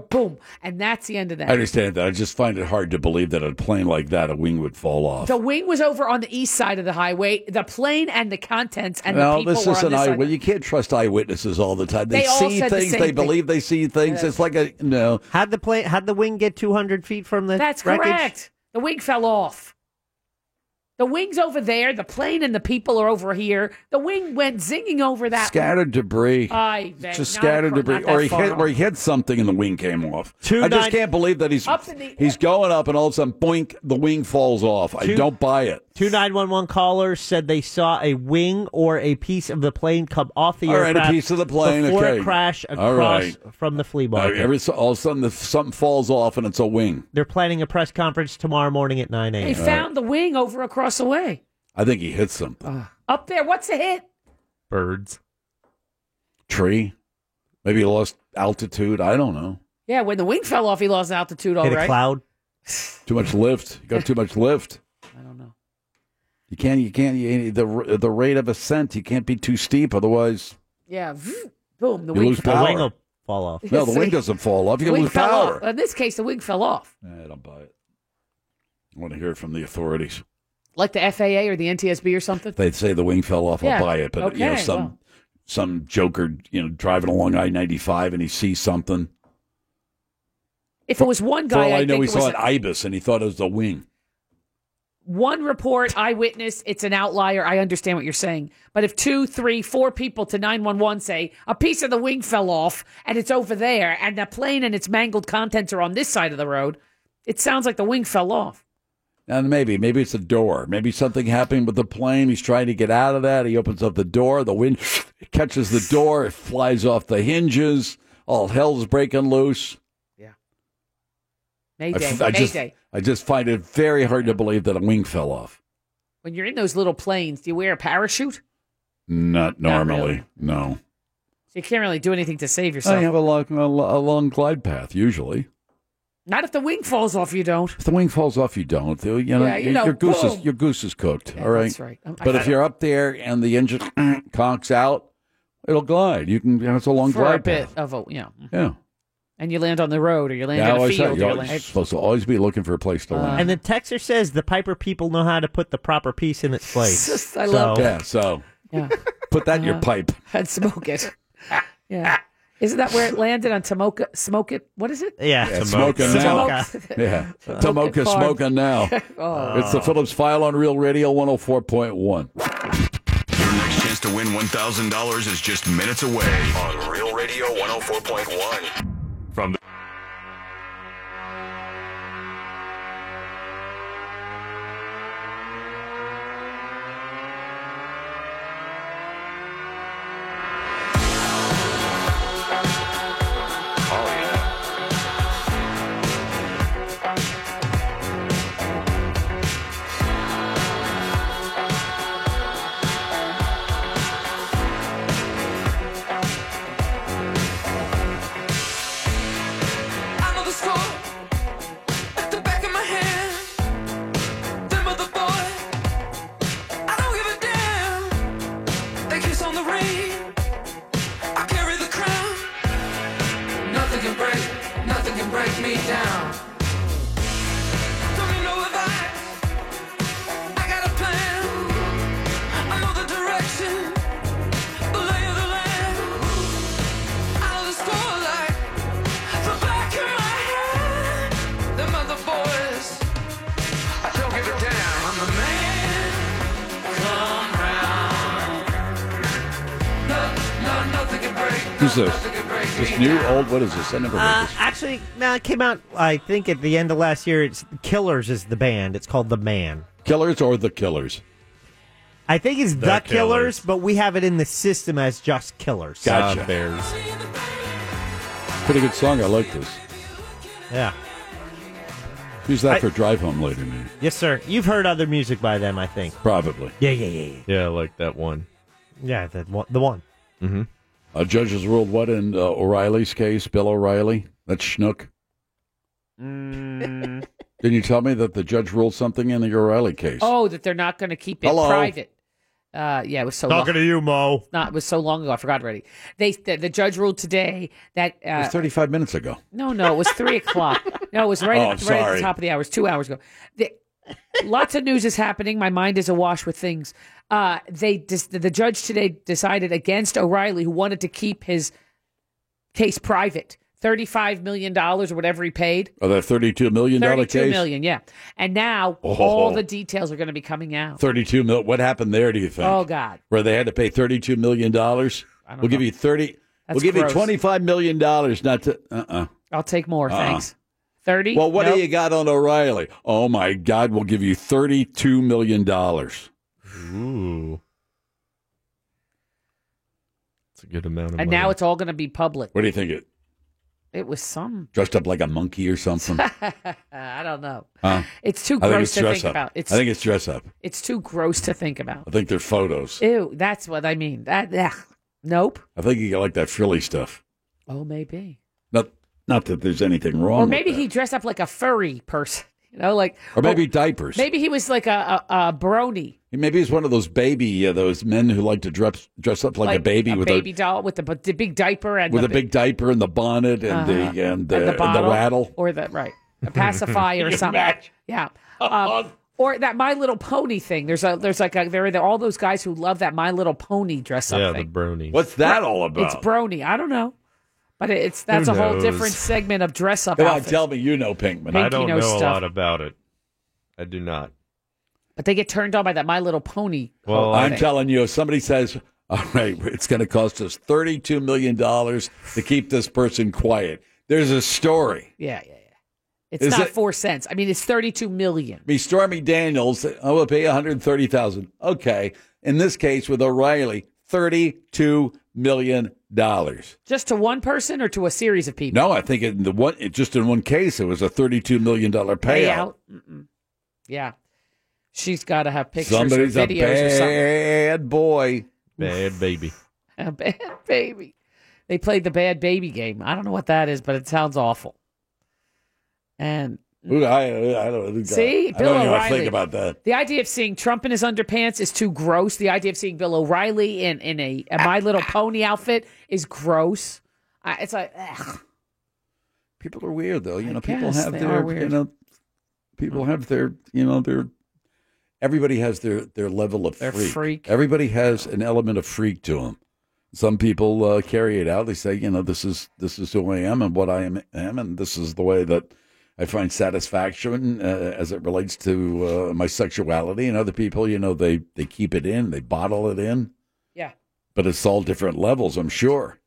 S8: boom, and that's the end of that.
S6: I understand that. I just find it hard to believe that a plane like that, a wing would fall off.
S8: The wing was over on the east side of the highway. The plane and the contents and the
S6: no,
S8: people
S6: this
S8: were
S6: is
S8: on
S6: an
S8: this
S6: eye.
S8: side.
S6: Well, you can't trust eyewitnesses all the time. They,
S8: They all
S6: see
S8: said the
S6: things.
S8: same
S6: They
S8: thing.
S6: believe they see things.
S8: Yeah.
S6: It's like a no.
S9: How'd the plane? How'd the wing get 200 feet from the?
S8: That's
S9: wreckage?
S8: correct. The wing fell off. The wing's over there. The plane and the people are over here. The wing went zinging over that.
S6: Scattered debris.
S8: I bet
S6: just
S8: not
S6: scattered
S8: acro-
S6: debris,
S8: not that
S6: or he
S8: far
S6: hit,
S8: off.
S6: or he hit something and the wing came off.
S9: Two
S6: I just
S9: nine-
S6: can't believe that he's
S8: Up in the-
S6: he's going up and all of a sudden, boink, the wing falls off. I
S9: Two-
S6: don't buy it.
S9: Two nine one one callers said they saw a wing or a piece of the plane come off the
S6: All right, a
S9: aircraft.
S6: piece of the plane,
S9: before
S6: okay.
S9: it crashed
S6: All
S9: across
S6: right.
S9: from the flea
S6: Uh,
S9: market.
S6: every so- all of a sudden, the, something falls off and it's a wing.
S9: They're planning a press conference tomorrow morning at nine
S8: They
S9: a.m.
S8: found the wing over across the way.
S6: I think he hit something.
S8: Up there, what's a hit?
S6: Birds, tree, maybe he lost altitude. I don't know.
S8: Yeah, when the wing fell off, he lost altitude. All right.
S9: cloud.
S6: Too much lift. You got too much lift.
S8: I don't know.
S6: You can't. You can't. You, the the rate of ascent. You can't be too steep, otherwise
S8: Yeah, boom. The
S6: you
S8: wing
S6: lose
S8: fell
S6: power.
S8: off.
S9: fall off.
S6: No, the
S8: See?
S6: wing doesn't fall off. You
S8: wing
S6: lose
S8: fell
S6: power.
S8: off. In this case, the wing fell off,
S6: I don't buy it. I want to hear it from the authorities.
S8: like the FAA or the NTSB or something.
S6: They'd say the wing fell off.
S8: Yeah.
S6: I'll buy it, but you know
S8: Okay,
S6: some
S8: well.
S6: some joker, you know, driving along I ninety five and he sees something.
S8: If it was one
S6: For
S8: guy,
S6: all I,
S8: I
S6: know,
S8: think
S6: he
S8: it
S6: saw
S8: was
S6: an ibis and he thought it was the wing.
S8: one report eyewitness. It's an outlier. I understand what you're saying, but if two, three, four people to nine one one say a piece of the wing fell off and it's over there, and the plane and its mangled contents are on this side of the road, It sounds like the wing fell off.
S6: And maybe, maybe it's a door. Maybe something happened with the plane. He's trying to get out of that. He opens up the door. The wind catches the door. It flies off the hinges. All hell's breaking loose. I
S8: Mayday,
S6: f- I, just,
S8: mayday.
S6: I just find it very hard to believe that a wing fell off.
S8: When you're in those little planes, do you wear a parachute?
S6: Not normally, no.
S8: So you can't really do anything to save
S6: I
S8: yourself.
S6: have a long, a lo- a long glide path usually.
S8: Not if the wing falls off, you don't.
S6: If the wing falls off, you don't. You know,
S8: Yeah, you know,
S6: your goose
S8: boom.
S6: is your goose is cooked. all right,
S8: that's right. Um, I
S6: But if
S8: gotta-
S6: you're up there and the engine conks out, it'll glide. You can. You know, it's a long
S8: For a
S6: glide
S8: bit
S6: path.
S8: of a, you know,
S6: Yeah.
S8: and you land on the road or you land
S6: Yeah, I
S8: on a
S6: always
S8: field.
S6: say,
S8: Uh, or
S6: you're
S8: you land-
S6: supposed to always be looking for a place to land.
S9: and the texter says the Piper people know how to put the proper piece in its place.
S8: I love
S6: Yeah. So
S8: Yeah.
S6: put that in your
S8: Uh,
S6: pipe.
S8: and smoke it. yeah. Isn't that where it landed on Tomoka? Smoke it. What is it?
S6: smoking now. Yeah, Tomoka
S8: Farm.
S6: smoking now.
S8: Oh.
S6: It's the Phillips File on Real Radio 104.1.
S2: Next chance to win $1,000 is just minutes away on Real Radio 104.1.
S7: From the
S2: Oh,
S5: I know the score at the back of my hand. Them other boy, I don't give a damn. They kiss on the ring. I carry the crown. Nothing can break, nothing can break me down. Don't you know if I, I got a plan. I know the direction, the lay of the land. I know the score like. The back of my head, them other boys. I don't give a damn. I'm the man. Come round. No, no, nothing can break.
S6: Who's this? This new old. What is this? I never heard
S9: Uh,
S6: this.
S9: actually, no, it came out. I think at the end of last year. It's Killers is the band. It's called The Man.
S6: Killers or The Killers?
S9: I think it's The,
S6: The
S9: killers,
S6: Killers.
S9: but we have it in the system as just Killers.
S6: Gotcha. Uh, Bears. Pretty good song. I like this.
S9: Yeah.
S6: Use that
S9: I-
S6: for drive home later, man.
S9: Yes, sir. You've heard other music by them, I think.
S6: Probably.
S9: Yeah, yeah, yeah,
S7: Yeah, I like that one.
S9: yeah. Yeah, the one. The one.
S7: Mm-hmm.
S6: Uh, judges ruled what in uh, O'Reilly's case? Bill O'Reilly, that schnook.
S8: Oh.
S6: Didn't you tell me that the judge ruled something in the O'Reilly case?
S8: Oh, that they're not going to keep it
S6: Hello?
S8: private. Uh, yeah, it was so
S6: Talking
S8: long.
S6: to
S9: you, Mo.
S8: Not it was so long ago. I forgot already. They the, the judge ruled today that
S6: it
S8: uh,
S6: was 35 minutes ago.
S8: No, no, it was three o'clock. No, it was right,
S6: Oh, I'm
S8: at, right at the
S6: sorry.
S8: top of the hours, two hours ago. The, lots of news is happening. My mind is awash with things. Uh, they dis- the judge today decided against O'Reilly, who wanted to keep his case private, thirty-five million dollars or whatever he paid.
S6: Oh, that $32 million
S8: Thirty-two
S6: case?
S8: million, yeah. And now
S6: Oh.
S8: all the details are going to be coming out.
S6: 32 mil. What happened there, do you think?
S8: Oh God,
S6: Where they had to pay $32 million? We'll give you 30
S8: That's
S6: We'll give
S8: gross.
S6: you $25 million not to. Uh uh
S8: I'll take more.
S6: Uh-uh.
S8: Thanks. Thirty.
S6: Well, what
S8: Nope.
S6: do you got on O'Reilly? Oh, my God. We'll give you $32 million. Ooh.
S7: It's a good amount of money.
S8: And now it's all going to be public.
S6: What do you think? It
S8: It was some.
S6: dressed up like a monkey or something?
S8: I don't know.
S6: Huh?
S8: It's too
S6: I think
S8: gross
S6: it's
S8: to
S6: dress
S8: think
S6: up.
S8: about. It's-
S6: I think it's dress up.
S8: It's too gross to think about.
S6: I think they're photos.
S8: Ew, that's what I mean. That ugh. nope.
S6: I think you like that frilly stuff.
S8: Oh, maybe.
S6: Not not that there's anything wrong.
S8: or
S6: with
S8: maybe
S6: that.
S8: he dressed up like a furry person. You know, like
S6: or maybe
S8: oh,
S6: diapers. Maybe,
S8: maybe he was like a a, a brony,
S6: he's one of those baby uh, those men who like to dress dress up like, a baby
S8: a
S6: with
S8: baby
S6: a
S8: doll with the, but the big diaper and
S6: with
S8: the
S6: a big diaper and the bonnet and the
S8: Uh-huh.
S6: and the, and
S8: and
S6: the,
S8: bottle
S6: rattle.
S8: or the right a pacifier or
S6: You
S8: something. Yeah. Um, or that My Little Pony thing. There's a there's like a, there are the, all those guys who love that My Little Pony dress up
S7: yeah,
S8: thing.
S7: the brony.
S6: What's that all about?
S8: It's brony. I don't know, but it- it's that's a whole
S7: knows?
S8: different segment of dress up.
S6: Come on,
S8: outfits.
S6: tell me you know Pinkman.
S7: I don't know
S8: knows
S7: a
S8: stuff.
S7: lot about it. I do not.
S8: But they get turned on by that My Little Pony.
S7: Well,
S6: I'm
S7: I-
S6: telling you, if somebody says, "All right, it's going to cost us thirty-two million dollars to keep this person quiet," there's a story.
S8: Yeah, yeah, yeah. It's
S6: Is
S8: not
S6: it-
S8: four cents. I mean, it's thirty-two million.
S6: Me, Stormy Daniels, I will pay one hundred thirty thousand. Okay, in this case with O'Reilly, thirty-two million dollars.
S8: Just to one person or to a series of people?
S6: No, I think in the one, it, just in one case, it was a thirty-two million dollar payout.
S8: Mm-mm. Yeah. She's got to have pictures
S6: Somebody's
S8: or
S6: a
S8: videos or something.
S6: bad boy,
S7: bad baby.
S8: A bad baby. They played the bad baby game. I don't know what that is, but it sounds awful. And
S6: Ooh, I, I don't know.
S8: Mm. See,
S6: I
S8: Bill
S6: don't even wanna
S8: O'Reilly.
S6: think about that.
S8: the idea of seeing Trump in his underpants is too gross. The idea of seeing Bill O'Reilly in, in a, a My Little Pony outfit is gross. I, it's like, ugh.
S6: People are weird though. You know, people
S8: guess
S6: have
S8: they
S6: their
S8: are weird.
S6: you know, people have their you know their. Everybody has their their level of
S8: Their
S6: freak.
S8: freak.
S6: Everybody has an element of freak to them. Some people uh, carry it out. They say, you know, this is this is who I am and what I am, am and this is the way that I find satisfaction uh, as it relates to uh, my sexuality. And other people, you know, they they keep it in, they bottle it in,
S8: yeah.
S6: but it's all different levels, I'm sure.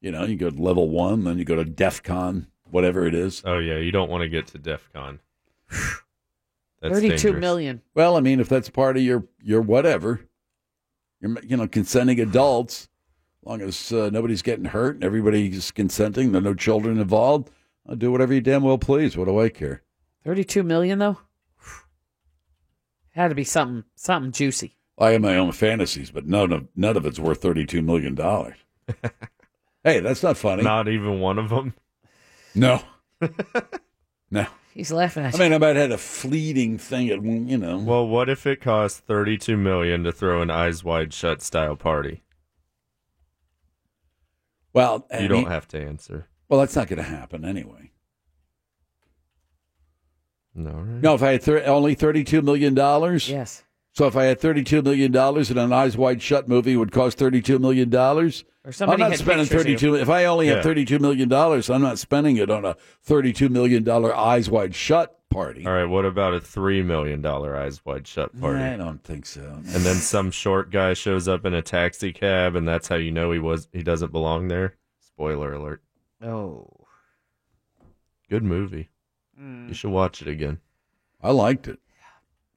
S6: You know, you go to level one, then you go to DEF CON, whatever it is.
S7: Oh yeah, you don't want to get to DEF CON. That's
S8: thirty-two million.
S7: dangerous.
S6: Well, I mean, if that's part of your your whatever, you're you know consenting adults, as long as uh, nobody's getting hurt and everybody's consenting, there are no children involved. I'll do whatever you damn well please. What do I care?
S8: 32 million though had to be something something juicy
S6: I have my own fantasies, but none of none of it's worth thirty two million dollars. hey, that's not funny.
S7: Not even one of them.
S6: No, no.
S8: he's laughing at
S6: I
S8: you
S6: mean, I might have had a fleeting thing at one, you know.
S7: Well, what if it costs thirty-two million to throw an eyes wide shut style party?
S6: Well, I
S7: you don't
S6: mean-
S7: have to answer.
S6: Well, that's not going to happen anyway.
S7: No,
S6: No, if I had thir- only thirty-two million dollars,
S8: yes.
S6: So if I had thirty-two million dollars and an Eyes Wide Shut movie would cost thirty-two million dollars,
S8: Or
S6: I'm
S8: somebody
S6: not
S8: had
S6: spending
S8: pictures of you.
S6: thirty-two. If I only
S7: Yeah.
S6: had thirty-two million dollars, I'm not spending it on a thirty-two million dollar Eyes Wide Shut party.
S7: All right, what about a three million dollar eyes wide shut party?
S6: I don't think so.
S7: And then some short guy shows up in a taxi cab, and that's how you know he was he doesn't belong there. Spoiler alert.
S8: Oh,
S7: good movie. You should watch it again.
S6: Mm. I liked it.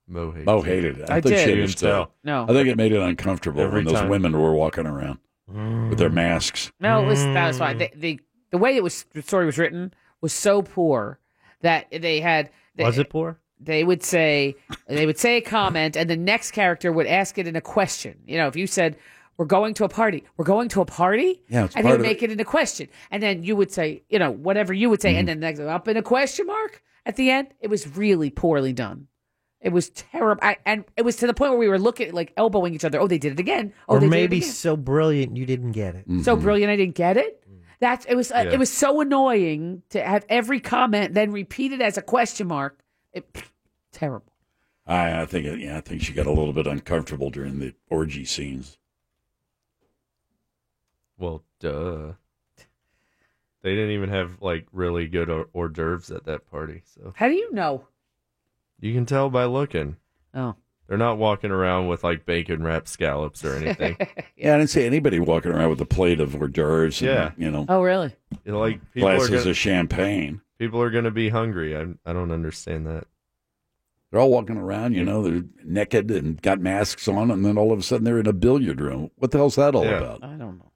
S7: Mo hated
S6: Mo hated it. I,
S7: I did.
S6: think she
S7: You can
S6: understood.
S7: tell. No.
S6: I think it made it uncomfortable
S7: Every
S6: when those
S7: time.
S6: women were walking around with their masks.
S8: no it was that was
S9: Hmm.
S8: why the, the the way it was the story was written was so poor that they had they,
S9: Was it poor?
S8: they would say they would say a comment and the next character would ask it in a question you know if you said we're going to a party we're going to a party
S5: Yeah, it's
S8: and he
S5: part of
S8: would
S5: it.
S8: make it into question and then you would say you know whatever you would say and then
S9: Hmm.
S8: next up in a question mark at the end it was really poorly done it was terrible I, and it was to the point where we were looking like elbowing each other oh they did it again oh
S9: or
S8: they
S9: maybe
S8: did it again.
S9: so brilliant you didn't get it.
S8: so
S6: Mm-hmm.
S8: brilliant I didn't get it. That's it was uh,
S9: Yeah.
S8: it was so annoying to have every comment then repeated as a question mark. It, terrible.
S6: I, I think. It, yeah, I think she got a little bit uncomfortable during the orgy scenes.
S7: Well, duh. They didn't even have like really good hor- hors d'oeuvres at that party, so
S8: How do you know?
S7: you can tell by looking.
S8: Oh.
S7: They're not walking around with like bacon wrapped scallops or anything.
S6: Yeah, I didn't see anybody walking around with a plate of hors d'oeuvres. and,
S7: Yeah.
S6: you know,
S8: Oh really?
S7: You know, like people
S6: glasses
S7: are gonna,
S6: of champagne.
S7: People are going to be hungry. I I don't understand that.
S6: They're all walking around, you know, they're naked and got masks on, and then all of a sudden they're in a billiard room. What the hell's that all
S7: Yeah.
S6: about?
S8: I don't know.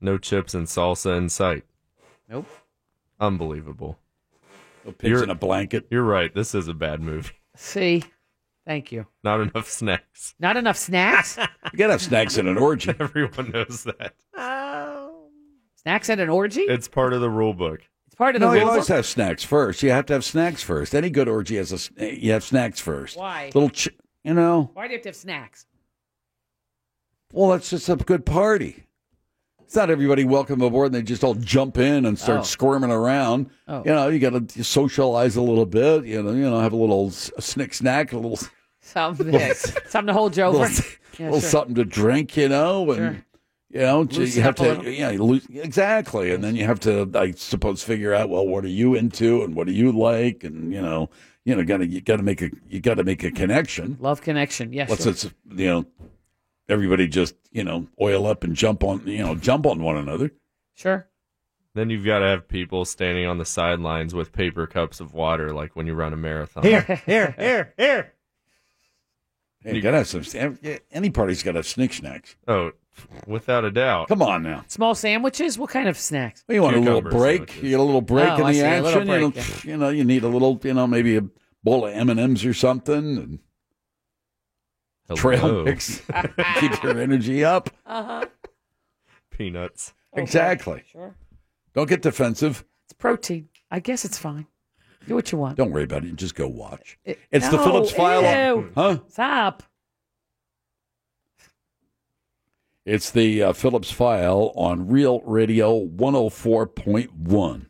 S7: No chips and salsa in sight.
S8: Nope.
S7: Unbelievable.
S6: pigs in a blanket.
S7: You're right. This is a bad movie.
S8: See, thank you.
S7: Not enough snacks.
S8: Not enough snacks.
S6: You gotta have snacks in an orgy.
S7: Everyone knows that.
S8: snacks at an orgy.
S7: It's part of the rule book.
S8: It's part of the
S6: No, you
S8: rule
S6: always
S8: book.
S6: have snacks first. You have to have snacks first. Any good orgy has a s- you have snacks first.
S8: Why?
S6: Little, ch- you know.
S8: Why do you have to have snacks?
S6: Well, that's just a good party. It's not everybody welcome aboard and they just all jump in and start
S8: Oh.
S6: squirming around.
S8: Oh.
S6: You know, you got to socialize a little bit. You know, you know, have a little s- snick snack, a little,
S8: Something, something to hold you over.
S6: little,
S8: Yeah,
S6: little
S8: sure.
S6: something to drink. You know, and
S8: Sure.
S6: you know,
S8: Loosen
S6: you have
S8: up a
S6: to,
S8: little.
S6: yeah, you loo- exactly. And then you have to, I suppose, figure out well, what are you into and what do you like, and you know, you know, got to you got to make a you got to make a connection.
S8: Love connection. Yes.
S6: What's
S8: sure.
S6: it's you know, everybody just you know oil up and jump on you know jump on one another.
S8: Sure.
S7: Then you've got to have people standing on the sidelines with paper cups of water, like when you run a marathon.
S9: Here, Mm-hmm. here, here, here.
S6: Hey, you gotta have some. Any party's got to have snick snacks.
S7: Oh, without a doubt.
S6: Come on now.
S8: Small sandwiches? What kind of snacks?
S6: You want a little break? You get a little break
S8: Oh,
S6: in
S8: I
S6: the
S8: see, a
S6: action.
S8: little
S6: you, know,
S8: break,
S6: you know, you need a little. You know, maybe a bowl of M and M's or something. And Trail
S7: Hello.
S6: mix. Keep your energy up.
S8: Uh-huh.
S7: Peanuts.
S8: Oh,
S6: Exactly.
S8: Sure.
S6: Don't get defensive.
S8: It's protein. I guess it's fine. Do what you want.
S6: Don't worry about it. Just go watch.
S8: It-
S6: it's the
S8: No,
S6: Phillips file. on-
S8: ew.
S6: huh?
S8: Stop.
S6: It's the uh, Phillips file on Real Radio 104.1.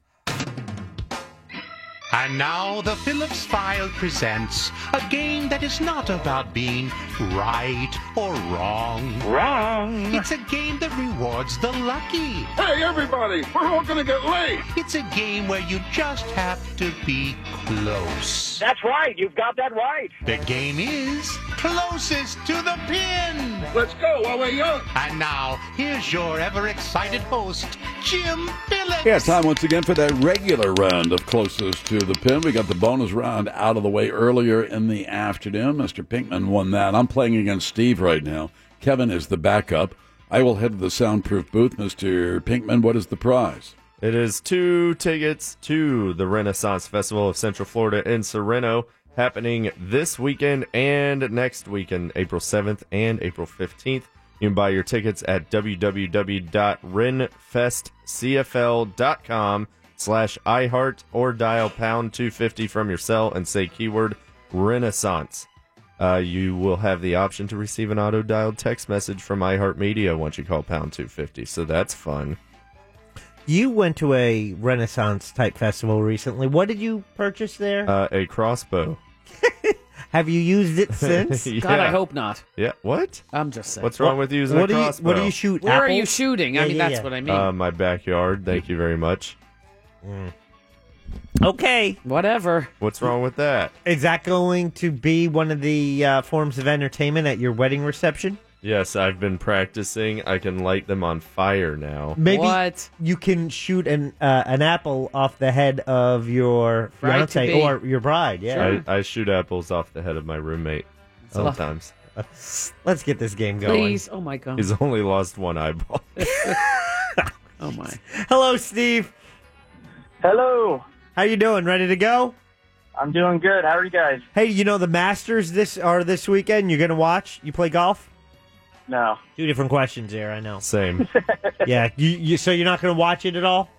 S11: And now the Phillips File presents a game that is not about being right or wrong. Wrong. It's a game that rewards the lucky. Hey, everybody, we're all gonna get late. It's a game where you just have to be close. That's right. You've got that right. The game is closest to the pin. Let's go while we're young. And now here's your ever-excited host, Jim Phillips.
S6: Yeah, time once again for that regular round of closest to the pin. We got the bonus round out of the way earlier in the afternoon. Mr. Pinkman won that. I'm playing against Steve right now. Kevin is the backup. I will head to the soundproof booth. Mr. Pinkman, what is the prize?
S7: It is two tickets to the Renaissance Festival of Central Florida in Sereno, happening this weekend and next weekend, April 7th and April 15th. You can buy your tickets at www.renfestcfl.com slash iHeart or dial pound 250 from your cell and say keyword Renaissance. Uh, you will have the option to receive an auto dialed text message from iHeartMedia once you call pound 250. So that's fun.
S9: You went to a Renaissance type festival recently. What did you purchase there?
S7: Uh, a crossbow.
S9: Have you used it since?
S8: God, I hope not.
S7: Yeah. What?
S8: I'm just saying.
S7: What's wrong with using
S9: What
S7: a
S9: do you-
S7: crossbow?
S9: what do you shoot,
S8: Where are you shooting? I mean, that's what I mean.
S7: Uh, my backyard.
S9: Mm.
S7: Thank you very much.
S9: Okay.
S8: Whatever.
S7: What's wrong with that?
S9: Is that going to be one of the uh, forms of entertainment at your wedding reception?
S7: Yes, I've been practicing. I can light them on fire now.
S9: Maybe you can shoot an uh, an apple off the head of your
S7: Bride to
S9: fiance
S7: be.
S9: or your bride. Yeah.
S7: I, I shoot apples off the head of my roommate
S9: Oh.
S7: sometimes.
S9: Let's get this game going.
S8: Please. Oh, my God.
S7: He's only lost one eyeball.
S8: oh my.
S9: Hello, Steve.
S10: Hello.
S9: How you doing? Ready to go?
S10: I'm doing good. How are you guys?
S9: Hey, you know the Masters this are this weekend. You're gonna watch. You play golf?
S10: No.
S9: Two different questions here. I know.
S7: Same.
S9: yeah. You, you so you're not gonna watch it at all?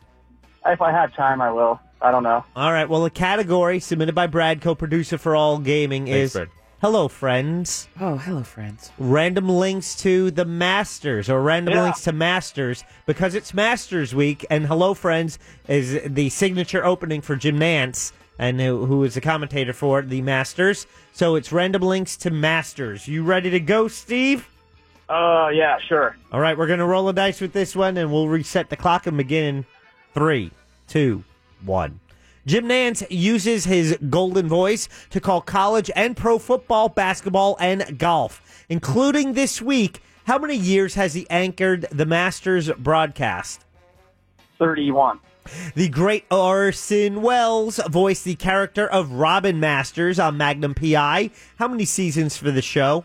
S10: If I have time, I will. I don't know.
S9: All right. Well, the category submitted by Brad, co-producer for All Gaming,
S10: Thanks,
S9: is
S10: Brad.
S9: "Hello Friends."
S8: Oh, hello friends.
S9: Random links to the Masters or random
S8: Yeah.
S9: links to Masters because it's Masters Week, and "Hello Friends" is the signature opening for Jim Nance. And who who is the commentator for the Masters? So it's random links to Masters. You ready to go, Steve?
S12: Uh,
S10: Oh, yeah, sure.
S9: All right, we're going to roll a dice with this one, and we'll reset the clock and begin in three, two, one. Jim Nance uses his golden voice to call college and pro football, basketball, and golf. Including this week, how many years has he anchored the Masters broadcast?
S10: 31.
S9: The great Orson Welles voiced the character of Robin Masters on Magnum PI. How many seasons for the show?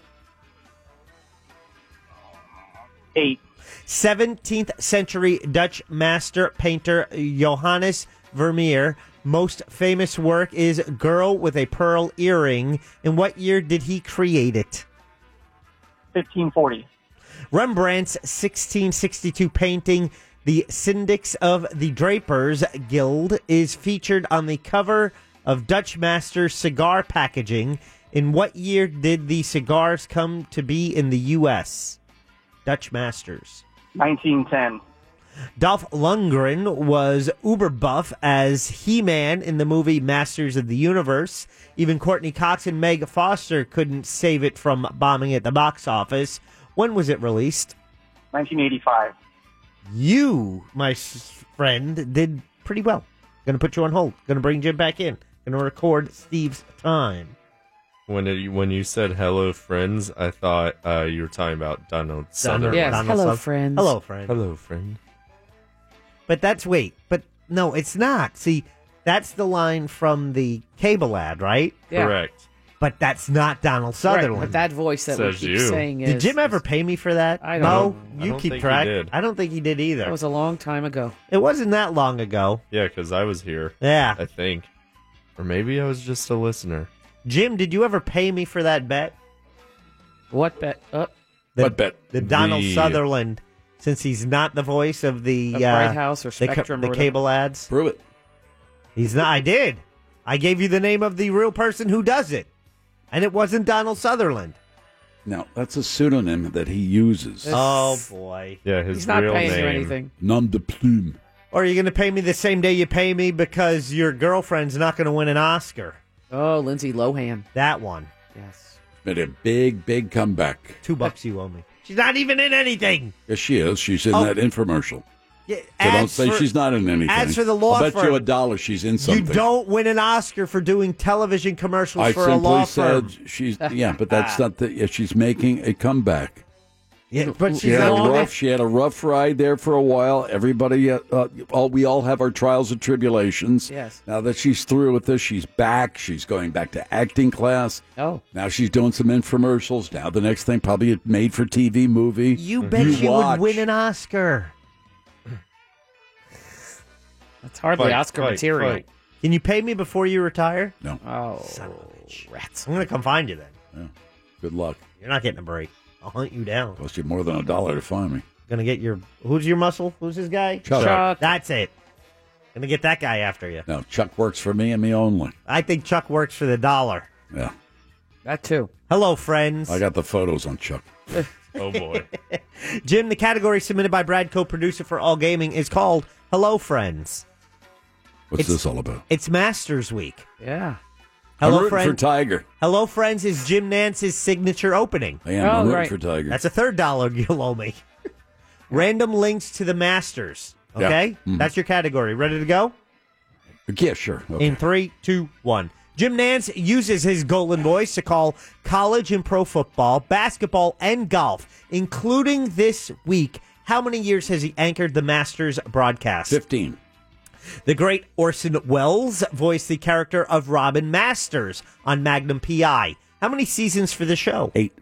S10: Eight.
S9: 17th century Dutch master painter Johannes Vermeer. Most famous work is Girl with a Pearl Earring. In what year did he create it?
S10: 1540.
S9: Rembrandt's 1662 painting, The Syndics of the Drapers Guild, is featured on the cover of Dutch Master cigar packaging. In what year did the cigars come to be in the U.S.? Dutch Masters.
S10: 1910.
S9: Dolph Lundgren was uber buff as He Man in the movie Masters of the Universe. Even Courtney Cox and Meg Foster couldn't save it from bombing at the box office. When was it released?
S10: 1985.
S9: You, my s- friend, did pretty well. Gonna put you on hold. Gonna bring Jim back in. Gonna record Steve's time.
S7: When it, when you said hello friends, I thought uh, you were talking about Donald Sutherland.
S8: Yes, hello, friends.
S9: Hello, friend.
S7: Hello friend.
S9: But that's wait, but no, it's not. See, that's the line from the cable ad, right?
S8: Yeah. Correct.
S9: But that's not Donald Sutherland.
S8: But that voice that we
S9: Says
S8: keep
S9: you.
S8: saying is.
S9: Did Jim ever pay me for that?
S8: I don't
S9: Mo,
S8: know. I
S9: you
S8: don't
S9: keep
S8: think he
S9: track.
S7: did.
S9: I don't think he did either.
S8: That was a long time ago.
S9: It wasn't that long ago.
S7: Yeah, because I was here.
S9: Yeah.
S7: I think. Or maybe I was just a listener.
S9: Jim, did you ever pay me for that bet?
S8: What bet? Uh,
S9: the,
S7: What bet?
S9: The Donald
S7: The-
S9: Sutherland, since he's not the voice of the
S8: Of
S9: uh,
S8: Bright House or
S9: the, co-
S8: Spectrum or
S9: the
S8: whatever.
S9: cable ads.
S6: Prove it.
S9: He's not. I did. I gave you the name of the real person who does it, and it wasn't Donald Sutherland.
S6: No, that's a pseudonym that he uses.
S9: Oh boy.
S7: Yeah,
S9: his He's not real paying you name. anything.
S6: Nom de plume.
S9: Or are you going to pay me the same day you pay me because your girlfriend's not going to win an Oscar?
S8: Oh, Lindsay Lohan.
S9: That one.
S8: Yes.
S6: Made a big, big comeback.
S9: Two bucks you owe me. She's not even in anything.
S6: Yes, she is. She's in
S9: Oh.
S6: that infomercial.
S9: Yeah,
S6: So don't
S9: ads
S6: say
S9: for-
S6: she's not in anything.
S9: ads for the law
S6: I'll bet
S9: firm.
S6: you a dollar she's in
S9: You
S6: something.
S9: don't win an Oscar for doing television commercials
S6: I
S9: for a
S6: simply
S9: law
S6: said
S9: firm.
S6: she's yeah, but that's not the. Yeah, she's making a comeback.
S9: Yeah, but
S6: she
S9: she's
S6: had a
S9: not-
S6: rough. She had a rough ride there for a while. Everybody, uh, uh, all we all have our trials and tribulations.
S8: Yes.
S6: Now that she's through with this, she's back. She's going back to acting class.
S8: Oh.
S6: Now she's doing some infomercials. Now the next thing, probably a made-for-TV movie.
S9: You bet she
S6: watch.
S9: would win an Oscar.
S8: That's hardly Fight, Oscar fight, material. fight.
S9: Can you pay me before you retire?
S6: No.
S8: Oh,
S9: Son of a bitch. I'm going to come find you then.
S6: Good luck.
S9: You're not getting a break. I'll hunt you down.
S6: Cost you more than a dollar to find me.
S9: Gonna get your who's your muscle? Who's this guy?
S6: Chuck. Chuck.
S9: That's it. Gonna get that guy after you.
S6: No, Chuck works for me and me only.
S9: I think Chuck works for the dollar.
S6: Yeah,
S8: That too.
S9: Hello, friends.
S6: I got the photos on Chuck.
S7: Oh boy.
S9: Jim, the category submitted by Bradco, producer for All Gaming, is called Hello Friends.
S6: What's
S9: It's-
S6: this all about?
S9: It's Masters Week.
S8: Yeah.
S6: I'm
S9: Hello
S6: rooting
S9: Friends.
S6: for Tiger.
S9: Hello Friends is Jim Nance's signature opening.
S6: I am. I'm Oh, rooting right. for Tiger.
S9: That's a third dollar you'll owe me. Random links to the Masters.
S6: Yeah.
S9: Okay?
S6: Mhm.
S9: That's your category. Ready to go?
S6: Yeah, sure. Okay.
S9: In three, two, one. Jim Nance uses his golden voice to call college and pro football, basketball, and golf, including this week. How many years has he anchored the Masters broadcast?
S6: 15.
S9: The great Orson Welles voiced the character of Robin Masters on Magnum PI. How many seasons for the show?
S6: Eight.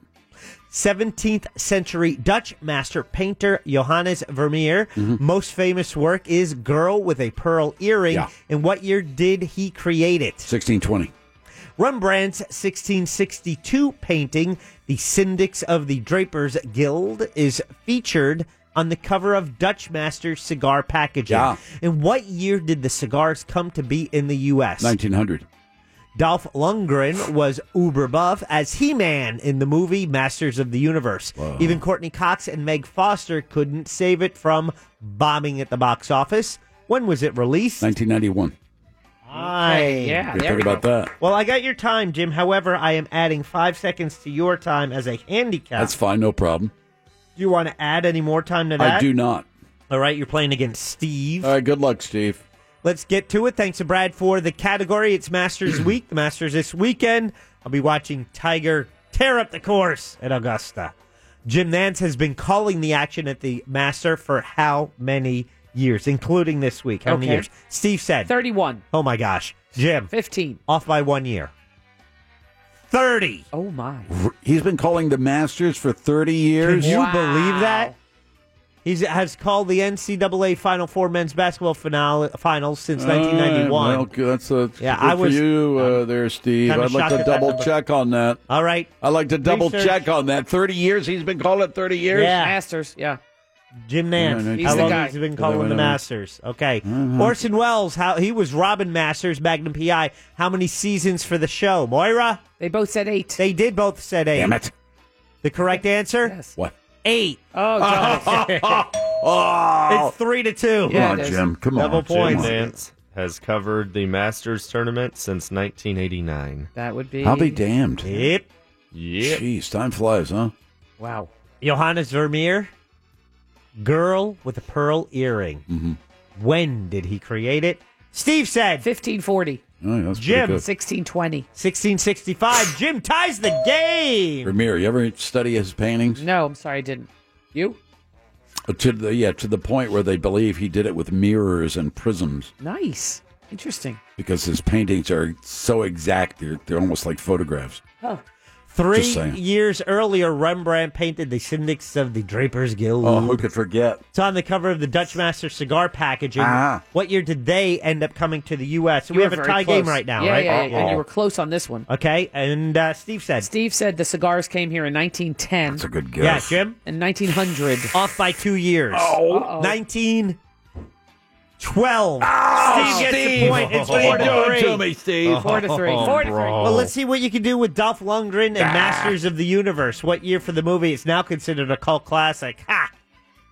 S9: 17th century Dutch master painter Johannes Vermeer.
S6: Mm-hmm.
S9: Most famous work is Girl with a Pearl Earring.
S6: Yeah.
S9: In what year did he create it?
S6: 1620.
S9: Rembrandt's 1662 painting, The Syndics of the Drapers Guild, is featured on the cover of Dutch Master cigar packaging.
S6: Yeah.
S9: In what year did the cigars come to be in the U.S.?
S6: 1900.
S9: Dolph Lundgren was uber buff as He-Man in the movie Masters of the Universe. Even Courtney Cox and Meg Foster couldn't save it from bombing at the box office. When was it released?
S6: 1991.
S9: Aye.
S6: You think about that.
S9: Well, I got your time, Jim. However, I am adding five seconds to your time as a handicap.
S6: That's fine. No problem.
S9: Do you want to add any more time to that?
S6: I do not.
S9: All right, you're playing against Steve.
S6: All right. Good luck, Steve.
S9: Let's get to it. Thanks to Brad for the category. It's Masters Week. The Masters this weekend. I'll be watching Tiger tear up the course at Augusta. Jim Nance has been calling the action at the Master for how many years, including this week? How many
S8: Okay.
S9: years? Steve said
S8: 31.
S9: Oh my gosh. Jim.
S8: 15.
S9: Off by one year. 30.
S8: Oh my.
S6: R- He's been calling the Masters for 30
S9: Can
S6: years.
S9: you believe that? He has called the NCAA Final Four men's basketball finale, finals since
S6: Uh,
S9: 1991.
S6: All right, well, good- that's a,
S9: Yeah,
S6: good
S9: I was-
S6: for you uh, there, Steve.
S9: kinda
S6: I'd like
S9: shocked
S6: to
S9: at that
S6: double
S9: number.
S6: check on that.
S9: All right.
S6: I'd like to double
S9: Research.
S6: check on that. 30 years. He's been calling it 30 years.
S9: Yeah.
S8: Masters. Yeah.
S9: Jim Nance.
S6: No, no,
S9: how
S6: he's the
S9: long
S6: guy.
S9: has he been
S6: Wait,
S9: calling
S6: wait,
S9: the
S6: wait.
S9: Masters? Okay.
S6: Mm-hmm.
S9: Orson Welles, how he was Robin Masters, Magnum PI. How many seasons for the show? Moira?
S8: They both said eight.
S9: They did both said eight.
S6: Damn it.
S9: The correct answer?
S6: What?
S9: Eight.
S8: Oh,
S6: oh.
S9: It's three to two.
S6: Yeah, Come on, it is. Jim. Come
S9: Double
S6: on, Jim.
S9: points.
S6: Come on.
S7: Nance has covered the Masters tournament since 1989.
S8: That would be.
S6: I'll be damned.
S9: Yep.
S7: Yep.
S6: Jeez, time flies, huh?
S8: Wow.
S9: Johannes Vermeer, girl with a pearl earring.
S6: Mm-hmm.
S9: When did he create it? Steve said
S8: 1540.
S6: Oh, yeah, that's pretty
S9: Jim,
S6: good.
S8: 1620.
S9: 1665. Jim ties the game.
S6: Ramir, you ever study his paintings?
S8: No, I'm sorry, I didn't. You?
S6: Uh, To the yeah, to the point where they believe he did it with mirrors and prisms
S8: Nice. Interesting.
S6: because his paintings are so exact; they're they're almost like photographs.
S8: Oh.
S9: Three
S6: Just saying.
S9: years earlier, Rembrandt painted the syndics of the Drapers Guild.
S6: Oh, who could forget?
S9: It's on the cover of the Dutch Master cigar packaging.
S6: Ah.
S9: What year did they end up coming to the U.S.?
S8: You
S9: we have
S8: were
S9: a
S8: very
S9: tie game
S8: close.
S9: right now,
S8: Yeah,
S9: right?
S8: Yeah,
S6: Oh,
S8: yeah, and you were close on this one.
S9: Okay, and uh, Steve said.
S8: Steve said the cigars came here in 1910. That's a
S6: good
S9: guess. Yeah, Jim?
S8: In 1900.
S9: Off by two years.
S8: Oh.
S9: 1912. Steve gets the
S5: Oh, Steve.
S9: point. It's
S5: What are you
S9: four to
S5: doing
S9: three. Oh,
S5: to me, Steve? Oh, Four to three. Four to three.
S9: Well, let's see what you can do with Dolph Lundgren and
S5: Ah.
S9: Masters of the Universe. What year for the movie? It's now considered a cult classic. Ha!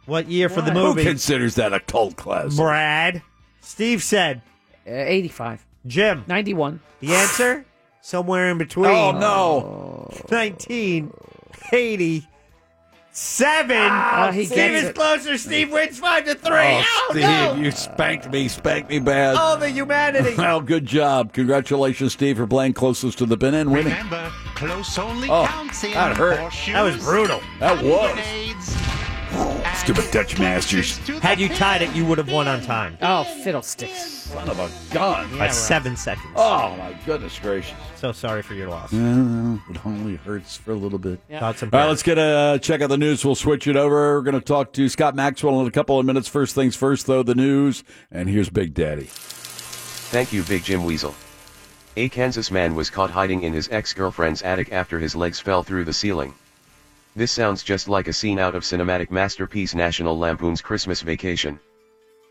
S9: What year for the
S6: Who
S9: movie?
S6: considers that a cult classic?
S9: Brad. Steve said.
S8: Uh, 85.
S9: Jim.
S8: 91.
S9: The answer? Somewhere in between.
S8: Oh,
S6: no.
S9: 1987.
S5: Ah, he
S9: Steve
S5: gets
S9: is
S5: it.
S9: closer. Steve wins 5 to 3.
S6: Oh,
S9: Oh,
S6: Steve,
S9: no.
S6: you spanked me, spanked me bad.
S9: Oh, the humanity.
S6: Well, good job. Congratulations, Steve, for playing closest to the bin and winning.
S11: Remember, close only
S6: Oh,
S11: counts in
S6: that hurt.
S11: horseshoes,
S6: That was brutal. That was.
S11: grenades.
S6: Stupid Dutch masters.
S9: Had you tied it, you would have won on time.
S8: Oh, fiddlesticks.
S6: Son of a gun.
S9: By seven seconds.
S6: Oh, my goodness gracious.
S9: So sorry for your loss.
S6: Well, It only hurts for a little bit.
S9: Yeah. Thoughts
S6: All
S9: and
S6: right, let's get a check out the news. We'll switch it over. We're going to talk to Scott Maxwell in a couple of minutes. First things first, though, the news. And here's Big Daddy.
S19: Thank you, Big Jim Weasel. A Kansas man was caught hiding in his ex girlfriend's attic after his legs fell through the ceiling. This sounds just like a scene out of cinematic masterpiece National Lampoon's Christmas Vacation.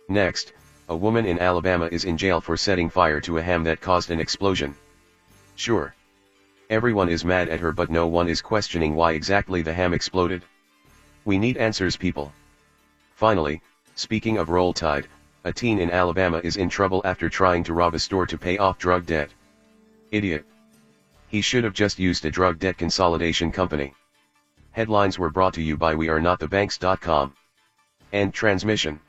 S19: Next, a woman in Alabama is in jail for setting fire to a ham that caused an explosion. Sure. Everyone is mad at her, but no one is questioning why exactly the ham exploded. We need answers, people. Finally, speaking of roll tide, a teen in Alabama is in trouble after trying to rob a store to pay off drug debt. Idiot. He should have just used a drug debt consolidation company. Headlines were brought to you by wearenotthebanks.com. End transmission.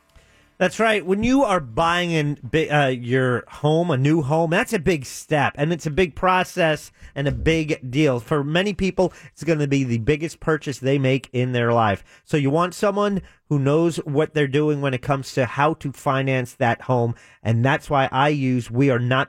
S9: That's right. When you are buying an, bi- uh, your home, a new home, that's a big step, and it's a big process and a big deal. For many people, it's going to be the biggest purchase they make in their life. So you want someone who knows what they're doing when it comes to how to finance that home, and that's why I use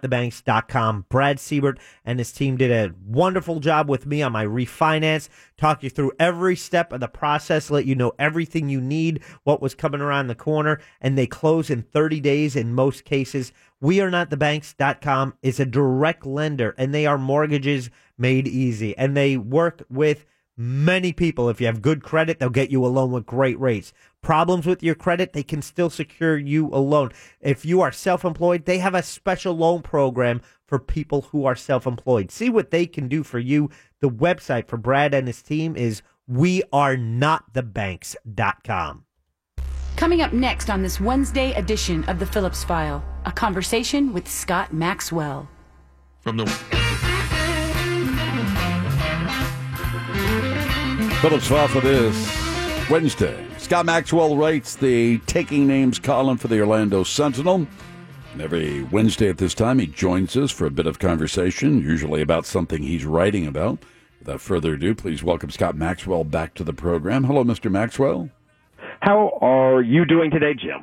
S9: WeAreNotTheBanks.com. Brad Siebert and his team did a wonderful job with me on my refinance, talk you through every step of the process, let you know everything you need, what was coming around the corner, and they close in 30 days in most cases. We are not the banks.com is a direct lender and they are mortgages made easy and they work with many people. If you have good credit, they'll get you a loan with great rates. Problems with your credit, they can still secure you a loan. If you are self employed, they have a special loan program for people who are self employed. See what they can do for you. The website for Brad and his team is wearenotthebanks.com.
S20: Coming up next on this Wednesday edition of The Phillips File, a conversation with Scott Maxwell.
S3: From the
S6: Phillips File for this Wednesday. Scott Maxwell writes the Taking Names column for the Orlando Sentinel. And every Wednesday at this time, he joins us for a bit of conversation, usually about something he's writing about. Without further ado, please welcome Scott Maxwell back to the program. Hello, Mr. Maxwell.
S21: How are you doing today, Jim?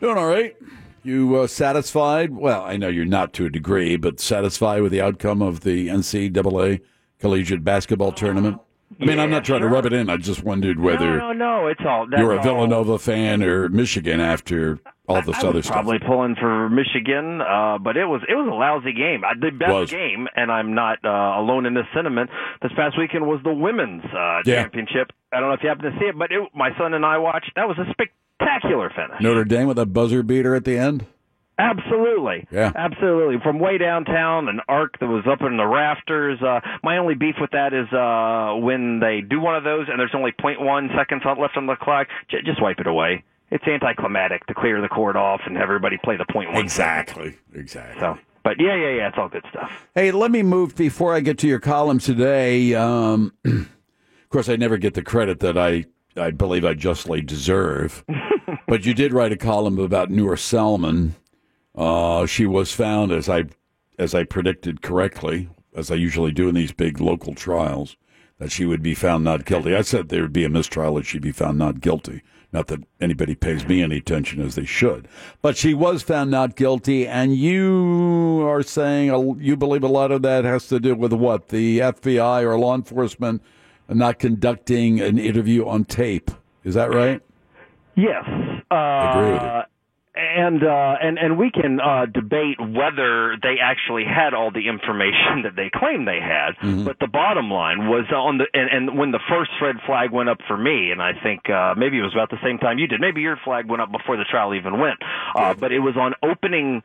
S6: Doing all right. You uh, satisfied? Well, I know you're not to a degree, but satisfied with the outcome of the NCAA collegiate basketball tournament? I mean, I'm not trying to rub it in. I just wondered whether
S21: No, no, no. It's all. That's
S6: you're a
S21: all.
S6: Villanova fan or Michigan after all this
S21: I
S6: other
S21: was
S6: stuff.
S21: probably pulling for Michigan, uh, but it was it was a lousy game. I, the best
S6: Was.
S21: game, and I'm not uh, alone in this sentiment. This past weekend was the women's uh,
S6: Yeah.
S21: championship. I don't know if you happen to see it, but it, my son and I watched. That was a spectacular finish.
S6: Notre Dame with a buzzer beater at the end.
S21: Absolutely.
S6: Yeah.
S21: Absolutely. From way downtown, an arc that was up in the rafters. Uh, my only beef with that is uh, when they do one of those and there's only 0.1 seconds on- left on the clock, j- just wipe it away. It's anticlimactic to clear the court off and everybody play the point one.
S6: Exactly. Exactly.
S21: So, but yeah, yeah, yeah, it's all good stuff.
S6: Hey, let me move before I get to your column today. Um, of course, I never get the credit that I, I believe I justly deserve. but you did write a column about Noor Salman. Uh, she was found, as I, as I predicted correctly, as I usually do in these big local trials, that she would be found not guilty. I said there would be a mistrial if she'd be found not guilty. Not that anybody pays me any attention as they should. But she was found not guilty, and you are saying uh, you believe a lot of that has to do with what? The FBI or law enforcement not conducting an interview on tape. Is that right?
S21: Yes. Uh, and uh, and and we can uh, debate whether they actually had all the information that they claim they had. But the bottom line was on the and, and when the first red flag went up for me, and I think uh, maybe it was about the same time you did. Maybe your flag went up before the trial even went. Uh, but it was on opening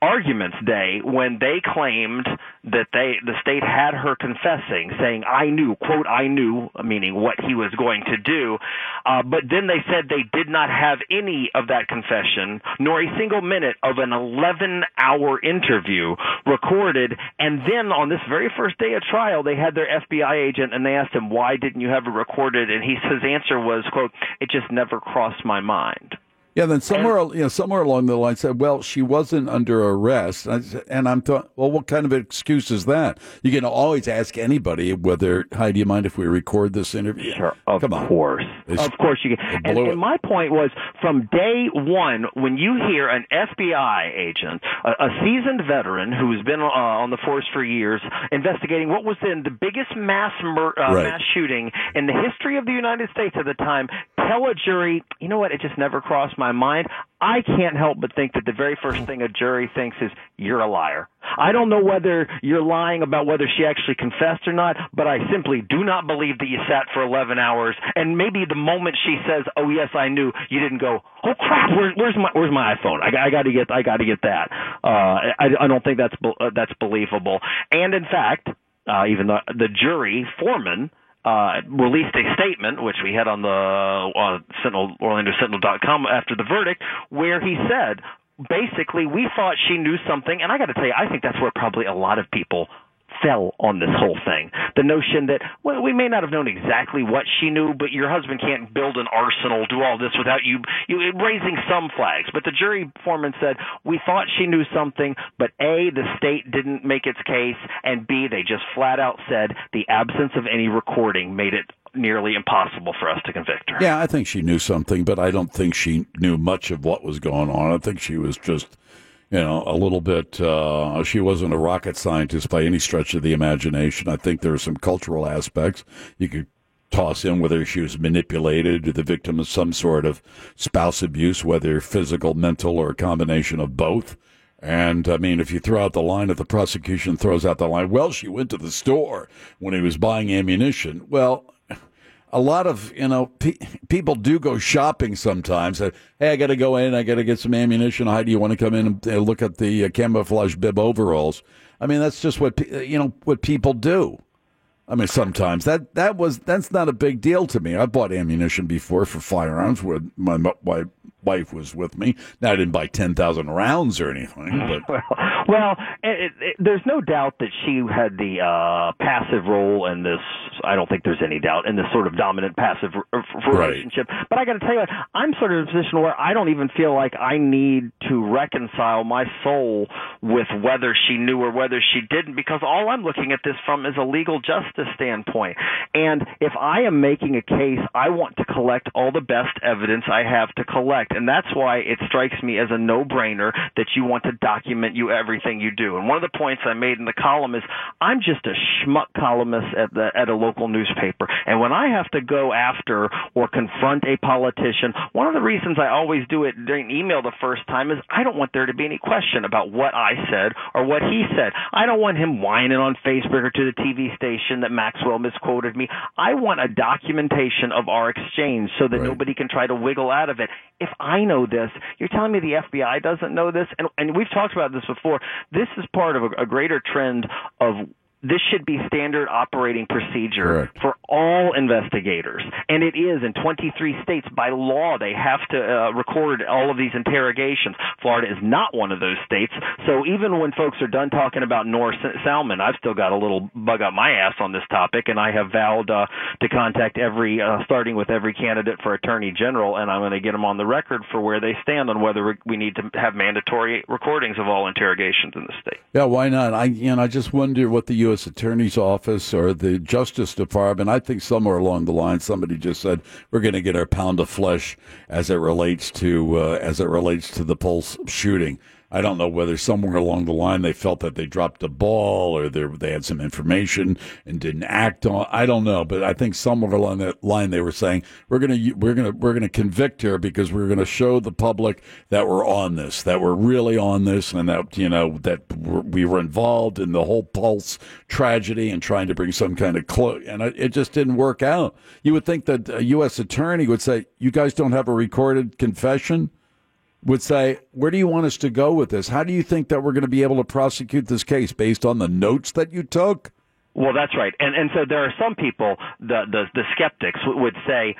S21: arguments day when they claimed that they the state had her confessing saying i knew quote i knew meaning what he was going to do uh, but then they said they did not have any of that confession nor a single minute of an 11 hour interview recorded and then on this very first day of trial they had their fbi agent and they asked him why didn't you have it recorded and he his answer was quote it just never crossed my mind
S6: Yeah, then somewhere you know, somewhere along the line said, well, she wasn't under arrest. And I s- And I'm thought, well, what kind of excuse is that? You can always ask anybody whether, hi, do you mind if we record this interview? Sure, of Come on.
S21: course. Of course you can. And, and my point was from day one, when you hear an FBI agent, a, a seasoned veteran who's been uh, on the force for years, investigating what was then the biggest mass mur- uh,
S5: Right.
S21: mass shooting in the history of the United States at the time, tell a jury, you know what? It just never crossed my mind. I can't help but think that the very first thing a jury thinks is you're a liar. I don't know whether you're lying about whether she actually confessed or not, but I simply do not believe that you sat for 11 hours. And maybe the moment she says, "Oh yes, I knew," you didn't go, "Oh crap, where, where's my where's my iPhone? I, got- I got to get I got to get that." Uh, I, I don't think that's be- uh, that's believable. And in fact, uh, even the the jury foreman uh, released a statement, which we had on the uh, Sentinel, OrlandoSentinel.com after the verdict, where he said, basically, we thought she knew something, and I got to tell you, I think that's where probably a lot of people fell on this whole thing. The notion that, well, we may not have known exactly what she knew, but your husband can't build an arsenal, do all this without you, you raising some flags. But the jury foreman said, we thought she knew something, but A, the state didn't make its case, and B, they just flat out said the absence of any recording made it nearly impossible for us to convict her.
S6: Yeah, I think she knew something, but I don't think she knew much of what was going on. I think she was just, you know, a little bit. Uh, she wasn't a rocket scientist by any stretch of the imagination. I think there are some cultural aspects you could toss in whether she was manipulated or the victim of some sort of spouse abuse, whether physical, mental, or a combination of both. And I mean, if you throw out the line, if the prosecution throws out the line, well, she went to the store when he was buying ammunition. Well, a lot of you know pe- people do go shopping sometimes. Uh, Hey, I got to go in. I got to get some ammunition. Hi, do you want to come in and uh, look at the uh, camouflage bib overalls? I mean, that's just what pe- uh, you know what people do. I mean, sometimes that that was that's not a big deal to me. I bought ammunition before for firearms when my mo- my wife was with me. Now I didn't buy ten thousand rounds or anything, but
S21: Well, it, it, there's no doubt that she had the uh, passive role in this. I don't think there's any doubt in this sort of dominant passive r- r- relationship. But I got to tell you, what, I'm sort of in a position where I don't even feel like I need to reconcile my soul with whether she knew or whether she didn't, because all I'm looking at this from is a legal justice standpoint. And if I am making a case, I want to collect all the best evidence I have to collect. And that's why it strikes me as a no brainer that you want to document you everything you do. And one of the points I made in the column is I'm just a schmuck columnist at the at a local newspaper. And when I have to go after or confront a politician, one of the reasons I always do it during email the first time is I don't want there to be any question about what I said or what he said. I don't want him whining on Facebook or to the TV station that Maxwell misquoted me. I want a documentation of our exchange so that nobody can try to wiggle out of it. If I know this, you're telling me the FBI doesn't know this, and and we've talked about this before. This is part of a, a greater trend of this should be standard operating procedure for all investigators, and it is in 23 states by law they have to uh, record all of these interrogations. Florida is not one of those states, so even when folks are done talking about Norris Salmon, I've still got a little bug up my ass on this topic, and I have vowed uh, to contact every, uh, starting with every candidate for attorney general, and I'm going to get them on the record for where they stand on whether we- we need to have mandatory recordings of all interrogations in the state.
S6: Yeah, why not? I you know, I just wonder what the U.S. Attorney's Office or the Justice Department. I think somewhere along the line, somebody just said we're going to get our pound of flesh as it relates to uh, as it relates to the Pulse shooting. I don't know whether somewhere along the line they felt that they dropped the ball or they they had some information and didn't act on. I don't know, but I think somewhere along that line they were saying we're gonna we're gonna we're gonna convict her because we're gonna show the public that we're on this, that we're really on this, and that you know that we're, we were involved in the whole Pulse tragedy and trying to bring some kind of close. And it, it just didn't work out. You would think that a U.S. attorney would say, "You guys don't have a recorded confession." would say, Where do you want us to go with this? How do you think that we're going to be able to prosecute this case based on the notes that you took?
S21: Well, that's right, and and so there are some people, the the, the skeptics w- would say.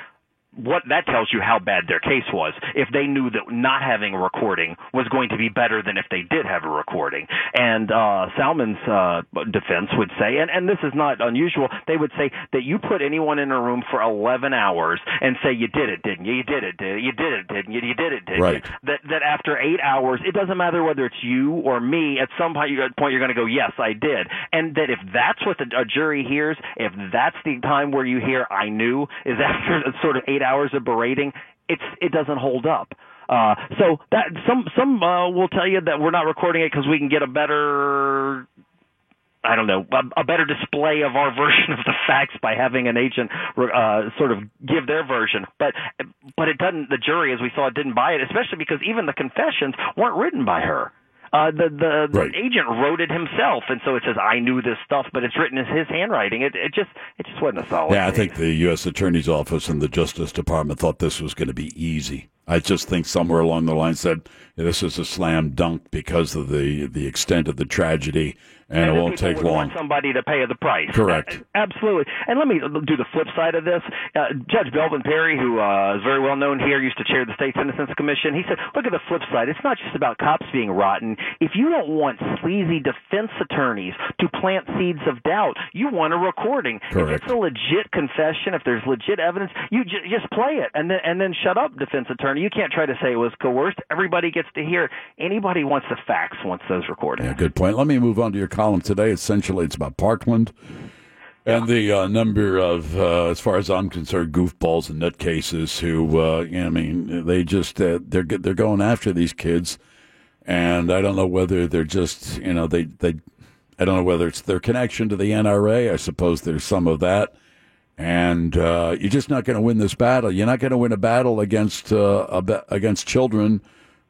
S21: What that tells you how bad their case was. If they knew that not having a recording was going to be better than if they did have a recording, and uh, Salmon's uh, defense would say, and and this is not unusual, they would say that you put anyone in a room for 11 hours and say you did it, didn't you? You did it, did you? You did it, didn't you? You did it, didn't you?
S5: Right.
S21: that that after eight hours, it doesn't matter whether it's you or me. At some point, you- at point you're going to go, yes, I did, and that if that's what the, a jury hears, if that's the time where you hear, I knew, is after sort of eight hours of berating, it's it doesn't hold up. Uh, so that some some uh, will tell you that we're not recording it because we can get a better I don't know, a, a better display of our version of the facts by having an agent uh, sort of give their version. But but it doesn't. The jury, as we saw, didn't buy it, especially because even the confessions weren't written by her. Uh, the the, the agent wrote it himself, and so it says I knew this stuff, but it's written in his handwriting. It it just it just wasn't a solid.
S6: Yeah, I think the U.S. Attorney's Office and the Justice Department thought this was going to be easy. I just think somewhere along the line said this is a slam dunk because of the, the extent of the tragedy,
S21: And
S6: and, it
S21: the
S6: won't
S21: people
S6: take
S21: would
S6: long.
S21: Want somebody to pay the price.
S6: Correct.
S21: Absolutely. And let me do the flip side of this. Uh, Judge Belvin Perry, who uh, is very well known here, used to chair the State's Innocence Commission. He said, look at the flip side. It's not just about cops being rotten. If you don't want sleazy defense attorneys to plant seeds of doubt, you want a recording. If
S5: Correct.
S21: it's a legit confession, if there's legit evidence, you j- just play it and then, and then shut up, defense attorney. You can't try to say it was coerced. Everybody gets to hear it. Anybody wants the facts wants those recordings.
S6: Yeah, good point. Let me move on to your column today. Essentially, it's about Parkland and the uh, number of, uh, as far as I'm concerned, goofballs and nutcases who, uh, you know, I mean, they just uh, they're go- they're going after these kids, and I don't know whether they're just you know they they, I don't know whether it's their connection to the NRA. I suppose there's some of that. And uh, you're just not going to win this battle. You're not going to win a battle against uh, a ba- against children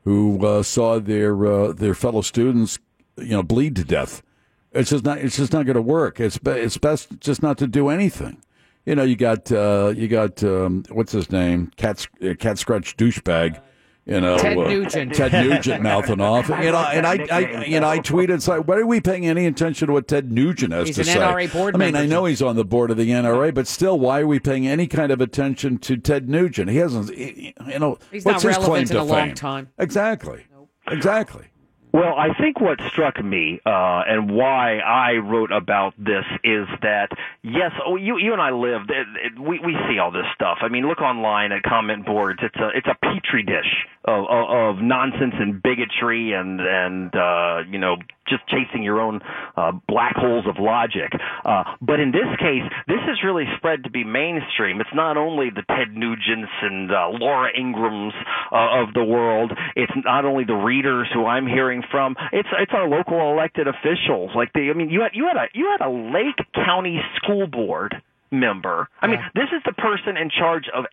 S6: who uh, saw their uh, their fellow students, you know, bleed to death. It's just not. It's just not going to work. It's be, it's best just not to do anything. You know, you got uh, you got um, what's his name, cat uh, cat scratch douchebag. You know,
S5: Ted
S6: uh,
S5: Nugent.
S6: Ted Nugent mouthing off. You
S5: I
S6: know,
S5: love
S6: and I,
S5: that
S6: I,
S5: nickname.
S6: you know, I tweeted, it's like, why are we paying any attention to what Ted Nugent has
S5: He's
S6: to
S5: an
S6: say?
S5: NRA board
S6: I mean,
S5: member.
S6: I know he's on the board of the NRA, but still, why are we paying any kind of attention to Ted Nugent? He hasn't, he- you know,
S8: He's
S6: what's
S8: not
S6: his claim
S8: relevant in
S6: to
S8: a long
S6: fame?
S8: time.
S6: Exactly. Exactly.
S21: Well, I think what struck me uh, and why I wrote about this is that yes, oh, you you and I live. It, it, we we see all this stuff. I mean, look online at comment boards. It's a it's a petri dish of of, of nonsense and bigotry and and uh, you know just chasing your own uh, black holes of logic. Uh, but in this case, this has really spread to be mainstream. It's not only the Ted Nugents and uh, Laura Ingrams uh, of the world. It's not only the readers who I'm hearing from. It's it's our local elected officials. Like the I mean, you had you had a you had a Lake County school board member. I mean, this is the person in charge of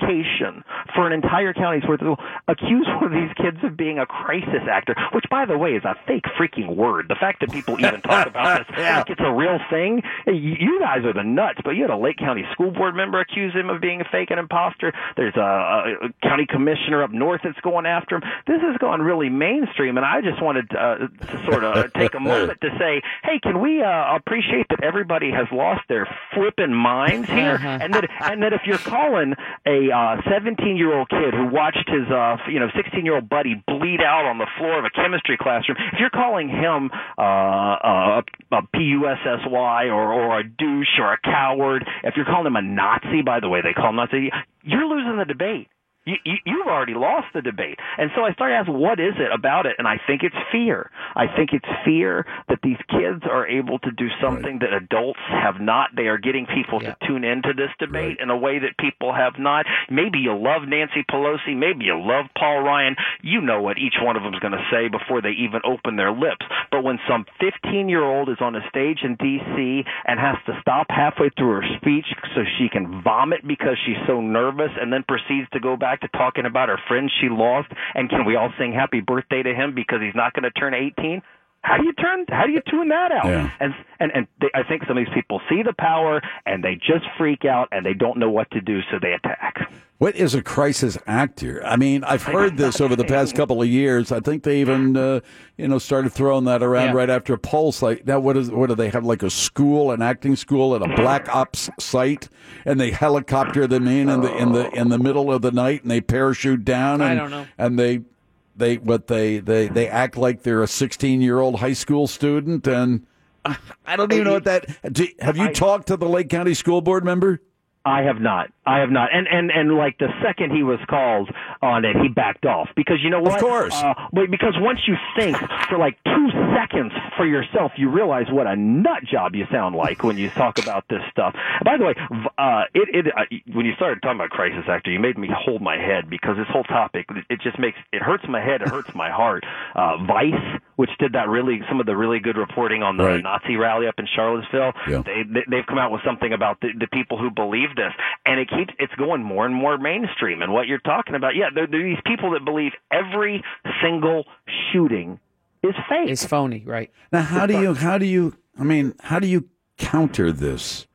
S21: education for an entire county's worth of accuse one of these kids of being a crisis actor, which by the way is a fake freaking word. The fact that people even talk about this like it's a real thing, you you guys are the nuts, but you had a Lake County school board member accuse him of being a fake and imposter. There's a, a county commissioner up north that's going after him. This has gone really mainstream and I just wanted uh, to sort of take a moment to say, "Hey, can we uh, appreciate that everybody has lost their flippin' minds here,
S5: Uh-huh.
S21: and that and that if you're calling a 17 year old kid who watched his uh you know 16 year old buddy bleed out on the floor of a chemistry classroom, if you're calling him uh, a, a pussy or or a douche or a coward, if you're calling him a Nazi, by the way, they call him Nazi, you're losing the debate. You, you, you've already lost the debate. And so I started asking, what is it about it? And I think it's fear. I think it's fear that these kids are able to do something that adults have not. They are getting people to tune into this debate in a way that people have not. Maybe you love Nancy Pelosi. Maybe you love Paul Ryan. You know what each one of them's going to say before they even open their lips. But when some 15 year old is on a stage in D.C. and has to stop halfway through her speech so she can vomit because she's so nervous and then proceeds to go back to talking about her friends she lost and can we all sing happy birthday to him because he's not going to turn 18? How do you turn? How do you tune that out? And and and they, I think some of these people see the power and they just freak out and they don't know what to do, so they attack.
S6: What is a crisis actor? I mean, I've heard this over the past couple of years. I think they even, uh, you know, started throwing that around right after Pulse. Like now, what is? What do they have? Like a school, an acting school, at a black ops site, and they helicopter them in in the in the in the middle of the night, and they parachute down. And,
S8: I don't know.
S6: And they they what they they they act like they're a sixteen year old high school student, and I I don't
S21: e
S6: even know what that. Do, have you talked to the Lake County School Board member?
S21: I have not. I have not. And and and like the second he was called on it, he backed off because you know what? Of course. Uh, but because once you think for like two seconds for yourself, you realize what a nut job you sound like when you talk about this stuff. By the way, v- uh, it it uh, when you started talking about crisis actor, you made me hold my head because this whole topic it- it just makes it hurts my head, it hurts my heart. Uh, Vice, which did that really some of the really good reporting on the
S4: Right.
S21: Nazi rally up in Charlottesville,
S4: Yeah.
S21: they, they they've come out with something about the, the people who believe this, and it keeps it's going more and more mainstream. And what you're talking about, yeah, there, there are these people that believe every single shooting is fake.
S8: It's phony, right?
S6: Now, how do you, how do you, I mean, how do you counter this?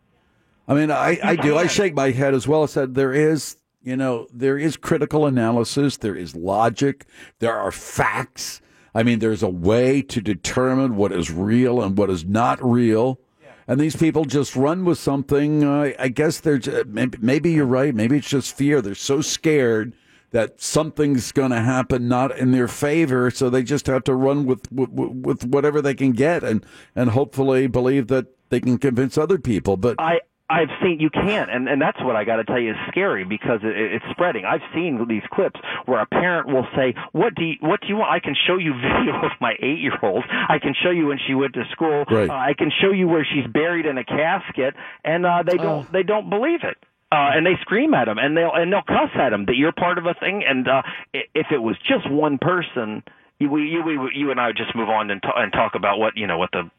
S6: I mean, I, I do. I shake my head as well. I said there is, you know, there is critical analysis, there is logic, there are facts. I mean, there's a way to determine what is real and what is not real. And these people just run with something. Uh, I guess they're ju- maybe, maybe you're right. Maybe it's just fear. They're so scared that something's going to happen not in their favor, so they just have to run with, with with whatever they can get and and hopefully believe that they can convince other people. But
S21: I I've seen you can't, and and that's what I got to tell you is scary because it, it's spreading. I've seen these clips where a parent will say, "What do you, what do you want? I can show you video of my eight year old. I can show you when she went to school.
S4: Right.
S21: Uh, I can show you where she's buried in a casket," and uh, they don't they don't believe it. Uh, and they scream at them, and they'll and they'll cuss at them that you're part of a thing. And uh, i- if it was just one person, you, we, you, we, you and I would just move on and, t- and talk about what you know what the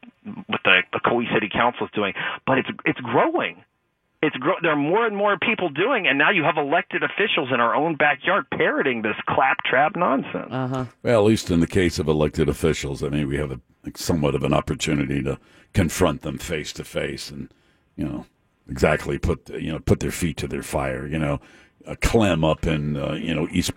S21: what the, the Coe City Council is doing, but it's it's growing. It's grow- there are more and more people doing, and now you have elected officials in our own backyard parroting this claptrap nonsense.
S8: Uh-huh.
S6: Well, at least in the case of elected officials, I mean, we have a, somewhat of an opportunity to confront them face to face, and you know, exactly put you know put their feet to their fire. You know, a Clem up in uh, you know East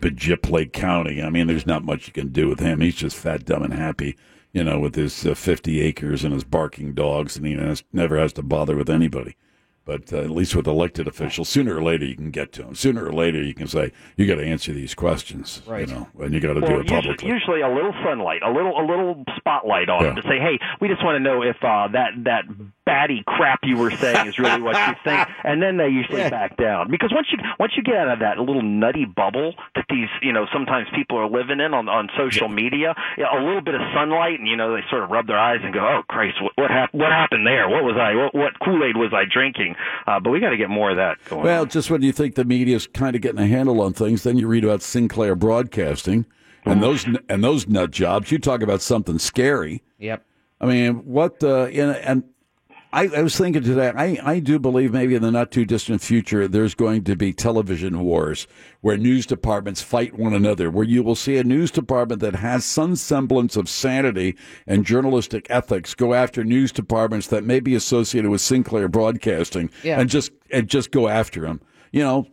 S6: Lake County. I mean, there's not much you can do with him. He's just fat, dumb, and happy. You know, with his uh, 50 acres and his barking dogs, and he has, never has to bother with anybody. But uh, at least with elected officials, sooner or later you can get to them. Sooner or later you can say you got to answer these questions,
S21: Right.
S6: you know, and you got to do
S21: Well,
S6: it
S21: usually-
S6: publicly.
S21: Usually, a little sunlight, a little a little spotlight on it to
S6: Yeah.
S21: say, "Hey, we just want to know if uh, that that batty crap you were saying is really what you think." And then they usually back down because once you once you get out of that little nutty bubble that these you know sometimes people are living in on on social media, yeah, a little bit of sunlight and you know they sort of rub their eyes and go, "Oh Christ, what what, hap- what happened there? What was I? What, what Kool Aid was I drinking?" Uh, but we got to get more of that going.
S6: Well, just when you think the media's kind of getting a handle on things, then you read about Sinclair Broadcasting and those and those nut jobs. You talk about something scary.
S8: Yep.
S6: I mean, what the you know, and I, I was thinking today. I I do believe maybe in the not too distant future, there's going to be television wars where news departments fight one another. Where you will see a news department that has some semblance of sanity and journalistic ethics go after news departments that may be associated with Sinclair Broadcasting
S4: Yeah.
S6: and just and just go after them. You know,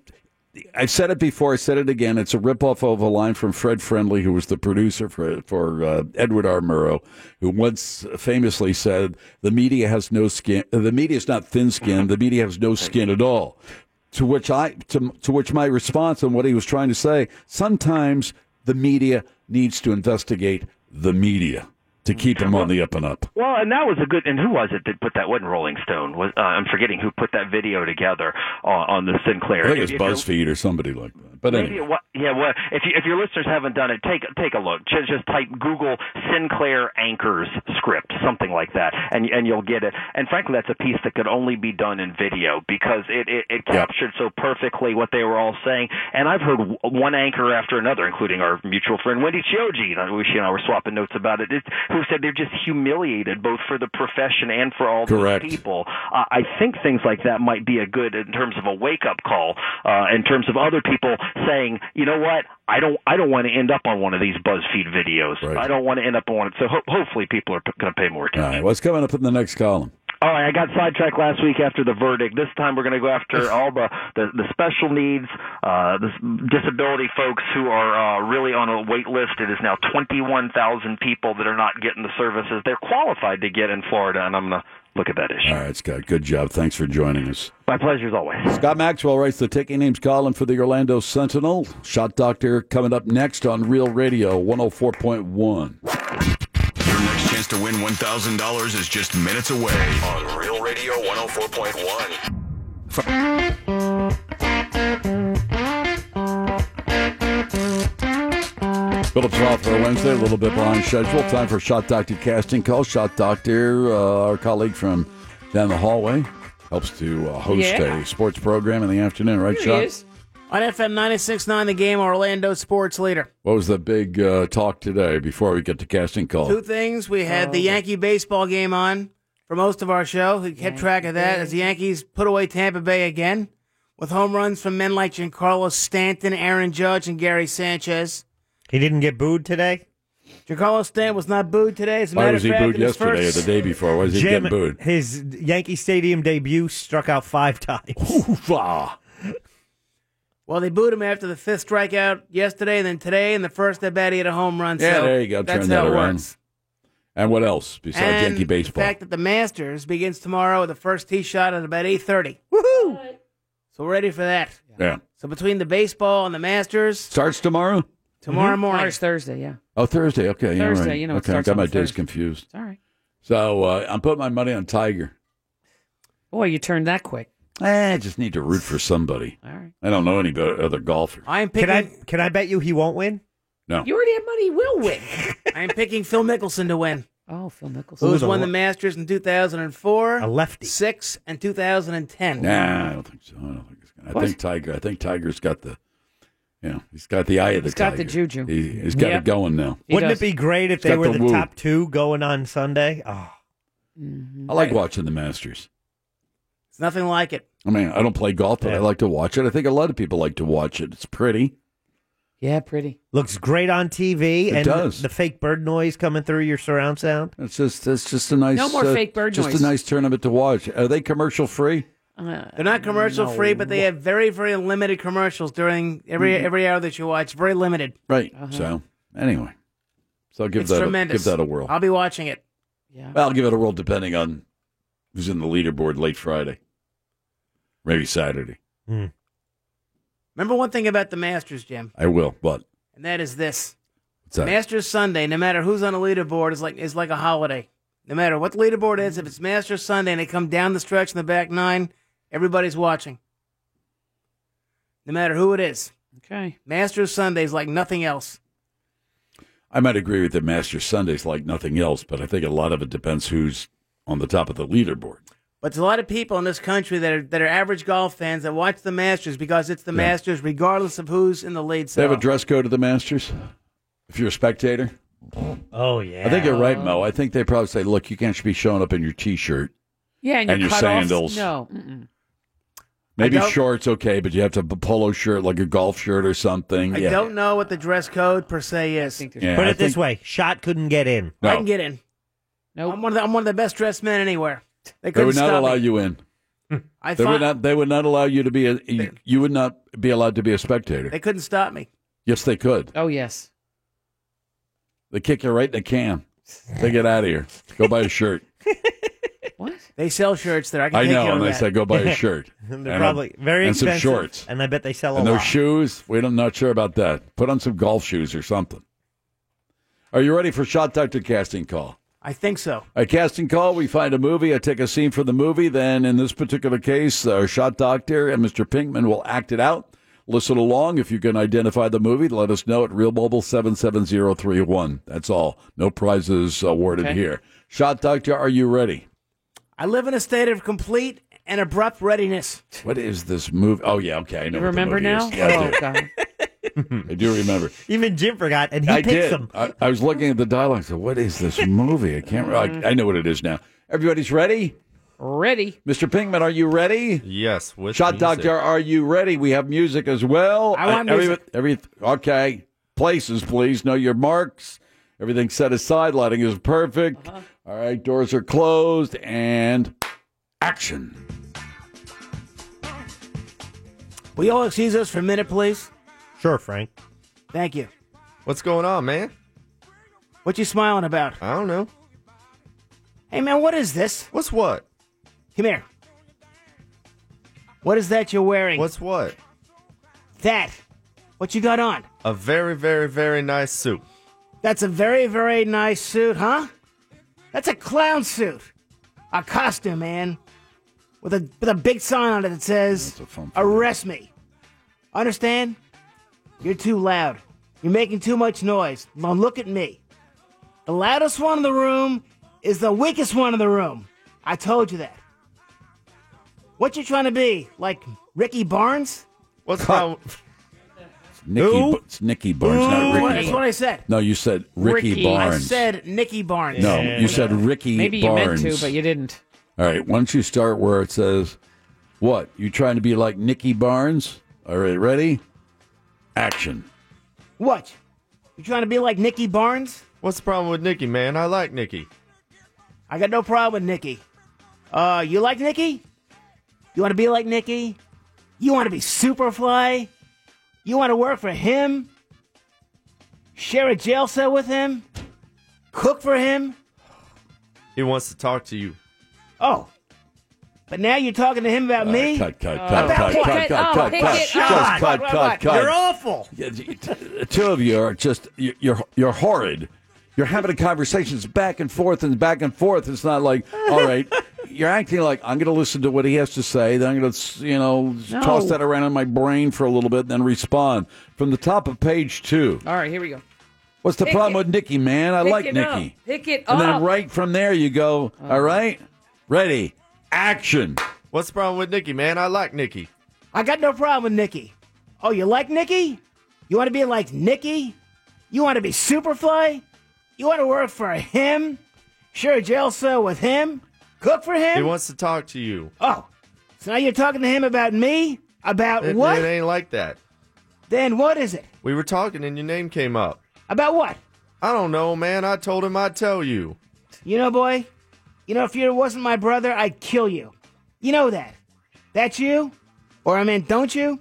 S6: I've said it before. I said it again. It's a ripoff of a line from Fred Friendly, who was the producer for for uh, Edward R. Murrow, who once famously said, "The media has no skin. uh, The media is not thin-skinned. The media has no skin at all." To which I to to which my response and what he was trying to say: sometimes the media needs to investigate the media. to keep them on the up and up.
S21: Well, and that was a good. And who was it that put that? Wasn't Rolling Stone? Was uh, I'm forgetting who put that video together uh, on, on the Sinclair.
S6: I think it's
S21: If- if you're-
S6: BuzzFeed or somebody like that. But
S21: Maybe
S6: anyway,
S21: it wa- yeah, well, if you, if your listeners haven't done it, take take a look. Just, just type Google Sinclair anchors script, something like that, and and you'll get it. And frankly, that's a piece that could only be done in video because it it, it captured so perfectly what they were all saying. And I've heard w- one anchor after another, including our mutual friend Wendy Chioji, that we she and I were swapping notes about it, it who said they're just humiliated both for the profession and for all
S6: Correct.
S21: those people. Uh, I think things like that might be a good in terms of a wake up call, uh, in terms of other people saying, you know what, I don't, I don't want to end up on one of these BuzzFeed videos. I don't want to end up on it. So ho- hopefully people are p- going to pay more
S6: all
S21: attention.
S6: right, what's coming up in the next column?
S21: All right, I got sidetracked last week after the verdict. This time we're going to go after all the, the, the special needs, uh, the s- disability folks who are uh, really on a wait list. It is now 21,000 people that are not getting the services they're qualified to get in Florida, and I'm going to look at that issue.
S6: All right, Scott, good job. Thanks for joining us.
S21: My pleasure as always.
S6: Scott Maxwell writes the Taking Names column for the Orlando Sentinel. Shot Doctor coming up next on Real Radio 104.1.
S2: Your next chance to win $1,000 is just minutes away on Real Radio 104.1.
S6: Phillips off for Wednesday, a little bit behind schedule. Time for Shot Doctor casting call. Shot Doctor, uh, our colleague from down the hallway, helps to uh, host
S4: Yeah.
S6: a sports program in the afternoon, right,
S4: Here
S6: Shot?
S4: he is. On FM 96.9, the game Orlando Sports Leader.
S6: What was the big uh, talk today before we get to casting call?
S4: Two things. We had
S8: Oh.
S4: the Yankee baseball game on for most of our show. We kept track of that as the Yankees put away Tampa Bay again with home runs from men like Giancarlo Stanton, Aaron Judge, and Gary Sanchez.
S9: He didn't get booed today.
S4: Giancarlo Stanton was not booed today. As a
S6: Why
S4: matter
S6: was
S4: of
S6: he
S4: fact,
S6: booed
S4: in his
S6: yesterday
S4: first-
S6: or the day before? Why was he
S9: Jim,
S6: getting booed?
S9: His Yankee Stadium debut struck out five times.
S4: Well, they booed him after the fifth strikeout yesterday, and then today, and the first at bat, he had a home run.
S6: yeah,
S4: so
S6: there you go.
S4: That's
S6: Turn that
S4: how it
S6: around.
S4: works.
S6: And what else besides
S4: and
S6: Yankee baseball?
S4: The fact that the Masters begins tomorrow with the first tee shot at about eight thirty. Woohoo! So we're ready for that.
S6: yeah.
S4: So between the baseball and the Masters
S6: Starts tomorrow?
S4: tomorrow
S8: Mhm.
S4: morning,
S8: Tomorrow's Thursday, yeah.
S6: Oh, Thursday. Okay. yeah,
S8: Thursday,
S6: right.
S8: you know, it
S6: Okay, I
S8: starts
S6: got
S8: on
S6: my days
S8: Thursday.
S6: confused.
S8: It's all right.
S6: So uh, I'm putting my money on Tiger.
S8: Boy, you turned that quick.
S6: Eh, I just need to root for somebody.
S8: All right.
S6: I don't know any bo- other golfer.
S4: I'm
S9: Can I can I bet you he won't win?
S6: No.
S4: You already have money. He will win. I am picking Phil Mickelson to win.
S8: Oh, Phil Mickelson.
S4: Who's
S9: Ooh, the
S4: won the
S9: le-
S4: Masters in 2004?
S9: A lefty.
S4: Six and 2010.
S6: Nah, I don't think so. I don't think it's gonna. I
S4: Oh. What?
S6: think Tiger. I think Tiger's got the, you know, he's got the eye of the
S4: He's got the
S6: tiger.
S4: juju.
S6: He, he's got
S4: Yep.
S6: it going now.
S9: Wouldn't it be great if
S6: He's
S9: they
S6: got
S9: were
S6: the
S9: the,
S6: woo.
S9: top two going on Sunday? Oh,
S6: I like watching the Masters.
S4: It's nothing like it.
S6: I mean, I don't play golf, but I like to watch it. I think a lot of people like to watch it. It's pretty.
S8: Yeah, pretty.
S9: Looks great on TV.
S6: It
S9: and
S6: does.
S9: The fake bird noise coming through your surround sound.
S6: It's just it's just a nice uh,
S4: No more fake bird
S6: just
S4: noise.
S6: a nice tournament to watch. Are they commercial free?
S4: They're not commercial free, but they have very, very limited commercials during every
S6: Mhm.
S4: every hour that you watch. Very limited.
S6: Right. So anyway, so give
S4: Uh-huh. it's
S6: that
S4: tremendous.
S6: A, give that a whirl.
S4: I'll be watching it.
S6: Well, I'll give it a whirl depending on who's in the leaderboard late Friday, maybe Saturday.
S4: Remember one thing about the Masters, Jim,
S6: I will, but
S4: and that is this:
S6: What's that?
S4: Masters Sunday, no matter who's on the leaderboard, is like is like a holiday. No matter what the leaderboard is, if it's Masters Sunday and they come down the stretch in the back nine, everybody's watching. No matter who it is.
S8: Okay.
S4: Masters Sunday is like nothing else.
S6: I might agree with the Master Sundays like nothing else, but I think a lot of it depends who's on the top of the leaderboard.
S4: But there's a lot of people in this country that are that are average golf fans that watch the Masters because it's the
S6: Yeah.
S4: Masters, regardless of who's in the lead.
S6: They have a
S4: So
S6: dress code at the Masters. If you're a spectator,
S9: Oh yeah.
S6: I think you're right, Mo. I think they probably say, "Look, you can't be showing up in your t-shirt,
S8: Yeah, and,
S6: your
S8: cutoffs?
S6: sandals,
S8: No. Mm-mm.
S6: maybe
S4: I don't-
S6: shorts, okay, but you have to have a polo shirt, like a golf shirt or something."
S4: I
S6: yeah,
S4: don't know what the dress code per se is.
S6: Yeah, Put I it this think-
S9: way: shot couldn't get in.
S6: No.
S4: I can get in. No, I'm one of the, I'm one of the best dressed men anywhere. They
S6: they
S4: couldn't
S6: would not
S4: stop
S6: allow
S4: me. Hmm.
S6: you in.
S4: I
S6: They would
S4: find,
S6: not. They would not allow you to be a. You, you would not be allowed to be a spectator.
S4: They couldn't stop me.
S6: Yes, they could.
S8: Oh yes.
S6: They kick you right in the can. They get out of here. Go buy a shirt.
S4: They sell shirts there. I, can
S6: I
S4: take
S6: know,
S4: you on
S6: and they
S4: that.
S6: said go buy a shirt.
S9: They're
S6: And a-
S9: probably very
S6: and
S9: expensive,
S6: some shorts
S9: and I bet they sell a
S6: and
S9: lot.
S6: those shoes. We're not sure about that. Put on some golf shoes or something. Are you ready for Shot Doctor casting call?
S4: I think so.
S6: A casting call, we find a movie, I take a scene from the movie, then in this particular case, our shot doctor and Mr. Pinkman will act it out. Listen along. If you can identify the movie, let us know at Real Mobile 77031. That's all. No prizes awarded
S4: Okay.
S6: here. Shot Doctor, are you ready?
S4: I live in a state of complete and abrupt readiness.
S6: What is this movie? Oh, yeah, okay. I know
S4: You
S6: what the
S4: remember
S6: movie
S4: now?
S6: is. Yeah, I,
S4: Oh,
S6: do. I do remember.
S9: Even Jim forgot, and he
S6: I
S9: picks
S6: did.
S9: them.
S6: I, I was looking at the dialogue. I said, what is this movie? I can't
S4: Mm.
S6: remember. I, I know what it is now. Everybody's ready?
S8: Ready.
S6: Mr. Pinkman, are you ready?
S7: Yes. With
S6: Shot
S7: music.
S6: Doctor, are you ready? We have music as well.
S7: I want
S6: Uh,
S7: music.
S6: Every, every- okay. Places, please. Know your marks. Everything set aside. Lighting is perfect.
S4: Uh-huh.
S6: All right. Doors are closed. And action.
S4: Will you all excuse us for a minute, please?
S9: Sure, Frank.
S4: Thank you.
S7: What's going on, man?
S4: What you smiling about?
S7: I don't know.
S4: Hey, man, what is this?
S7: What's what?
S4: Come here. What is that you're wearing?
S7: What's what?
S4: That. What you got on?
S7: A very, very, very nice suit.
S4: That's a very, very nice suit, huh? That's a clown suit. A costume, man. With a with a big sign on it that says Arrest me. Understand? You're too loud. You're making too much noise. Now look at me. The loudest one in the room is the weakest one in the room. I told you that. What you trying to be? Like Ricky Barnes?
S7: What's wrong?
S6: Nikki,
S4: Who?
S6: Bu- it's Nikki Barnes, not Ricky.
S4: That's what I said.
S6: No, you said Ricky, Barnes.
S4: I said Nicky Barnes.
S6: No, you said Ricky
S8: uh, Maybe
S6: Barnes.
S8: you meant to, but you didn't.
S6: All right. Why don't you start where it says, what? You trying to be like Nikki Barnes? All right. Ready? Action.
S4: What? You trying to be like Nicky Barnes?
S7: What's the problem with Nikki, man? I like Nikki.
S4: I got no problem with Nikki. Uh, you like Nikki? You want to be like Nikki? You want to be Superfly? You want to work for him? Share a jail cell with him? Cook for him?
S7: He wants to talk to you.
S4: Oh, but now you're talking to him about
S7: Uh,
S4: me?
S7: cut, cut,
S8: Oh.
S6: cut,
S4: about
S6: cut,
S4: what?
S6: cut, cut, cut, cut. Just
S4: up.
S6: cut,
S4: What,
S6: cut,
S4: what, what?
S6: cut.
S4: You're awful.
S6: Yeah, the- the two of you are just you- you're you're horrid. You're having a conversations back and forth and back and forth. It's not like all right. You're acting like I'm going to listen to what he has to say. Then I'm going to you know
S8: No.
S6: toss that around in my brain for a little bit, then respond from the top of page two.
S8: All right, here we go.
S6: What's the
S8: Pick
S6: problem
S8: it-
S6: with Nikki, man? I
S8: pick
S6: like
S8: it
S6: Nikki.
S8: up. Pick it
S6: and
S8: up.
S6: then right from there you go. All right, ready, action.
S7: What's the problem with Nikki, man? I like Nikki.
S4: I got no problem with Nikki. Oh, you like Nikki? You want to be like Nikki? You want to be Superfly? You want to work for him? Share a jail cell with him? Cook for him?
S7: He wants to talk to you.
S4: oh, so now you're talking to him about me? About
S7: It,
S4: what?
S7: it ain't like that.
S4: Then what is it?
S7: We were talking and your name came up.
S4: About what?
S7: I don't know, man. I told him I'd tell you.
S4: You know, boy, you know, if you wasn't my brother, I'd kill you. You know that. That's you? Or I mean, don't you?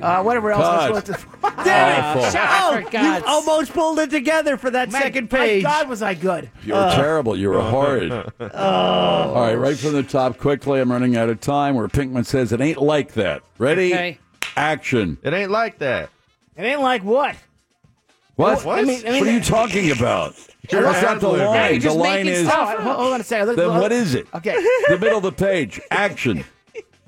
S4: Uh, whatever else I was
S9: Cut.
S4: supposed to.
S9: Damn
S7: Oh,
S4: Awful.
S9: it!
S4: For
S9: Shut up!
S4: God's-
S9: You almost pulled it together for that
S4: Man,
S9: second
S4: my
S9: page.
S4: God, was I good?
S6: You
S7: Uh.
S6: were terrible. You
S7: Oh.
S6: were horrid. All right, right from the top, quickly. I'm running out of time. Where Pinkman says it ain't like that. Ready?
S4: Okay.
S6: Action.
S7: It ain't like that.
S4: It ain't like what?
S6: What?
S4: What? I mean- I mean- uh,
S6: what are you talking about?
S4: You're
S6: That's not the
S4: ad-libbing.
S6: line.
S4: Yeah, you're
S6: the
S4: just
S6: line
S4: making
S6: is.
S4: stuff up. Hold- hold on a second. Look-
S6: then
S4: look-
S6: what is it?
S4: Okay.
S6: the middle of the page. Action.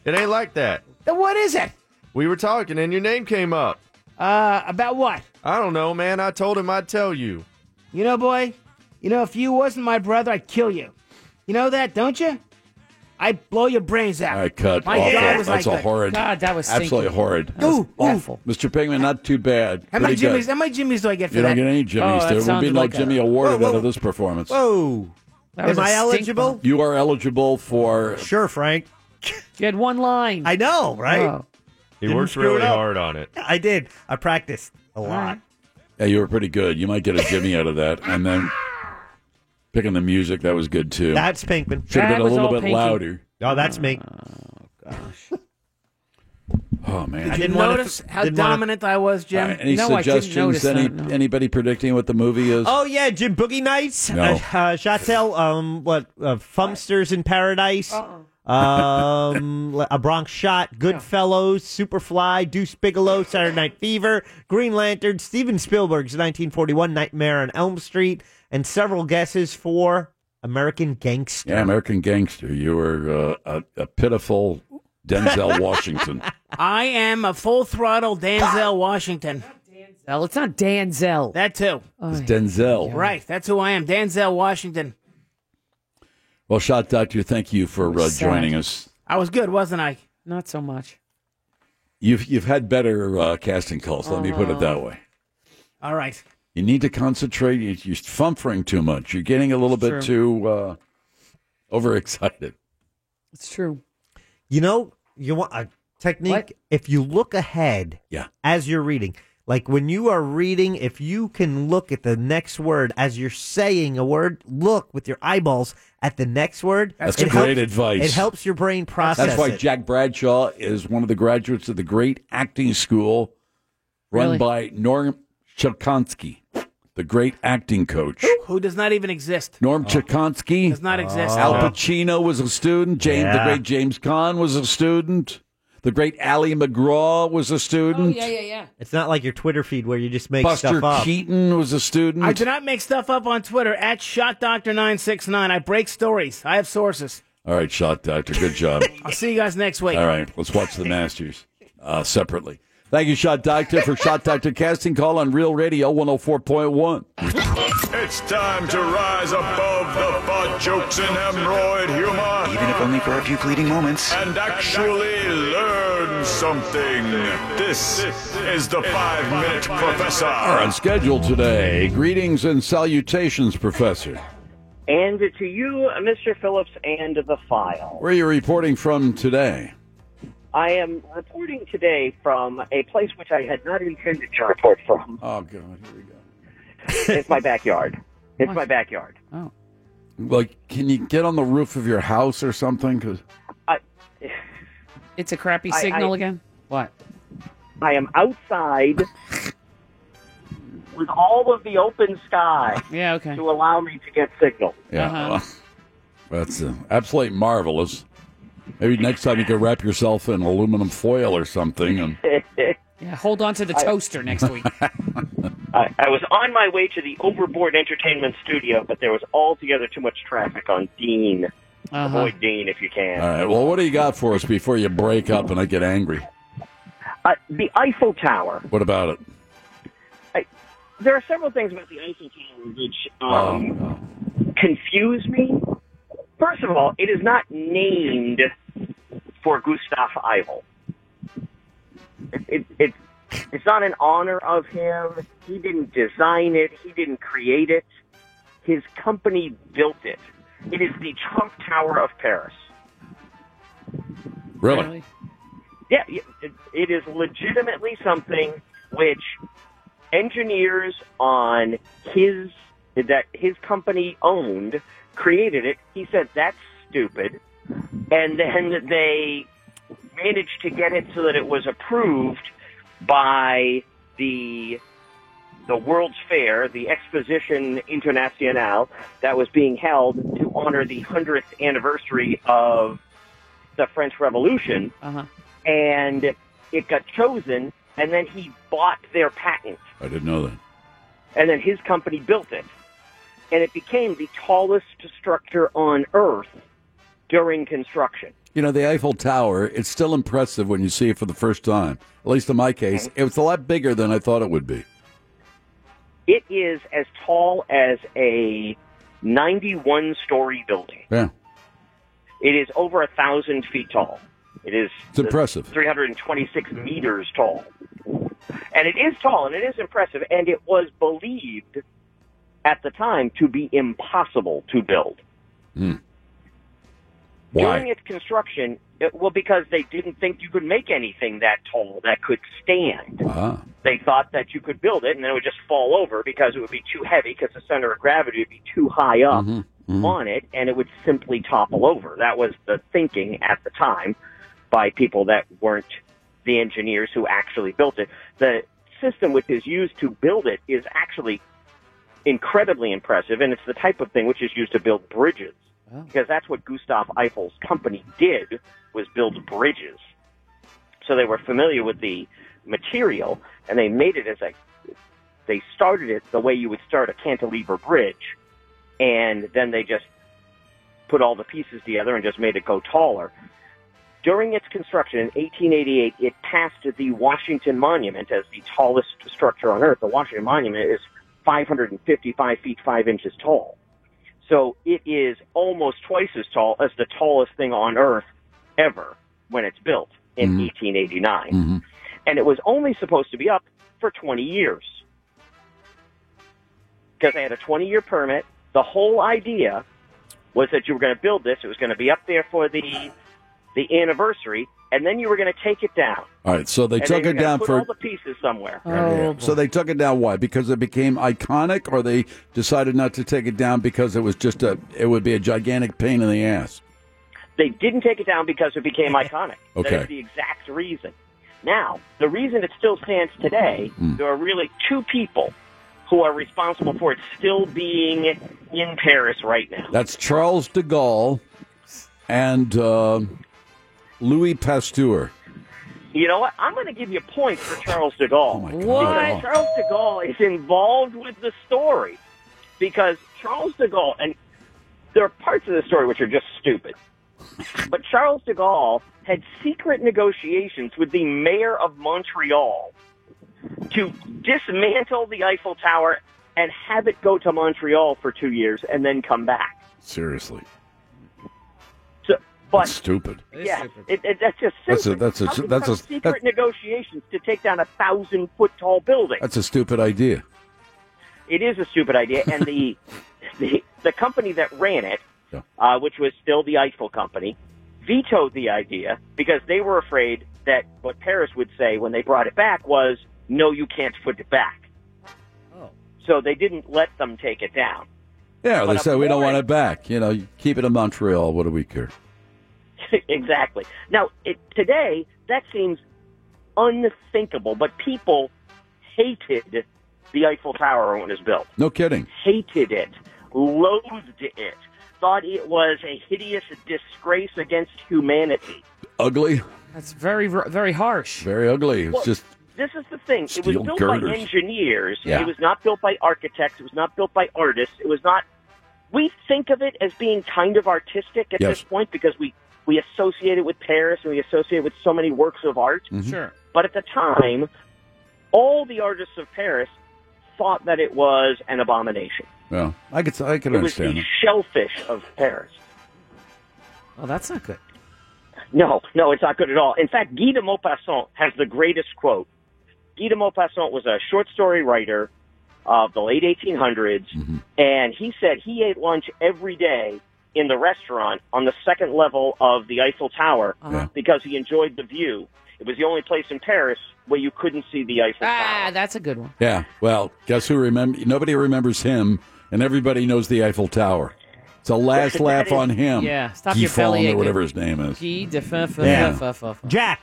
S7: It ain't like that.
S4: Then what is it?
S7: We were talking and your name came up.
S4: Uh, about what?
S7: I don't know, man. I told him I'd tell you.
S4: You know, boy, you know, if you wasn't my brother, I'd kill you. You know that, don't you? I'd blow your brains out.
S6: I cut.
S4: My
S6: awful.
S4: God, was
S6: That's
S4: I
S6: a
S4: good.
S6: horrid. absolutely horrid.
S4: Ooh,
S6: awful. Mr. Pinkman, not too bad.
S4: How many
S6: Pretty good.
S4: Jimmys? How many Jimmys do I get for
S6: You
S4: that?
S6: don't get any Jimmys. there will be no Jimmy awarded out of this performance.
S9: Whoa!
S8: That was
S9: Am
S8: a
S9: I
S8: stink
S9: eligible?
S6: You are eligible for
S9: Sure, Frank.
S8: You had one line.
S9: I know, right?
S8: Oh.
S7: He
S9: Didn't
S7: worked
S9: screw it
S7: really
S9: up.
S7: hard on it.
S9: I did. I practiced a lot.
S6: Yeah, you were pretty good. You might get a Jimmy out of that, and then picking the music that was good too.
S9: That's Pinkman.
S6: Should have
S9: That
S6: been a
S9: was
S6: little
S9: all
S6: bit
S9: Pinky.
S6: louder.
S9: No, that's me.
S6: Oh man,
S4: Did you notice how dominant I was, Jim?
S6: Any suggestions? Any anybody predicting what the movie is?
S9: Oh yeah, Jim Boogie Nights,
S6: No.
S9: uh, uh, Chatel, um, what uh, Fumpsters in Paradise,
S4: Uh-uh.
S9: Um, A Bronx Shot, Goodfellas, Superfly, Deuce Bigelow, Saturday Night Fever, Green Lantern, Steven Spielberg's 1941 Nightmare on Elm Street, and several guesses for American Gangster.
S6: Yeah, American Gangster. You were uh, a, a pitiful Denzel Washington.
S4: I am a full throttle Danzel Washington.
S8: Well, it's not Oh, Danzel.
S4: That too.
S6: It's Denzel.
S4: Right. That's who I am. Danzel Washington.
S6: Well, Shot Doctor, thank you for uh,
S4: Sad.
S6: joining us.
S4: I was good, wasn't I?
S8: Not so much.
S6: You've, you've had better uh, casting calls, let me put it
S4: Oh.
S6: that way.
S4: All right.
S6: You need to concentrate. You- You're fumfering too much. You're getting a little bit
S8: It's
S6: too uh, overexcited.
S8: It's true.
S9: You know, you want a technique. If you look ahead,
S6: yeah,
S9: as you're reading, like when you are reading, if you can look at the next word as you're saying a word, look with your eyeballs at the next word.
S6: That's
S9: It
S6: great
S9: helps-
S6: advice.
S9: It helps your brain process.
S6: That's why
S9: it.
S6: Jack Bradshaw is one of the graduates of the great acting school run
S4: Really?
S6: by Norm Chalkonsky, the great acting coach.
S4: Who does not even exist?
S6: Norm Chikonsky
S4: Oh. Does not exist.
S6: Al
S4: Oh.
S6: Pacino was a student. James,
S4: Yeah.
S6: the great James Caan was a student. The great Ally McGraw was a student.
S4: Oh, yeah, yeah.
S9: It's not like your Twitter feed where you just make
S6: Buster
S9: stuff up.
S6: Keaton was a student.
S4: I do not make stuff up on Twitter at ShotDoctor969. I break stories. I have sources.
S6: All right, shot doctor. Good job.
S4: I'll see you guys next week.
S6: All right, let's watch the Masters uh, separately. Thank you, Shot Doctor, for Shot Doctor Casting Call on Real Radio 104.1.
S2: It's time to rise above the butt jokes and hemorrhoid humor.
S1: Even if only for a few fleeting moments.
S2: And actually learn something. This is the Five Minute
S6: Are
S2: Professor.
S6: on schedule today. Greetings and salutations, Professor.
S12: And to you, Mr. Phillips, and the file.
S6: Where are you reporting from today?
S12: I am reporting today from a place which I had not intended to report from.
S6: Oh, God, here we go.
S12: it's my backyard. It's my backyard.
S6: Like, can you get on the roof of your house or something? 'Cause-
S8: It's a crappy
S12: I-
S8: signal
S12: I-
S8: again. What?
S12: I am outside with all of the open sky
S8: yeah, okay.
S12: to allow me to get signal.
S6: yeah,
S8: Uh-huh.
S12: Uh-huh.
S6: well, that's uh, absolutely marvelous. Maybe next time you could wrap yourself in aluminum foil or something. And
S8: Yeah, hold on to the
S12: I-
S8: toaster next week.
S12: I, I was on my way to the Overboard Entertainment Studio, but there was altogether too much traffic on Dean. Avoid Dean if you can.
S6: Uh-huh. all right, well, what do you got for us before you break up and I get angry?
S12: Uh, the Eiffel Tower.
S6: What about it?
S12: There are several things about the Eiffel Tower which
S5: Oh,
S12: um, confuse me. First of all, it is not named for Gustav Eiffel. It, it, it, it's not in honor of him. He didn't design it. He didn't create it. His company built it. It is the Trump Tower of Paris.
S6: Really?
S12: Yeah, y- it, it is legitimately something which engineers on his that his company owned created it. He said that's stupid, and then they managed to get it so that it was approved by the the World's Fair, the Exposition Internationale, that was being held to honor the hundredth anniversary of the French Revolution
S8: Uh-huh.
S12: and it got chosen, and then he bought their patent,
S6: I didn't know that.
S12: and then his company built it, and it became the tallest structure on Earth during construction.
S6: You know, the Eiffel Tower, it's still impressive when you see it for the first time. At least in my case, it was a lot bigger than I thought it would be.
S12: It is as tall as a 91-story building.
S6: Yeah.
S12: It is over a thousand feet tall. It is
S6: It's impressive.
S12: 326 meters tall. And it is tall and it is impressive, and it was believed at the time to be impossible to build.
S6: Hmm. Why?
S12: During its construction, it, well, because they didn't think you could make anything that tall that could stand.
S6: Ah.
S12: They thought that you could build it and then it would just fall over because it would be too heavy because the center of gravity would be too high up
S5: mm-hmm.
S6: Mm-hmm.
S12: on it and it would simply topple over. That was the thinking at the time by people that weren't the engineers who actually built it. The system which is used to build it is actually incredibly impressive and it's the type of thing which is used to build bridges. because that's what Gustav Eiffel's company did was build bridges. So they were familiar with the material, and they made it as a they started it the way you would start a cantilever bridge, and then they just put all the pieces together and just made it go taller. During its construction in 1888, it passed the Washington Monument as the tallest structure on Earth. The Washington Monument is 555 feet 5 inches tall. So it is almost twice as tall as the tallest thing on Earth ever when it's built in
S6: Mm-hmm.
S12: 1889. And it was only supposed to be up for 20 years because they had a 20 year permit. The whole idea was that you were going to build this, it was going to be up there for the, the anniversary, and then you were going to take it down.
S6: All right, so they
S12: And
S6: took
S12: were
S6: it
S12: gonna
S6: down
S12: put
S6: for.
S12: all the pieces somewhere. Oh,
S6: Yeah. so they took it down. Why? Because it became iconic, or they decided not to take it down because it was just a. It would be a gigantic pain in the ass.
S12: They didn't take it down because it became iconic.
S6: Okay.
S12: That is the exact reason. Now, the reason it still stands today, there are really two people who are responsible for it still being in Paris right now.
S6: That's Charles de Gaulle and uh, Louis Pasteur.
S12: You know what? I'm going to give you points for Charles de Gaulle.
S6: What?
S12: Because Charles de Gaulle is involved with the story. Because Charles de Gaulle, and there are parts of the story which are just stupid, but Charles de Gaulle had secret negotiations with the mayor of Montreal to dismantle the Eiffel Tower and have it go to Montreal for two years and then come back.
S6: Seriously,
S12: But
S6: that's stupid.
S12: yeah, it, it, that's just
S6: That's a-
S12: stupid.
S6: that's a-
S12: How can
S6: that's
S12: you
S6: a-
S12: have secret negotiations to take down a thousand foot tall building.
S6: That's a stupid idea.
S12: It is a stupid idea, and the the, the company that ran it, uh, which was still the Eiffel Company, vetoed the idea because they were afraid that what Paris would say when they brought it back was, "No, you can't put it back." So they didn't let them take it down.
S6: Yeah,
S12: But
S6: they
S12: a
S6: said we don't want it back. You know, you keep it in Montreal. What do we care?
S12: exactly. Now, it, today, that seems unthinkable, but people hated the Eiffel Tower when it was built.
S6: No kidding.
S12: Hated it, loathed it, thought it was a hideous disgrace against humanity.
S6: Ugly.
S8: That's very, very harsh.
S6: Very ugly. It's
S12: Well,
S6: just
S12: This is the thing. It was
S6: Steel
S12: built by
S6: girders.
S12: engineers.
S6: Yeah.
S12: It was not built by architects. It was not built by artists. It was not. We think of it as being kind of artistic at
S5: Yes.
S12: this point because we we associate it with Paris and we associate it with so many works of art.
S6: Mm-hmm.
S8: Sure.
S12: But at the time, all the artists of Paris thought that it was an abomination.
S6: well, I could I could
S12: it was
S6: understand.
S12: the
S6: it.
S12: shellfish of Paris.
S8: Oh, that's not good.
S12: No, no, it's not good at all. In fact, Guy de Maupassant has the greatest quote. Guy de Maupassant was a short story writer of the late 1800s, and he said he ate lunch every day in the restaurant on the second level of the Eiffel Tower because he enjoyed the view. It was the only place in Paris where you couldn't see the Eiffel Tower.
S8: Ah, that's a good one.
S6: Yeah. Well, guess who remember? Nobody remembers him, and everybody knows the Eiffel Tower. It's a last
S8: That
S6: laugh
S8: is-
S6: on him.
S8: Yeah, stop
S6: Guy
S8: your belly
S6: Fawkes
S8: aching.
S6: or whatever his name is.
S8: Gee, da- fa- fa-
S6: Yeah.
S8: fa- fa- fa-
S9: Jack,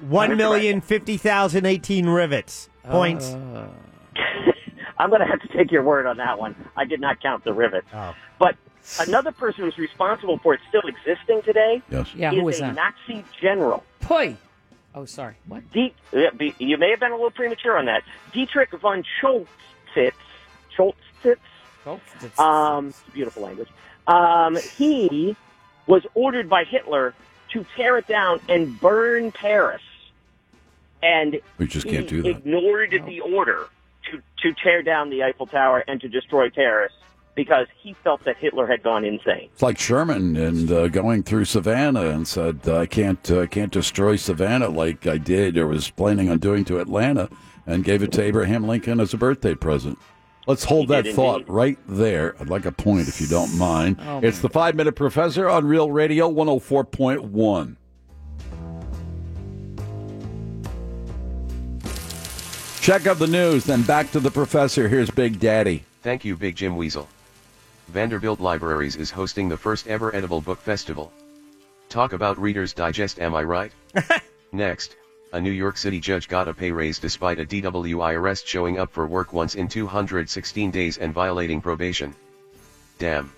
S9: one million fifty thousand eighteen rivets points.
S12: I'm going to have to take your word on that one. I did not count the rivets. But another person who's responsible for it still existing today
S6: yes.
S8: Yeah,
S12: is
S8: who is
S12: a
S8: that?
S12: Nazi general.
S8: Poi. Oh, sorry. What?
S12: Det- yeah, be- you may have been a little premature on that. Dietrich von Choltitz. Choltitz? Um, beautiful language. Um, he was ordered by Hitler to tear it down and burn Paris. And
S6: We just
S12: he
S6: can't do that.
S12: ignored the order to, to tear down the Eiffel Tower and to destroy Paris because he felt that Hitler had gone insane.
S6: It's like Sherman and uh, going through Savannah and said, "I can't, uh, can't destroy Savannah like I did or was planning on doing to Atlanta," and gave it to Abraham Lincoln as a birthday present. Let's hold
S3: He
S6: that
S3: did
S6: thought
S3: indeed.
S6: right there. I'd like a point if you don't mind.
S3: Oh,
S6: it's the Five Minute Professor on Real Radio 104.1. Check out the news, then back to the professor. Here's Big Daddy.
S19: Thank you, Big Jim Weasel. Vanderbilt Libraries is hosting the first ever edible book festival. Talk about Reader's Digest, am I right? Next, a New York City judge got a pay raise despite a DWI arrest showing up for work once in 216 days and violating probation. Damn.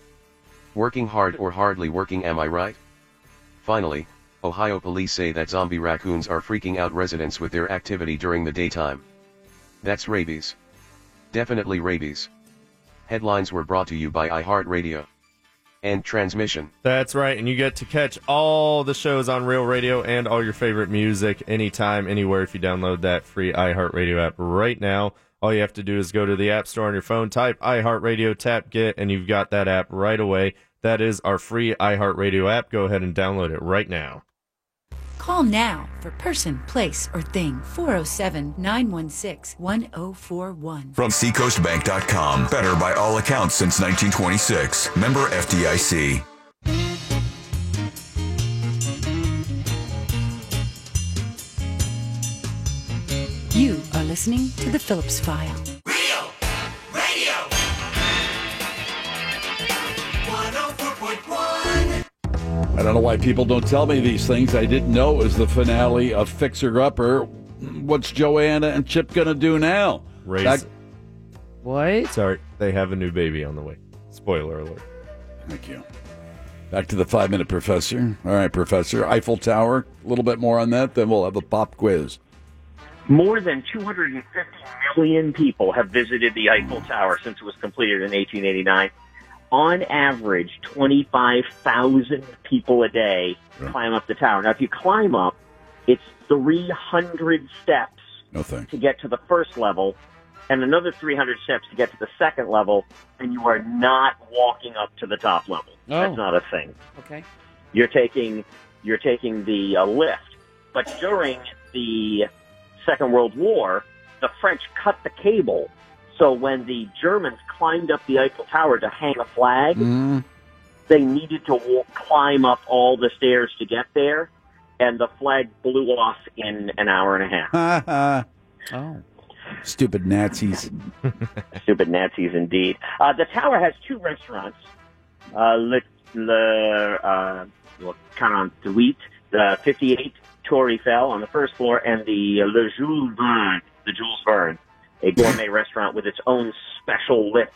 S19: Working hard or hardly working, am I right? Finally, Ohio police say that zombie raccoons are freaking out residents with their activity during the daytime. That's rabies. Definitely rabies. Headlines were brought to you by iHeartRadio. And transmission.
S7: That's right, and you get to catch all the shows on Real Radio and all your favorite music anytime, anywhere if you download that free iHeartRadio app right now. All you have to do is go to the App Store on your phone, type iHeartRadio, tap get, and you've got that app right away. That is our free iHeartRadio app. Go ahead and download it right now.
S20: Call now for person, place, or thing 407 916 1041.
S1: From SeacoastBank.com. Better by all accounts since 1926. Member FDIC.
S20: You are listening to The Phillips File.
S5: Radio 104.1.
S6: I don't know why people don't tell me these things. I didn't know it was the finale of Fixer Upper. What's Joanna and Chip going to do now?
S7: Raise.
S8: What?
S7: Sorry, they have a new baby on the way. Spoiler alert.
S6: Thank you. Back to the five minute professor. All right, professor. Eiffel Tower, a little bit more on that, then we'll have the pop quiz.
S12: More than 250 million people have visited the Eiffel Tower since it was completed in 1889. On average, 25,000 people a day climb up the tower. Now, if you climb up, it's 300 steps
S6: No thanks.
S12: to get to the first level and another 300 steps to get to the second level, and you are not walking up to the top level.
S8: Oh.
S12: That's not a thing
S8: Okay.
S12: you're taking you're taking the uh, lift. But during the Second World War, the French cut the cable. So when the Germans climbed up the Eiffel Tower to hang a flag,
S6: Mm-hmm.
S12: they needed to wa- climb up all the stairs to get there, and the flag blew off in an hour and a half.
S6: oh. Stupid Nazis.
S12: Stupid Nazis, indeed. Uh, the tower has two restaurants. Uh, Le, Le, uh, well, Caron Thuit, the 58 Torifel on the first floor, and the uh, Le Jules Verne, the Jules Verne, a gourmet restaurant with its own special lift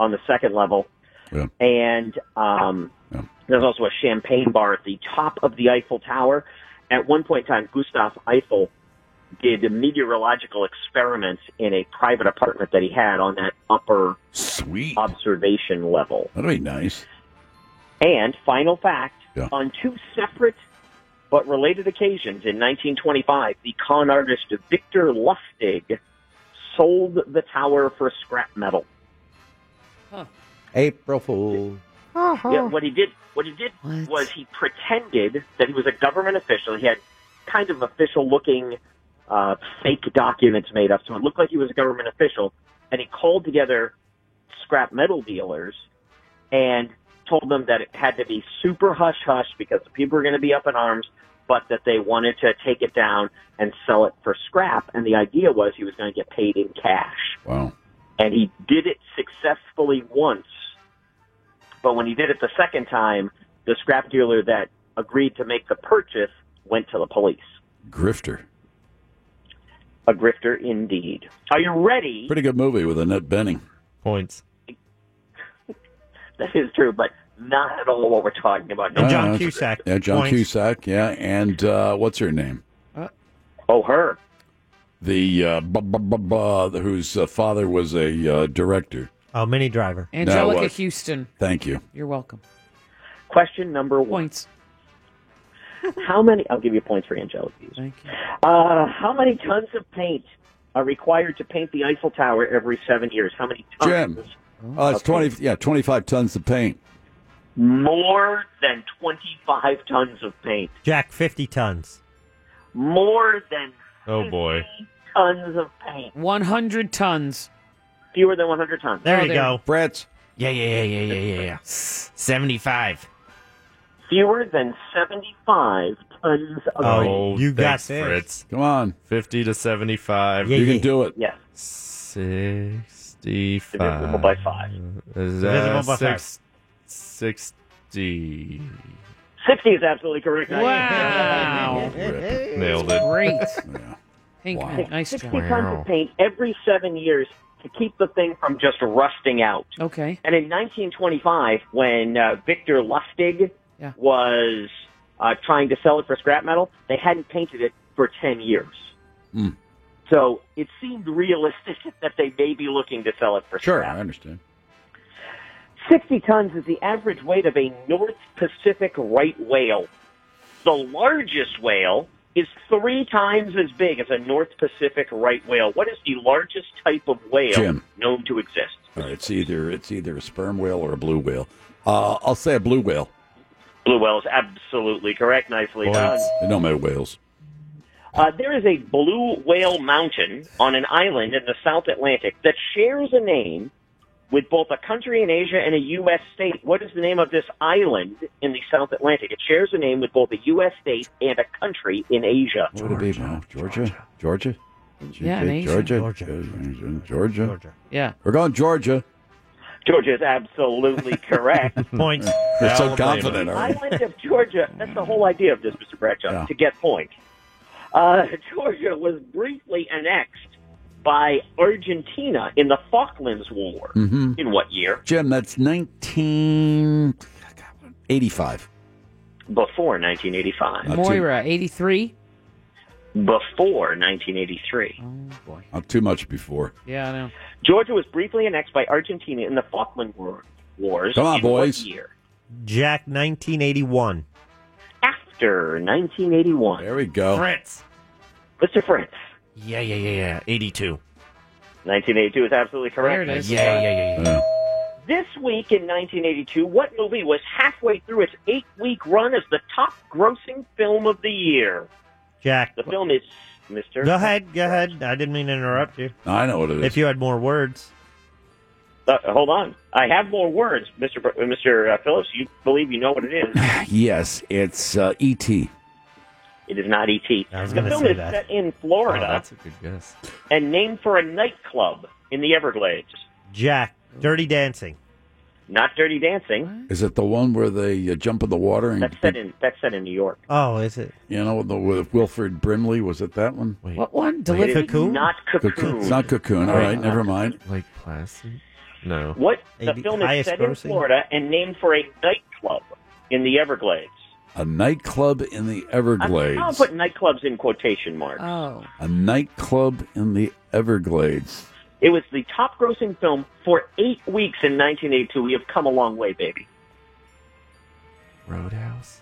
S12: on the second level.
S6: Yeah.
S12: And um, there's also a champagne bar at the top of the Eiffel Tower. At one point in time, Gustav Eiffel did meteorological experiments in a private apartment that he had on that upper
S6: Sweet.
S12: observation level.
S6: That'd be nice.
S12: And final fact,
S6: Yeah.
S12: on two separate but related occasions in 1925, the con artist Victor Lustig sold the tower for scrap metal.
S9: April Fool.
S12: Yeah, what he did, what he did was he pretended that he was a government official. He had kind of official-looking uh, fake documents made up, so it looked like he was a government official. And he called together scrap metal dealers and told them that it had to be super hush hush because the people were going to be up in arms, but that they wanted to take it down and sell it for scrap. And the idea was he was going to get paid in cash
S6: Wow.
S12: and he did it successfully once. But when he did it the second time, the scrap dealer that agreed to make the purchase went to the police.
S6: Grifter.
S12: A grifter indeed. Are you ready?
S6: Pretty good movie with Annette Benning.
S7: Points.
S12: That is true, but not at all what we're talking about.
S6: Yeah, that's- Yeah, John Cusack. Yeah, and uh, what's her name?
S12: Oh, her.
S6: The uh, bu- bu- bu- bu- the- whose uh, father was a uh, director.
S9: Oh, Mini Driver.
S6: No, it
S8: Angelica
S6: wasn't.
S8: Houston.
S6: Thank you.
S8: You're welcome.
S12: Question number one.
S8: Points.
S12: How many? I'll give you points for Angelica.
S8: Thank
S12: you. Uh, how many tons of paint are required to paint the Eiffel Tower every seven years? How many tons?
S6: Jim. Oh, it's twenty. Yeah, twenty-five tons of paint.
S12: More than 25 tons of paint.
S9: Jack, 50 tons.
S12: More than
S7: Oh boy.
S12: tons of paint.
S8: 100 tons.
S12: Fewer than 100 tons.
S8: Oh,
S6: Brett's.
S14: Yeah, yeah, yeah, yeah, yeah, yeah, yeah. 75.
S12: Fewer than 75 tons of
S14: Oh,
S7: Oh,
S12: paint.
S7: thanks, Fritz.
S6: Come on.
S7: 50 to 75.
S6: You can do it.
S12: Yes.
S7: 65.
S12: Divisible by five.
S7: Is
S12: Divisible
S7: that
S12: by five.
S7: six, 60.
S12: 60 is absolutely correct.
S8: Wow.
S7: Nailed it.
S8: Great. Pinkman, nice
S12: 60
S8: job.
S12: tons of paint every seven years. to keep the thing from just rusting out.
S8: Okay.
S12: And in 1925, when uh, Victor Lustig
S8: Yeah.
S12: was uh, trying to sell it for scrap metal, they hadn't painted it for 10 years.
S6: Mm.
S12: So it seemed realistic that they may be looking to sell it for
S6: Sure, I understand.
S12: 60 tons is the average weight of a North Pacific right whale. The largest whale is three times as big as a North Pacific right whale. What is the largest type of whale
S6: Jim.
S12: known to exist?
S6: All right, it's either it's either a sperm whale or a blue whale. Uh, I'll say a blue whale.
S12: Blue whale is absolutely correct. Nicely done.
S6: They don't make whales.
S12: Uh, there is a blue whale mountain on an island in the South Atlantic that shares a name with both a country in Asia and a U.S. state. What is the name of this island in the South Atlantic? It shares a name with both a U.S. state and a country in Asia.
S6: What would it be? Wow, Georgia, Georgia,
S12: Yeah, in Asia.
S6: Georgia, Georgia, Georgia,
S8: Yeah.
S6: We're going Georgia.
S12: Georgia is absolutely correct.
S6: Points. You're so confident. All right.
S12: Island of Georgia. That's the whole idea of this, Mr. Bradshaw, to get points. Uh, Georgia was briefly annexed by Argentina in the Falklands War.
S6: Mhm.
S12: In what year?
S6: Jim, that's nineteen eighty-five.
S12: Before 1985.
S8: Moira, 83.
S12: Before 1983.
S6: Not too much before.
S8: Oh, Yeah, I know.
S12: Georgia was briefly annexed by Argentina in the Falkland War. Wars.
S9: Come on,
S12: in what
S9: boys.
S12: year?
S9: Jack 1981.
S12: After 1981.
S6: There we go.
S14: Fritz.
S12: Mr. Fritz.
S14: Yeah, yeah, yeah, yeah. 82.
S12: 1982 is absolutely correct.
S14: Yeah, yeah, yeah, yeah.
S12: This week in 1982, what movie was halfway through its eight week run as the top grossing film of the year?
S9: Jack.
S12: The film is Mr.
S9: Go ahead, go ahead. I didn't mean to interrupt you.
S6: I know what it is.
S9: If you had more words.
S12: Uh, hold on. I have more words, Mr. Br- uh, Mr. Uh, Phillips. You believe you know what it is.
S6: Yes, it's uh, E.T.
S12: It is not E.T. The
S6: gonna
S12: film
S6: say
S12: is
S6: that. Oh,
S12: set in Florida
S7: That's a good guess.
S12: and named for a nightclub in the Everglades.
S9: Jack. Dirty Dancing.
S12: Not Dirty Dancing.
S6: Is it the one where they uh, jump in the water and
S12: That's set in that's set in New York.
S9: Oh, is it?
S6: You know, the, with Wilfred Brimley was it that one? Wait,
S8: what one?
S12: Delivery? It is not Cocoon.
S6: It's not cocoon. All
S12: Wait,
S6: right,
S12: not
S6: never mind.
S7: Like Placid? No.
S12: What the
S6: AB
S12: film is
S6: highest
S12: set in
S6: grossing?
S12: Florida and named for a nightclub in the Everglades.
S6: A nightclub in the Everglades.
S12: I'll put nightclubs in quotation marks.
S8: Oh.
S6: A nightclub in the Everglades.
S12: It was the top grossing film for eight weeks in 1982. We have come a long way, baby.
S7: Roadhouse.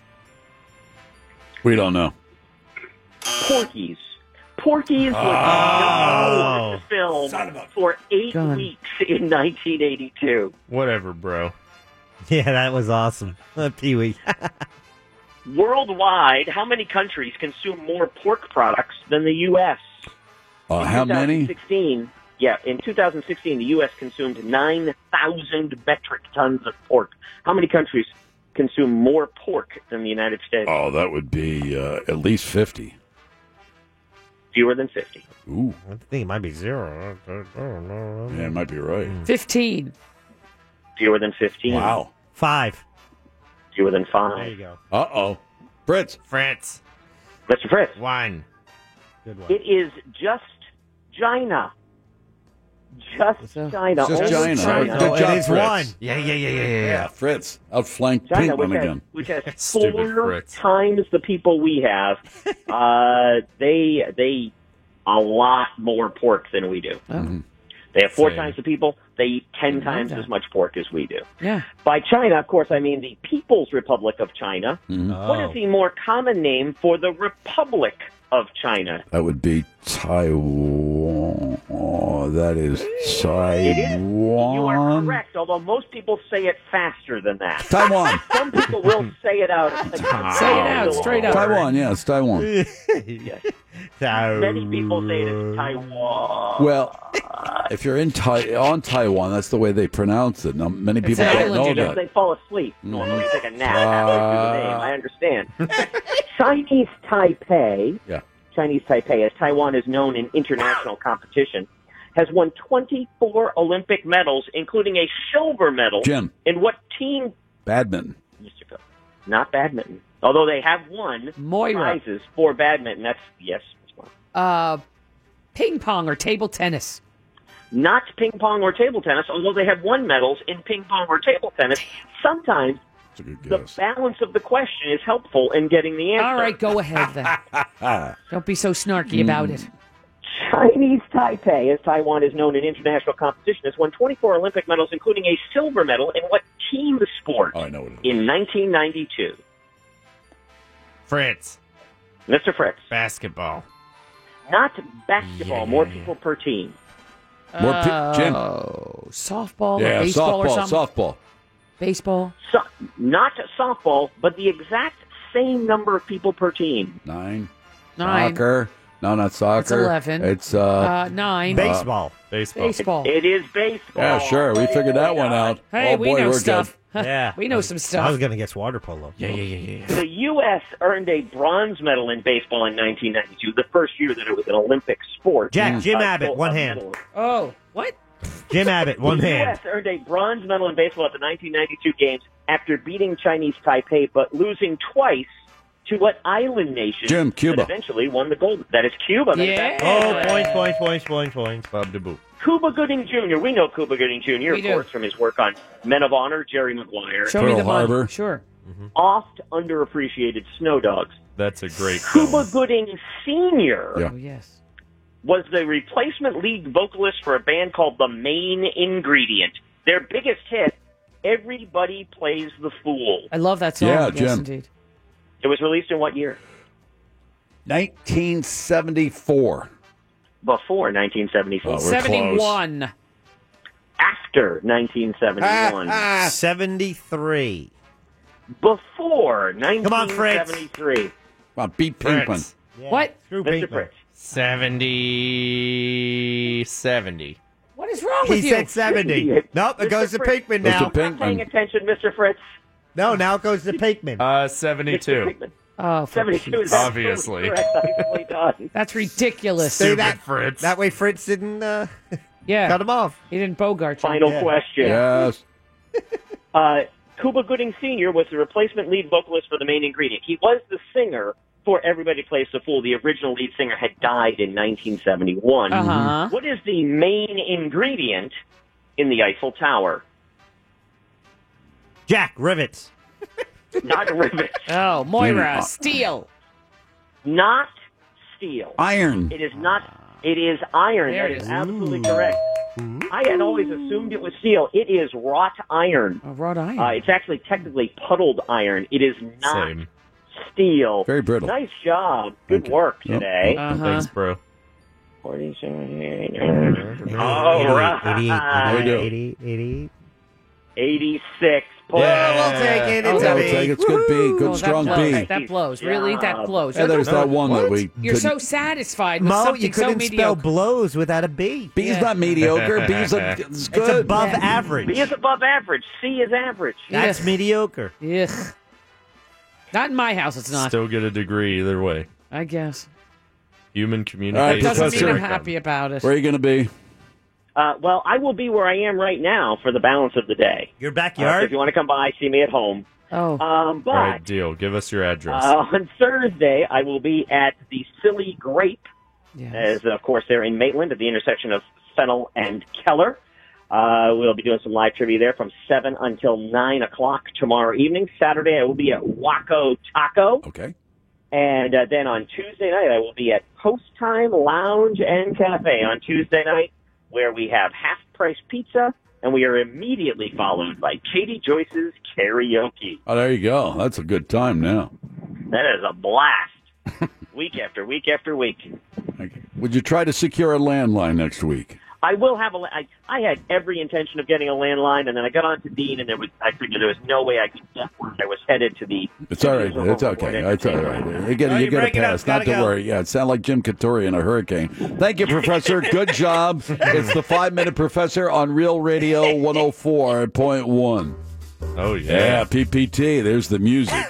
S6: We don't know.
S12: Porky's. Porky's was
S7: Oh.
S12: the film for eight
S7: Gun.
S12: weeks in 1982.
S7: Whatever, bro.
S9: Yeah, that was awesome. Uh, Pee Wee.
S12: Worldwide, how many countries consume more pork products than the U.S.?
S6: Uh, how many?
S12: 2016, yeah, in 2016, the U.S. consumed 9,000 metric tons of pork. How many countries consume more pork than the United States?
S6: Oh, that would be uh, at least fifty.
S12: Fewer than 50.
S6: Ooh,
S9: I think it might be zero. I don't know.
S6: yeah, it might be right.
S8: 15.
S12: Fewer than 15.
S6: Wow.
S9: Five.
S12: Fewer than five.
S9: There you go.
S6: Uh oh, Fritz.
S14: Fritz.
S12: Mr. Fritz.
S14: One.
S9: Good
S12: It is just China. Just China.
S6: Just
S12: Only
S6: China.
S14: Oh,
S6: Good job, Fritz.
S14: Yeah, yeah, yeah, yeah, yeah.
S6: Yeah, Fritz outflanked
S12: China,
S6: Pinkman
S12: which has,
S6: again.
S12: which has
S6: Stupid
S12: four
S6: Fritz.
S12: times the people we have, uh, they they eat a lot more pork than we do.
S6: Mhm.
S12: They have four
S6: Same.
S12: times the people. They eat ten times as much pork as we do.
S8: Yeah.
S12: By China, of course, I mean the People's Republic of China. What
S6: Oh.
S12: is the more common name for the Republic of China?
S6: That would be Taiwan. Oh, that is Taiwan.
S12: You are correct, although most people say it faster than that.
S6: Taiwan.
S12: Some people will say it out. Say it
S6: Taiwan, yeah, it's Taiwan.
S12: Many people say it as Taiwan.
S6: Well, if you're in tai- on Taiwan, that's the way they pronounce it. Now, many people don't know
S12: Because
S6: that.
S12: They fall asleep. Normally take a nap halfway through the name. I understand. Chinese Taipei,
S6: Uh, Yeah.
S12: Chinese Taipei, as Taiwan is known in international competition, has won 24 Olympic medals, including a silver medal.
S6: Jim.
S12: In what team?
S6: Badminton.
S12: Not badminton. Although they have won prizes for badminton. That's yes.
S8: Uh, ping pong or table tennis.
S12: not ping pong or table tennis, although they have won medals in ping pong or table tennis. Sometimes the balance of the question is helpful in getting the answer.
S8: All right, go ahead then. Don't be so snarky about it.
S12: Chinese Taipei, as Taiwan is known in international competition, has won 24 Olympic medals, including a silver medal in what team sport
S6: I know it
S12: in 1992?
S14: Fritz.
S12: Mr. Fritz.
S14: Basketball.
S12: Not basketball, more people per team.
S6: More
S7: Uh,
S6: pi- Jim.
S8: Oh, softball
S6: yeah,
S8: or
S6: softball,
S8: baseball or something.
S6: softball.
S8: Baseball.
S12: So- not softball, but the exact same number of people per team.
S6: Nine.
S12: Nine.
S6: Soccer. No, not soccer.
S12: That's 11.
S6: It's uh,
S12: Uh, nine.
S6: uh,
S12: Baseball. Baseball. It is baseball.
S6: Yeah, sure. We figured that one out.
S12: Hey,
S6: oh,
S12: we
S6: boy,
S12: know
S6: are
S12: stuff.
S6: Good.
S9: yeah.
S8: We know some
S9: I was going to guess water polo.
S14: Yeah, yeah, yeah, yeah.
S12: The U.S. earned a bronze medal in baseball in 1992, the first year that it was an Olympic sport.
S9: Jack, Jim
S12: Uh,
S9: Abbott,
S12: gold
S9: one hand.
S12: medal.
S8: Oh, what?
S9: Jim Abbott, one
S12: the
S9: hand.
S12: U.S. earned a bronze medal in baseball at the 1992 games after beating Chinese Taipei, but losing twice to what island nation
S6: Jim, Cuba.
S12: that eventually won the gold? That is Cuba. That is
S9: Yeah.
S12: absolutely
S9: Oh, points,
S12: correct.
S9: points, points, points, points.
S7: Bob DeBoo.
S12: Cuba Gooding Jr. We know Cuba Gooding Jr.
S9: We
S12: of
S9: do.
S12: course from his work on Men of Honor, Jerry Maguire,
S7: Show me Pearl the money. Harbor.
S8: Sure.
S12: Oft underappreciated Snow Dogs.
S7: That's a great.
S12: Cuba Gooding Sr.
S7: Yeah.
S8: Oh, yes.
S12: was the replacement lead vocalist for a band called The Main Ingredient. Their biggest hit, Everybody Plays the Fool.
S8: I love that song.
S6: Yeah,
S8: yes,
S6: Jim.
S8: indeed.
S12: It was released in what year?
S6: 1974.
S12: Before 1974.
S6: Oh, we're close. 71.
S12: After
S9: Ah,
S12: 1971.
S9: 73.
S12: Before
S9: Come on, Fritz.
S12: 1973.
S6: Come on, beat
S14: Pinkman.
S8: What?
S9: Screw
S12: Mr. Fritz.
S14: 70. 70.
S8: What is wrong
S9: He
S8: with you?
S9: said 70. nope, it
S8: Mr.
S9: goes to
S8: Fritz.
S9: Pinkman
S14: Goes to
S9: now.
S14: Pinkman. Paying
S12: attention, Mr. Fritz.
S9: No, now it goes to Pinkman.
S14: Uh, 72.
S8: Oh, for
S9: 72
S8: Pete's
S9: is
S8: sake.
S14: Obviously.
S8: That's ridiculous.
S9: See that, That way Fritz didn't uh,
S8: yeah.
S9: cut him off.
S8: He didn't bogart you.
S12: Final question.
S6: Yes.
S12: Uh, Cuba Gooding Sr. was the replacement lead vocalist for the main ingredient. He was the singer for Everybody Plays the Fool. The original lead singer had died in 1971.
S8: Uh-huh.
S12: What is the main ingredient in the Eiffel Tower?
S9: Jack, rivets.
S12: Not rivet.
S8: Oh, Moira,
S12: Mm.
S8: steel.
S12: Not steel.
S6: Iron.
S12: It is not. It is iron.
S8: There
S12: that
S8: it
S12: is
S8: is.
S12: absolutely correct. I had always assumed it was steel. It is wrought iron.
S8: wrought iron.
S12: Uh, it's actually technically puddled iron. It is not steel.
S6: Very brittle.
S12: Nice job. Good work
S6: Yep.
S12: today.
S6: Yep. Thanks,
S8: Uh-huh.
S7: bro.
S12: All right.
S9: 88, 88.
S12: 86 points.
S6: Yeah, we'll take it. It's a
S12: We'll
S6: beat. take it. It's good beat. Good,
S8: Oh,
S6: strong
S8: that blows.
S6: beat.
S8: That blows. Really, that
S12: Oh,
S8: blows.
S6: Yeah, there's that one that
S8: What?
S6: we
S8: You're so
S6: couldn't-
S8: satisfied with
S9: Mo,
S8: something
S9: you couldn't
S8: so
S9: spell
S8: mediocre.
S9: blows without a B.
S6: B's
S8: Yeah.
S6: not mediocre. B's a, it's
S9: It's
S6: good.
S9: above average.
S12: B is above average. C is average.
S9: That's mediocre.
S8: Ugh. Not in my house. It's not.
S7: Still get a degree either way.
S8: I guess.
S7: Human communication.
S6: All right,
S8: Doesn't
S6: Professor.
S8: mean I'm happy about it.
S6: Where are you going to be?
S12: Uh, well, I will be where I am right now for the balance of the day.
S9: Your
S12: Uh, so if you want to come by, see me at home.
S8: Oh.
S12: Um, but
S7: All right, deal. Give us your address.
S12: Uh, on Thursday, I will be at the Silly Grape, as of course they're in Maitland at the intersection of Fennel and Keller. Uh, we'll be doing some live trivia there from seven until nine o'clock tomorrow evening. Saturday, I will be at Waco Taco.
S6: Okay.
S12: And uh, then on Tuesday night, I will be at Post Time Lounge and Cafe on Tuesday night, where we have half price pizza, and we are immediately followed by Katie Joyce's karaoke.
S6: Oh, there you go. That's a good time now.
S12: That is a blast. week after week after week.
S6: Would you try to secure a landline next week?
S12: I will have a. la- I, I had every intention of getting a landline, and then I got on to Dean, and there was. I figured there was no way I could get one. I was headed to the.
S6: It's all right. It's okay. It's all right. You get,
S12: No,
S6: you
S12: you
S6: get a
S12: break it up.
S6: pass. Not
S12: Gotta
S6: to
S12: go.
S6: worry. Yeah, it sounded like Jim Cattori in a hurricane. Thank you, Professor. Good job. It's the Five Minute Professor on Real Radio 104.1.
S7: Oh, yeah.
S6: Yeah, PPT. There's the music.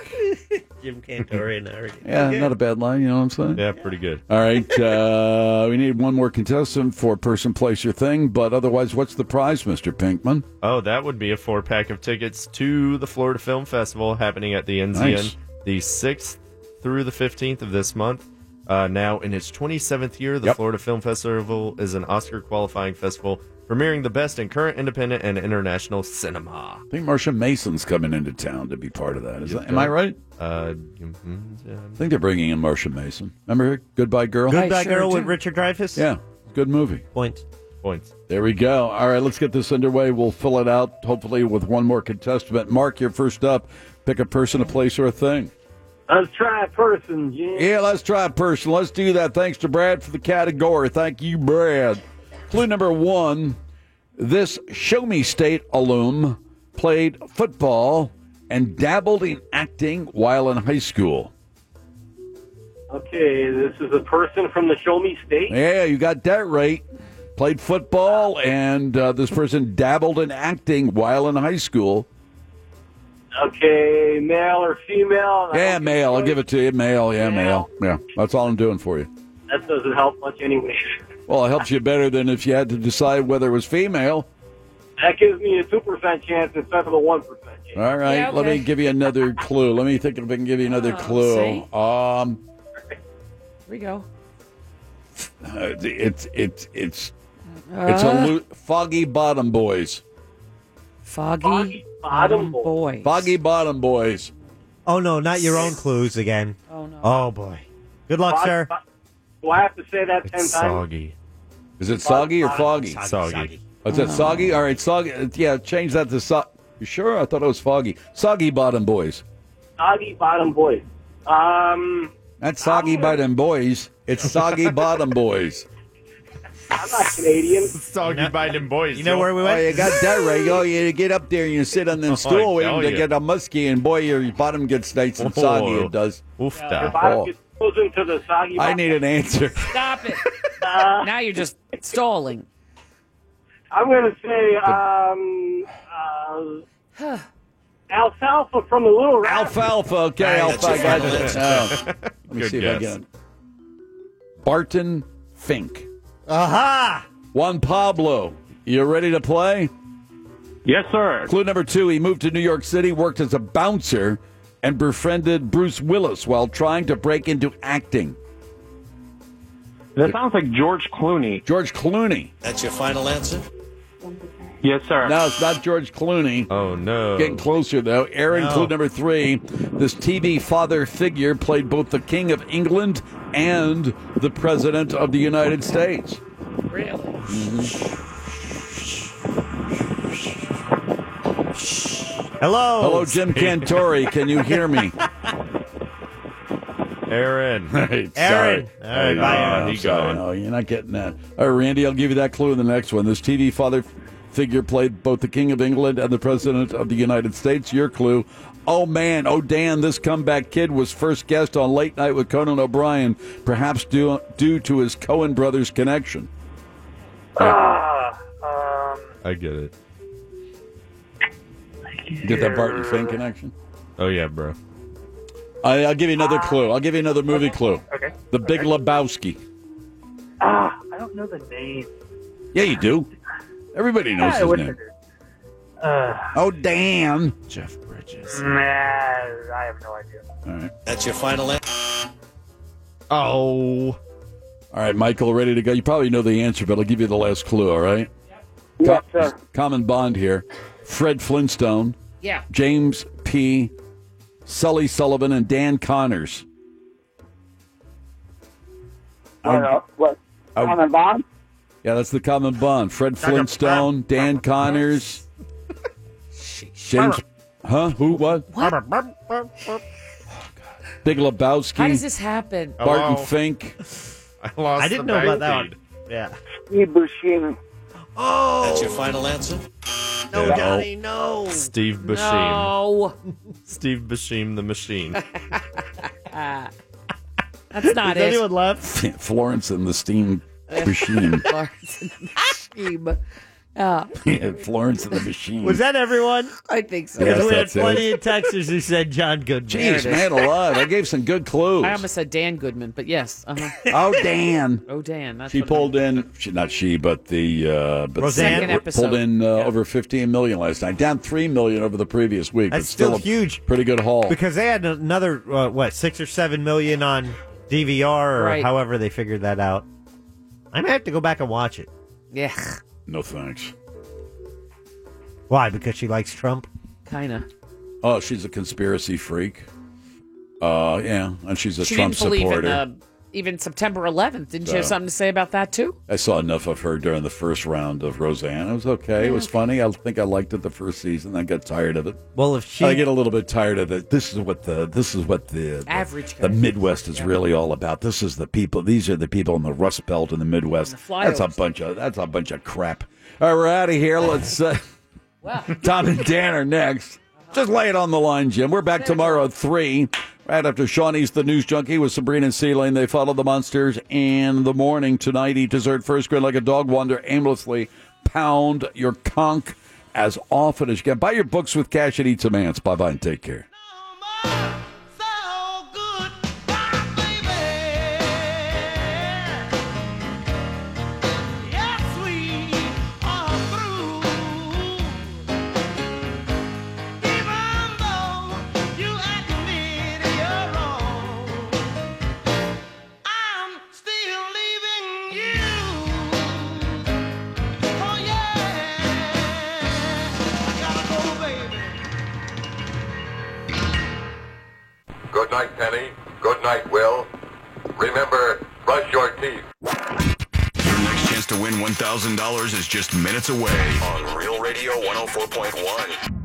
S9: Jim Cantor and I.
S6: Yeah, not a bad line. You know what I'm saying?
S7: Yeah, pretty good.
S6: All right. Uh, we need one more contestant for person, place, or thing. But otherwise, what's the prize, Mr. Pinkman?
S7: Oh, that would be a four pack of tickets to the Florida Film Festival happening at the NZN
S6: Nice.
S7: the 6th through the 15th of this month. Uh, now, in its 27th year, the Florida Film Festival is an Oscar qualifying festival premiering the best in current independent and international cinema.
S6: I think Marsha Mason's coming into town to be part of that. Is that am I right?
S7: Uh, mhm, yeah.
S6: I think they're bringing in Marsha Mason. Remember her? Goodbye Girl?
S9: Goodbye Girl with Richard Dreyfuss.
S6: Yeah, good movie.
S9: Points.
S7: Points.
S6: There we go. All right, let's get this underway. We'll fill it out, hopefully, with one more contestant. Mark, you're first up. Pick a person, a place, or a thing.
S13: Let's try a person, Jim.
S6: Yeah, let's try a person. Let's do that. Thanks to Brad for the category. Thank you, Brad. Clue number one this show me state alum played football and dabbled in acting while in high school.
S13: Okay, this is a person from the Show Me State.
S6: Yeah, you got that right. Played football, and uh, this person dabbled in acting while in high school.
S13: Okay, male or female?
S6: Yeah, male. I'll give it to you. Male. Yeah, male. Yeah, that's all I'm doing for you.
S13: That doesn't help much anyway.
S6: Well, it helps you better than if you had to decide whether it was female.
S13: That gives me a 2% chance instead of a 1%.
S6: All right,
S13: Yeah,
S6: let me
S13: okay.
S6: give you another clue. Let me think if I can give you another
S8: Oh,
S6: clue. Um,
S8: Here we go.
S6: uh, it's it's it's it's a
S8: Uh.
S6: lo- foggy bottom boys.
S8: Foggy, Bottom Boy.
S6: Foggy bottom boys.
S9: Oh no, not your own clues again.
S8: Oh no.
S9: Oh boy. Good luck,
S13: Fog-
S9: sir.
S13: Do I have to say that 10
S6: uh,
S13: times?
S6: Is it soggy or foggy?
S13: Soggy,
S7: soggy.
S6: Is it
S13: Oh.
S6: soggy? All right, soggy. uh, Yeah, change that to so. You sure? I thought it was foggy. Soggy bottom boys.
S13: Soggy bottom boys. Um,
S6: Not soggy bottom boys. It's soggy bottom boys.
S13: I'm not Canadian.
S7: Soggy by them boys.
S6: yo. Oh, you got that right. Oh, you get up there and you sit on
S7: Oh, I
S6: the stool with
S7: tell
S6: him to
S7: you.
S6: get a muskie, and boy, your bottom gets nice and soggy.
S7: Oh.
S6: It does.
S7: Oof,
S13: Your bottom gets frozen to the soggy
S6: Oh.
S13: bottom. Uh,
S6: I need an answer.
S8: Stop it. now you're just stalling.
S13: I'm going to say um, uh, alfalfa from the Little Rock.
S6: Alfalfa. Okay,
S13: All right,
S6: alpha. I
S13: that's
S6: got
S13: your final
S6: it. Oh. Let me
S13: Good
S6: see if I
S13: guess.
S6: get it. Barton Fink.
S9: Aha!
S6: Juan Pablo, you ready to play?
S13: Yes, sir.
S6: Clue number two he moved to New York City, worked as a bouncer, and befriended Bruce Willis while trying to break into acting.
S13: That sounds like George Clooney.
S6: George Clooney.
S13: That's your final answer? Yes, sir.
S6: No, it's not George Clooney.
S7: Oh no.
S6: Getting closer though. Aaron
S7: No.
S6: clue number three. This TV father figure played both the King of England and the President of the United States.
S8: Really?
S9: Hello.
S6: Hello, Jim Cantori. Can you hear me?
S7: Aaron.
S6: Aaron.
S7: Sorry. Hey, uh,
S6: I'm
S7: he
S6: Oh, sorry.
S7: gone.
S6: No, you're not getting that. All right, Randy, I'll give you that clue in the next one. This TV father figure played both the King of England and the President of the United States. Your clue. Oh, man. Oh, Dan, this comeback kid was first guest on Late Night with Conan O'Brien, perhaps due, due to his Cohen brothers connection. Uh,
S13: Uh,
S7: I get it.
S6: Get
S13: uh,
S6: that Barton Fink connection?
S7: Oh yeah, bro.
S6: I, I'll give you another clue. I'll give you another movie clue.
S13: Ah. Okay.
S6: The Big Lebowski.
S13: Ah, I don't know the name.
S6: Yeah, you do. Everybody knows
S13: Yeah,
S6: his
S13: what-
S6: name.
S13: Uh, Hmm.
S6: Oh, Dan. Jeff Bridges.
S13: nah, I have no idea.
S6: All right.
S13: That's your final answer?
S6: Oh. All right, Michael, ready to go? You probably know the answer, but I'll give you the last clue, all right?
S13: Yes,
S6: Co-
S13: sir.
S6: Common bond here. Fred Flintstone,
S13: Yeah.
S6: James P., Sully Sullivan, and Dan Connors.
S13: What, uh, what?
S6: I-
S13: Common bond?
S6: Yeah, that's the common bond. Fred Flintstone, Dan Connors, James. Huh? Who? What? Big Lebowski.
S8: How does this happen?
S6: Barton Fink.
S7: I lost.
S9: I didn't know about that one. Yeah.
S13: Ibushima.
S9: Oh.
S13: That's your final answer?
S9: No,
S7: Yeah.
S9: Donnie, no.
S7: Steve Bashim.
S8: No.
S7: Steve Bashim the machine.
S8: Ah. that's not
S9: Is
S8: it.
S9: anyone left?
S6: Florence and the Steam Machine.
S8: Lawrence and the Machine. Ah.
S6: Florence and the Machine.
S9: Was that everyone?
S8: I think so.
S9: Because
S6: Yes,
S9: we had
S6: that's it.
S9: plenty of texters who said John Goodman.
S6: Jeez, man, alive. I gave some good clues.
S8: I almost said Dan Goodman, but yes. Uh-huh.
S6: Oh, Dan.
S8: Oh, Dan. That's
S6: she
S8: what I-
S6: pulled in, she, not she, but the uh, but
S8: Roseanne? Second
S6: pulled
S8: episode.
S6: in uh, over 15 million last night, down 3 million over the previous week.
S9: That's
S6: but
S9: still
S6: a
S9: huge.
S6: Pretty good haul.
S9: Because they had another uh, what six or seven million on DVR or
S6: Right.
S9: however they figured that out. I might have to go back and watch it.
S8: Yeah.
S6: No thanks.
S9: Why? Because she likes Trump?
S8: Kinda.
S6: Oh, she's a conspiracy freak. Uh, yeah, and she's a
S8: she
S6: Trump
S8: didn't believe
S6: supporter.
S8: in uh, even September 11th. Didn't you have
S6: So.
S8: something to say about that too?
S6: I saw enough of her during the first round of Roseanne. It was okay. It was funny. I think I liked it the first season. I got tired of it.
S9: Well, if she,
S6: I get a little bit tired of it. This is what the this is what the
S8: Average
S6: the Midwest is really all about. This is the people. These are the people in the Rust Belt in the Midwest. that's a
S8: flyovers.
S6: bunch of that's a bunch of crap. All right, we're out of here. Let's uh, Tom and Dan are next. Just lay it on the line, Jim. We're back tomorrow at three, right after Shawnee's the news junkie with Sabrina and Celine. They follow the monsters in the morning tonight. Eat dessert first, grin like a dog, wander aimlessly, pound your conch as often as you can. Buy your books with cash and eat some ants. Bye bye and take care.
S5: Oh,
S15: Good night, Penny. Good night, Will. Remember, brush your teeth.
S1: Your next chance to win $1,000 is just minutes away on Real Radio 104.1.